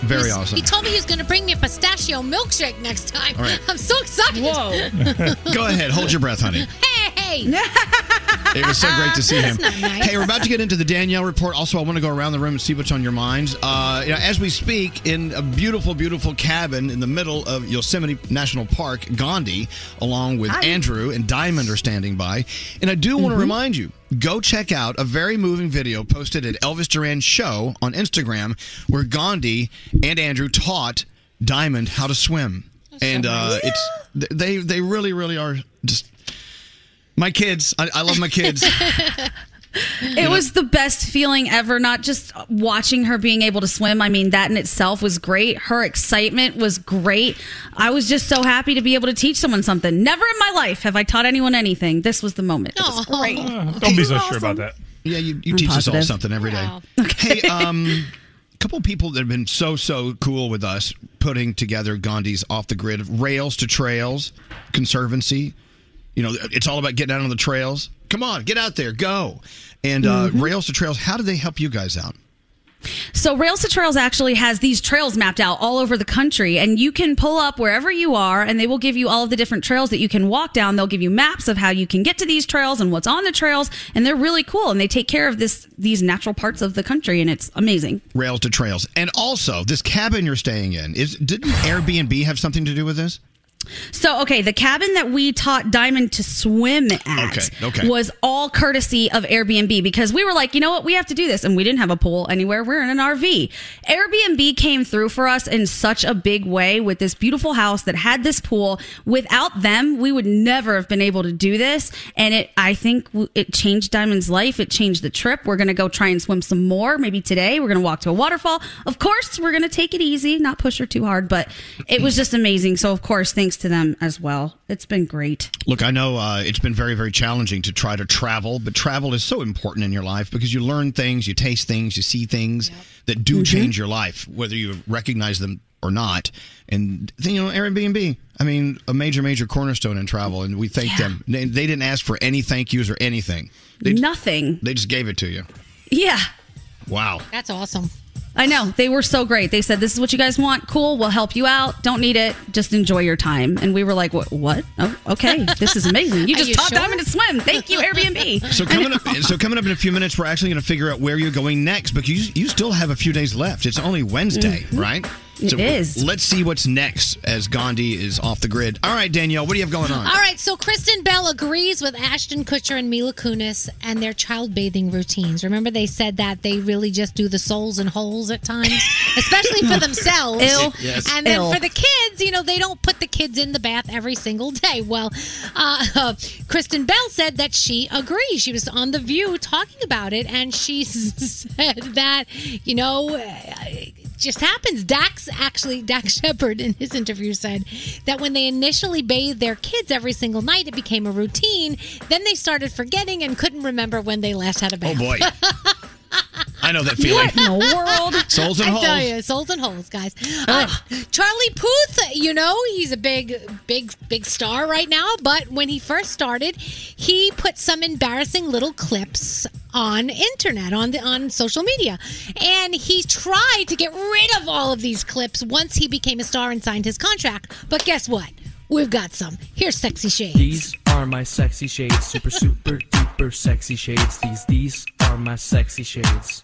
Very
He was-
awesome.
He told me he was going to bring me a pistachio milkshake next time.
All right.
I'm so excited. Whoa.
Go ahead, hold your breath, honey.
hey.
It was so great to see him.
That's not nice.
Hey, we're about to get into the Danielle report. Also, I want to go around the room and see what's on your minds. Uh, you know, as we speak, in a beautiful, beautiful cabin in the middle of Yosemite National Park, Gandhi, along with
Hi.
Andrew and Diamond, are standing by. And I do want to remind you. Go check out a very moving video posted at Elvis Duran Show on Instagram where Gandhi and Andrew taught Diamond how to swim. and uh, it's they they really really are just my kids. I, I love my kids.
It was the best feeling ever, not just watching her being able to swim. I mean, that in itself was great. Her excitement was great. I was just so happy to be able to teach someone something. Never in my life have I taught anyone anything. This was the moment. It was great.
Don't be so sure about that.
Yeah, you, you
I'm
teach us all
positive.
something every day. Hey, um, a couple people that have been so so cool with us putting together Gandhi's off the grid rails to trails conservancy. You know, it's all about getting out on the trails. Come on, get out there, go. And uh, rails to trails. How do they help you guys out?
So Rails to Trails actually has these trails mapped out all over the country and you can pull up wherever you are and they will give you all of the different trails that you can walk down. They'll give you maps of how you can get to these trails and what's on the trails and they're really cool and they take care of this these natural parts of the country and it's amazing.
Rails to trails. And also, this cabin you're staying in is didn't Airbnb have something to do with this?
So, okay, the cabin that we taught Diamond to swim at
Okay, okay.
was all courtesy of Airbnb because we were like, you know what, we have to do this. And we didn't have a pool anywhere. We're in an RV. Airbnb came through for us in such a big way with this beautiful house that had this pool. Without them, we would never have been able to do this. And it, I think w- it changed Diamond's life. It changed the trip. We're going to go try and swim some more. Maybe today we're going to walk to a waterfall. Of course, we're going to take it easy, not push her too hard, but it was just amazing. So, of course, thanks to them as well. It's been great.
Look, I know uh, it's been very, very challenging to try to travel, but travel is so important in your life because you learn things, you taste things, you see things that do change your life, whether you recognize them or not. And then, you know, Airbnb, I mean, a major, major cornerstone in travel, and we thank them. They, they didn't ask for any thank yous or anything. They,
Nothing.
They just gave it to you.
Yeah,
Wow.
that's awesome. I know. They were so great. They said, This is what you guys want. Cool. We'll help you out. Don't need it. Just enjoy your time. And we were like, What? what? Oh, okay. This is amazing. You
Are
just
you
taught
sure?
Diamond to swim. Thank you, Airbnb.
So coming up, so coming up in a few minutes, we're actually going to figure out where you're going next. But you you still have a few days left. It's only Wednesday,
Mm-hmm.
Mhm.
right?
It
so
is.
Let's see what's next as Gandhi is off the grid. All right, Danielle, what do you have going on?
All right, so Kristen Bell agrees with Ashton Kutcher and Mila Kunis and their child bathing routines. Remember, they said that they really just do the soles and holes at times, especially for themselves.
Ew. Yes.
And then
Ew.
for the kids, you know, they don't put the kids in the bath every single day. Well, uh, Kristen Bell said that she agrees. She was on The View talking about it, and she said that, you know, uh, just happens. Dax actually, Dax Shepard in his interview said that when they initially bathed their kids every single night, it became a routine. Then they started forgetting and couldn't remember when they last had a bath.
Oh boy, I know that feeling.
world?
Souls and
I tell
holes.
you, souls and holes, guys. Uh, Charlie Puth, you know, he's a big, big, big star right now. But when he first started, he put some embarrassing little clips on internet on the on social media, and he tried to get rid of all of these clips once he became a star and signed his contract. But guess what? We've got some. Here's sexy shade.
These are my sexy shades, super super duper sexy shades. These these are my sexy shades.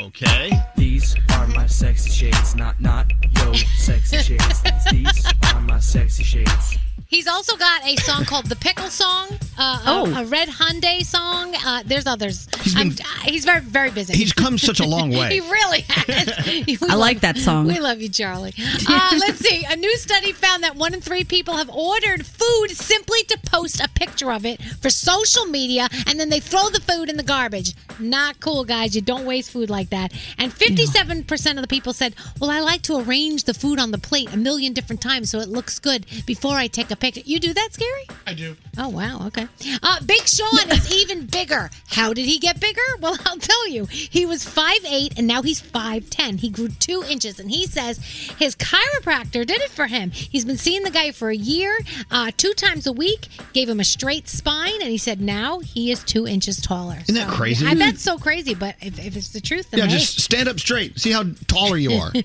Okay. These are my sexy shades, not not yo sexy shades. These, these are my sexy shades.
He's also got a song called The Pickle Song. uh,
Oh.
a, a Red Hyundai song. Uh, there's others. He's, he's very, very busy.
He's come such a long way.
he really has. We
I like that song.
We love you, Charlie. Uh, let's see. A new study found that one in three people have ordered food simply to post a picture of it for social media, and then they throw the food in the garbage. Not cool, guys. You don't waste food like that. And 57% of the people said, Well, I like to arrange the food on the plate a million different times so it looks good before I take a picture. You do that, Scary?
I do.
Oh, wow. Okay. Uh, Big Sean is even bigger. How did he get bigger? Well, I'll tell you. He was 5'8 and now he's 5'10. He grew two inches, and he says his chiropractor did it for him. He's been seeing the guy for a year, uh, two times a week, gave him a straight spine, and he said now he is two inches taller. Isn't
that crazy?
I, that's so crazy, but if, if it's the truth, then
Yeah,
hey.
just stand up straight. See how taller you are. You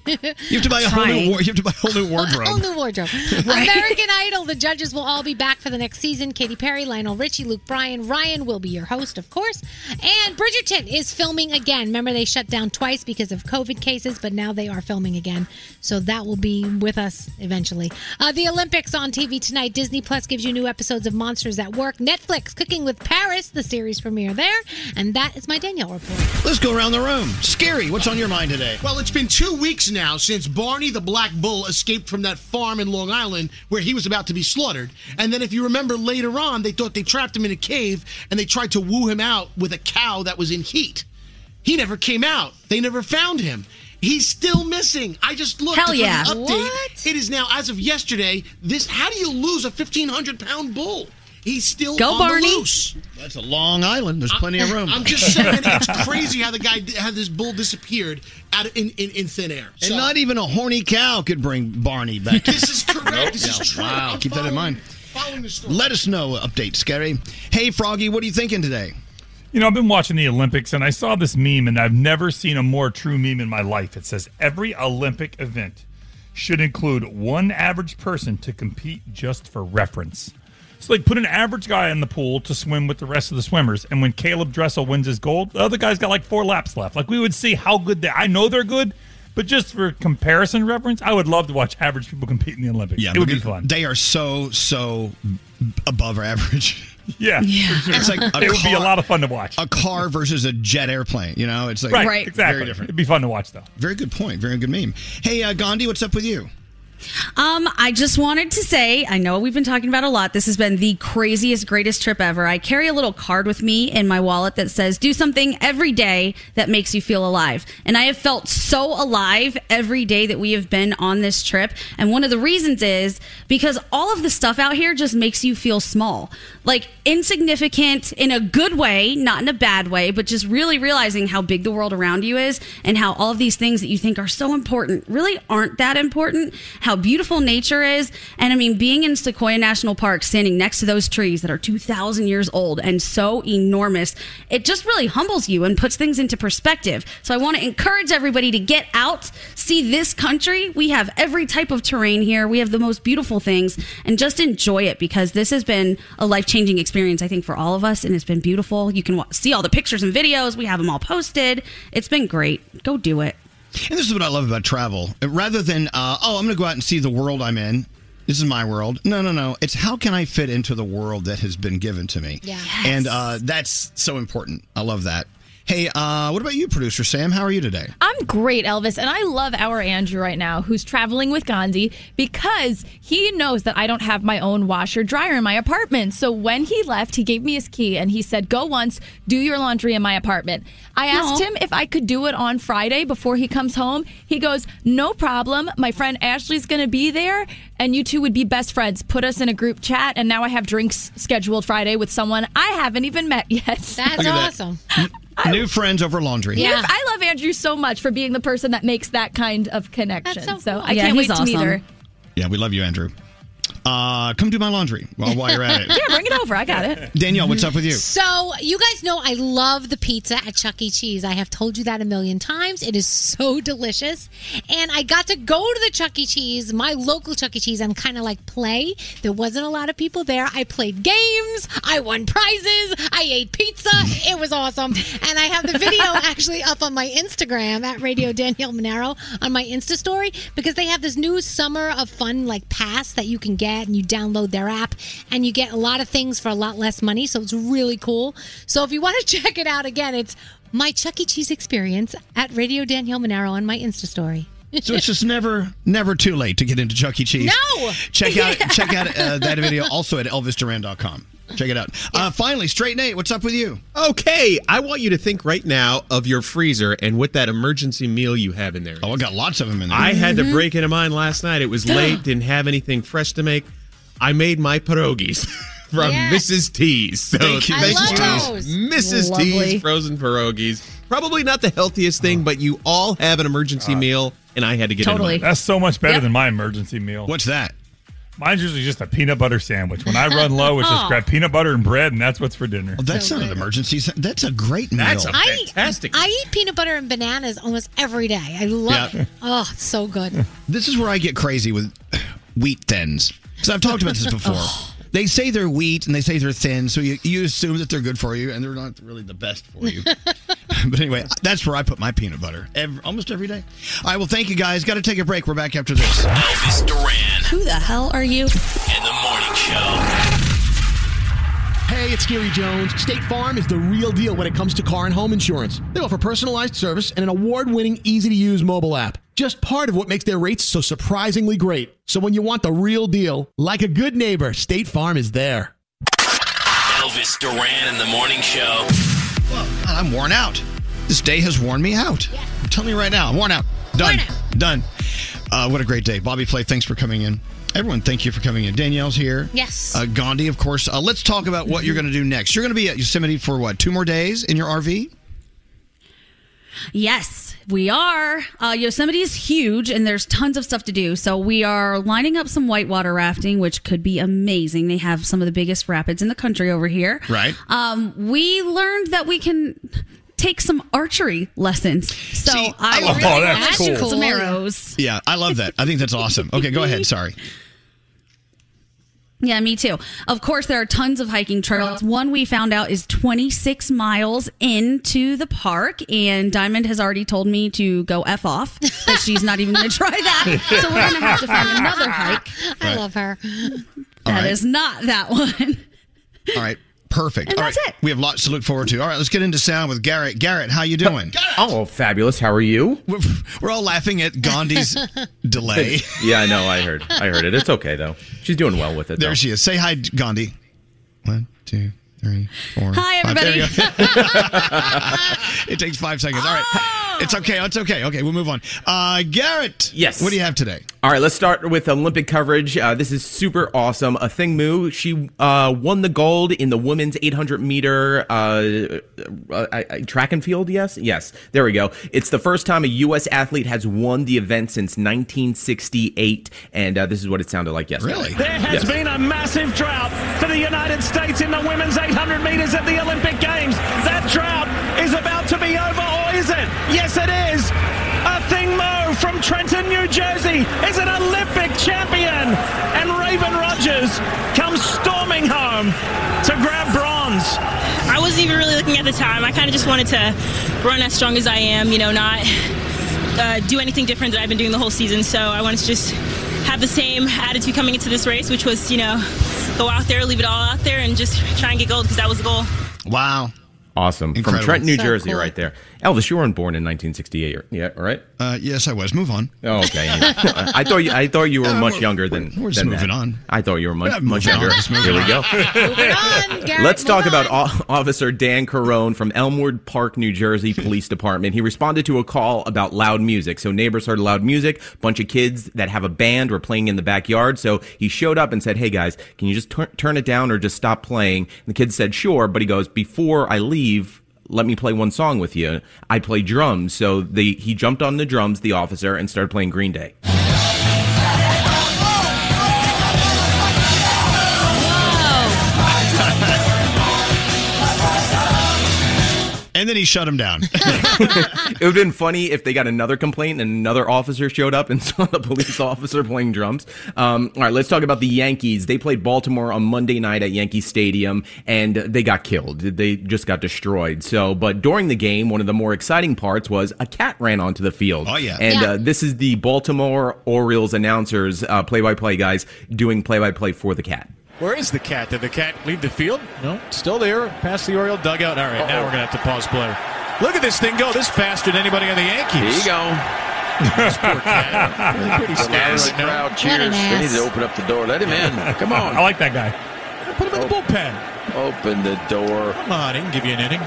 have to buy a whole
Trying.
new. War- you have to buy a whole new wardrobe.
Whole new wardrobe. American Idol. The judges will all be back for the next season. Katy Perry, Lionel Richie, Luke Bryan, Ryan will be your host, of course. And Bridgerton is filming again. Remember, they shut down twice because of COVID cases, but now they are filming again. So that will be with us eventually. Uh, the Olympics on TV tonight. Disney Plus gives you new episodes of Monsters at Work. Netflix, Cooking with Paris, the series premiere there. And that is my Danielle report.
Let's go around the room. Scary, what's on your mind today?
Well, it's been two weeks now since Barney the Black Bull escaped from that farm in Long Island where he was about to be slaughtered. And then, if you remember later on, they thought they trapped him in a cave and they tried to woo him out with a cow that was in heat. He never came out, they never found him. He's still missing. I just looked
Hell
for
yeah.
an update. It is now as of yesterday. This how do you lose a fifteen hundred pound bull? He's still
Go,
on
Barney.
the loose.
That's a Long Island. There's plenty of room.
I'm just saying, it's crazy how the guy, how this bull disappeared out of, in, in in thin air.
And not even a horny cow could bring Barney back. To
this is correct. This is true.
Wow,
I'm
keep that in mind.
Following the story.
Let us know. Update, Scary. Hey, Froggy, what are you thinking today?
You know, I've been watching the Olympics and I saw this meme, and I've never seen a more true meme in my life. It says every Olympic event should include one average person to compete just for reference. So, like, put an average guy in the pool to swim with the rest of the swimmers. And when Caleb Dressel wins his gold, the other guy's got like four laps left. Like, we would see how good they I know they're good, but just for comparison reference, I would love to watch average people compete in the Olympics. it would be
because
fun.
They are so so above average.
Yeah.
It's like
it would be a lot of fun to watch.
A car versus a jet airplane. You know, it's like
Right, Right. exactly.
Very different.
It'd be fun to watch though.
Very good point. Very good meme. Hey, uh, Gandhi, what's up with you?
Um, I just wanted to say, I know we've been talking about a lot. This has been the craziest, greatest trip ever. I carry a little card with me in my wallet that says, do something every day that makes you feel alive. And I have felt so alive every day that we have been on this trip. And one of the reasons is because all of the stuff out here just makes you feel small, like insignificant in a good way, not in a bad way, but just really realizing how big the world around you is and how all of these things that you think are so important really aren't that important. How beautiful nature is. And I mean, being in Sequoia National Park, standing next to those trees that are 2,000 years old and so enormous, it just really humbles you and puts things into perspective. So I want to encourage everybody to get out, see this country. We have every type of terrain here, we have the most beautiful things, and just enjoy it because this has been a life changing experience, I think, for all of us. And it's been beautiful. You can wa- see all the pictures and videos, we have them all posted. It's been great. Go do it.
And this is what I love about travel. Rather than, uh, oh, I'm going to go out and see the world I'm in. This is my world. No, no, no. It's how can I fit into the world that has been given to me?
Yeah.
And uh, that's so important. I love that. Hey, uh, what about you, producer Sam? How are you today?
I'm great, Elvis, and I love our Andrew right now, who's traveling with Gandhi because he knows that I don't have my own washer dryer in my apartment. So when he left, he gave me his key and he said, "Go once, do your laundry in my apartment." I asked
Aw.
him if I could do it on Friday before he comes home. He goes, "No problem. My friend Ashley's going to be there, and you two would be best friends. Put us in a group chat." And now I have drinks scheduled Friday with someone I haven't even met yet. That's
Look at that. New friends over laundry.
Yes, I love Andrew so much for being the person that makes that kind of connection. so I
Yeah,
can't wait
he's
to meet
awesome.
her.
Yeah, we love you, Andrew. Uh, come do my laundry while, while you're at it.
yeah, bring it over. I got it.
Danielle, what's up with you?
So, you guys know I love the pizza at Chuck E. Cheese. I have told you that a million times. It is so delicious. And I got to go to the Chuck E. Cheese, my local Chuck E. Cheese, and kind of like play. There wasn't a lot of people there. I played games, I won prizes, I ate pizza. It was awesome. And I have the video actually up on my Instagram at Radio Danielle Monero on my Insta story because they have this new summer of fun like pass that you can get that and you download their app and you get a lot of things for a lot less money. So it's really cool. So if you want to check it out again, it's my Chuck E. Cheese experience at Radio Danielle Monero on my Insta story.
So it's just never, never too late to get into Chuck E. Cheese.
No!
Check out
Yeah.
check out uh, that video also at elvisduran.com. Check it out. Uh, finally, Straight Nate, what's up with you?
Okay, I want you to think right now of your freezer and what that emergency meal you have in there.
Oh, I got lots of them in there.
I had to
Mm-hmm.
Mhm.
break into mine last night. It was late, didn't have anything fresh to make. I made my pierogies from
Yes.
Mrs. T's. So
Thank you, I Mrs. love T's. those.
Mrs.
Lovely.
T's frozen pierogies. Probably not the healthiest
Oh.
thing, but you all have an emergency meal, and I had to get in mine.
Uh, That's so much better
Yep.
than my emergency meal.
What's that?
Mine's usually just a peanut butter sandwich. When I run low, it's
Aw.
just grab peanut butter and bread, and that's what's for dinner.
Oh,
Well, that's not an emergency. sa- That's a great meal.
That's a
I- I eat peanut butter and bananas almost every day. I love
Yeah.
it. Oh, it's so good.
This is where I get crazy with wheat thins. Because I've talked about this before.
Oh.
they say they're wheat and they say they're thin, so you, you assume that they're good for you, and they're not really the best for you. but anyway, that's where I put my peanut butter ev- almost every day. All right, well, thank you guys. Got to take a break. We're back after this.
Elvis Duran
Who the hell are you?
in the morning show.
Hey, it's Gary Jones. State Farm is the real deal when it comes to car and home insurance. They offer personalized service and an award winning, easy to use mobile app. Just part of what makes their rates so surprisingly great. So when you want the real deal, like a good neighbor, State Farm is there.
Elvis Duran in the morning show.
I'm worn out. This day has worn me out. Tell me right now, I'm worn out. Done. Done. Uh, what a great day. Bobby Flay, thanks for coming in. Everyone, thank you for coming in. Danielle's here.
Yes.
Uh, Gandhi, of course. Uh, let's talk about what you're going to do next. You're going to be at Yosemite for what? Two more days in your RV?
Yes, we are. Uh, Yosemite is huge and there's tons of stuff to do. So we are lining up some whitewater rafting, which could be amazing. They have some of the biggest rapids in the country over here.
Right.
Um, we learned that we can take some archery lessons. So I,
love-
really
Oh, that's
want to shoot
cool.
some arrows.
Yeah, I love that. I think that's awesome. Okay, go ahead. Sorry.
Yeah, me too. Of course, there are tons of hiking trails. One we found out is 26 miles into the park, and Diamond has already told me to go F off, that she's not even going to try that. So we're going to have to find another hike.
I
Right.
love her.
All
That is
right.
not that one.
All right. Perfect.
And
All
that's
right. We have lots to look forward to. All right, let's get into sound with Garrett. Garrett, how you doing?
Oh, fabulous. How are you?
We're, we're all laughing at Gandhi's delay.
yeah, I know. I heard. I heard it. It's okay though. She's doing well with it.
There
though.
she is. Say hi, Gandhi. One, two, three, four.
Hi,
five. There
everybody.
you go. it takes five seconds. All right.
Oh!
It's okay. It's okay. Okay, we'll move on. Uh, Garrett.
Yes.
What do you have today?
All right, let's start with Olympic coverage. Uh, this is super awesome. A thing Mu, she uh, won the gold in the women's 800 meter uh, uh, I, I, track and field. Yes, yes, there we go. It's the first time a U.S. athlete has won the event since 1968, and uh, this is what it sounded like yesterday.
Really? There has
Yes.
been a massive drought for the United States in the women's 800 metres at the Olympic Games. That drought is about to be over, or is it? Yes, it is. A thing Mo from Trenton, New Jersey is an Olympic champion. And Raven Rogers comes storming home to grab bronze.
I wasn't even really looking at the time. I kind of just wanted to run as strong as I am, you know, not uh, do anything different that I've been doing the whole season. So I wanted to just have the same attitude coming into this race, which was, you know, go out there, leave it all out there, and just try and get gold because that was the goal.
Wow.
Awesome.
Incredible.
From Trenton, New
So
Jersey,
cool.
right there. Elvis, you weren't born in 1968, yeah, right?
Uh, yes, I was. Move on.
Oh, okay. anyway. I thought you, I thought you were
Uh,
much
we're-
younger than.
we're just
than
moving
that.
on.
I thought you were
We're
much
not
much
moving on,
younger.
we're just moving
Here we
on.
go. Let's talk about o- Officer Dan Carone from Elmwood Park, New Jersey Police Department. He responded to a call about loud music. So neighbors heard loud music. Bunch of kids that have a band were playing in the backyard. So he showed up and said, "Hey guys, can you just tur- turn it down or just stop playing?" And the kids said, "Sure," but he goes, "Before I leave." Let me play one song with you. I play drums. So the, he jumped on the drums, the officer, and started playing Green Day.
And then he shut him down.
it would have been funny if they got another complaint and another officer showed up and saw the police officer playing drums. Um, all right, let's talk about the Yankees. They played Baltimore on Monday night at Yankee Stadium and they got killed. They just got destroyed. So, but during the game, one of the more exciting parts was a cat ran onto the field. Oh, yeah. And
Yeah.
Uh, this is the Baltimore Orioles announcers, uh, play by play guys, doing play by play for the cat.
Where is the cat? Did the cat leave the field? No, still there. Past the Oriole dugout. All right, now we're gonna have to pause play. Look at this thing go. This faster than anybody on the Yankees. There you go. this poor cat. Pretty scared right now.
crowd cheers. They need to open up the door. Let him in. Come on.
I like that guy.
Put him in the bullpen.
Open the door.
Come on, he can give you an inning.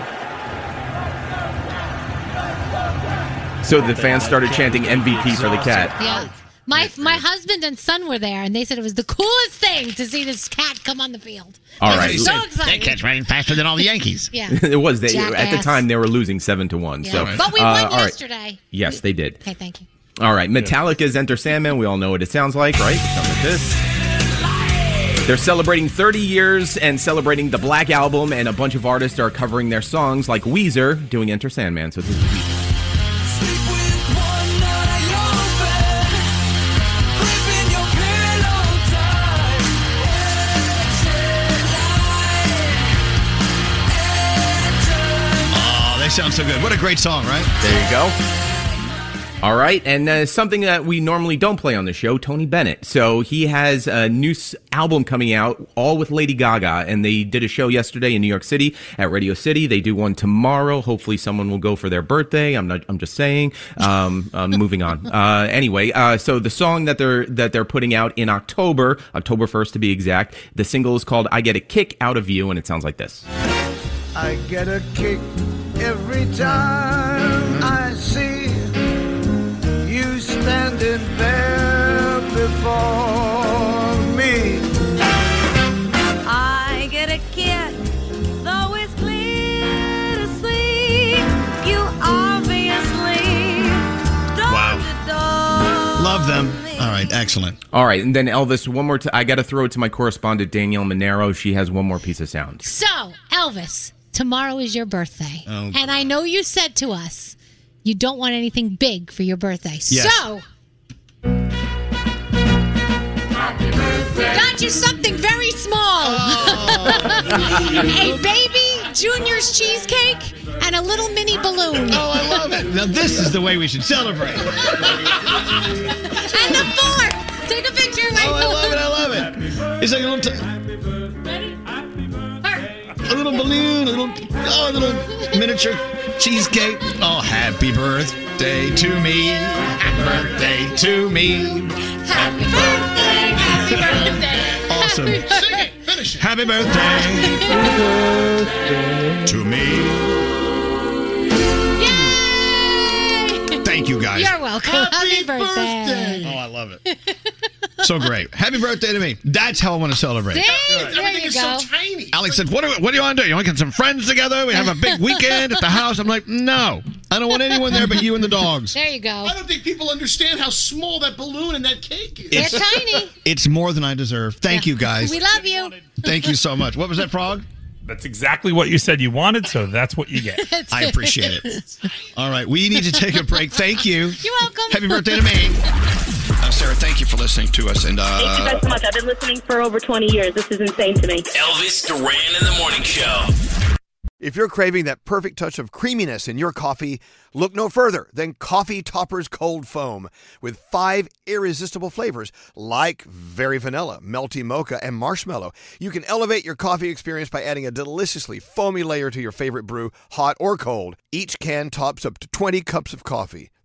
So the fans started chanting MVP for the cat.
Yeah. My my husband and son were there, and they said it was the coolest thing to see this cat come on the field.
All
They were
right.
so excited.
running faster than all the Yankees.
Yeah.
it was. They at the
Jackass.
time they were losing seven to one.
Yeah.
So,
but we
uh,
won
all right.
yesterday.
Yes, they did.
Okay, thank you.
All right, Metallica's Enter Sandman. We all know what it sounds like, right? Sounds like this. They're celebrating 30 years and celebrating the Black Album, and a bunch of artists are covering their songs, like Weezer doing Enter Sandman. So this is Weezer.
Oh, they sound so good. What a great song, right?
There you go. All right, and uh, something that we normally don't play on the show, Tony Bennett. So he has a new s- album coming out, all with Lady Gaga, and they did a show yesterday in New York City at Radio City. They do one tomorrow. Hopefully, someone will go for their birthday. I'm not. I'm just saying. Um, I'm moving on. Uh, anyway, uh, so the song that they're that they're putting out in October, October 1st to be exact. The single is called "I Get a Kick Out of You," and it sounds like this.
I get a kick every time I see you standing there before me.
I get a kick, though it's clear to see you obviously wow.
Love them. All right, excellent.
All right, and then Elvis, one more. T- I got to throw it to my correspondent Danielle Monero. She has one more piece of sound.
So, Elvis, tomorrow is your birthday,
Oh.
and I know you said to us you don't want anything big for your birthday.
Yes.
So, got you something very small: Oh. a baby Junior's cheesecake and a little mini balloon. Oh, I love it!
Now this is the way we should celebrate.
and the fork. Take a picture.
Oh, I love it! I love it! It's like a little, t- a little balloon, a little, oh, a little miniature cheesecake. Oh, happy birthday to me! Happy birthday to me!
Happy birthday! Happy birthday!
Awesome.
Happy birthday.
Happy birthday to me! Thank you guys.
You're welcome. Happy, birthday.
Oh, I love it. So great. Happy birthday to me. That's how I want to celebrate.
See? There
Everything
you
is
go.
so tiny.
Alex said, what do, what do you want to do? You want to get some friends together? We have a big weekend at the house. I'm like, no. I don't want anyone there but you and the dogs.
There you go.
I don't think people understand how small that balloon and that cake is.
It's- It's more than I deserve. Thank you, guys.
love you.
Thank you so much. What was that, Frog?
That's exactly what you said you wanted, so that's what you get.
I appreciate it. All right, we need to take a break. Thank you.
You're welcome.
Happy birthday to me.
Uh, Sarah, thank you for listening to us. And
Thank you
uh,
guys so much. I've been listening for over 20 years. This is insane to me.
Elvis Duran in the morning show.
If you're craving that perfect touch of creaminess in your coffee, look no further than Coffee Topper's Cold Foam with five irresistible flavors like very vanilla, melty mocha, and marshmallow. You can elevate your coffee experience by adding a deliciously foamy layer to your favorite brew, hot or cold. Each can tops up to 20 cups of coffee.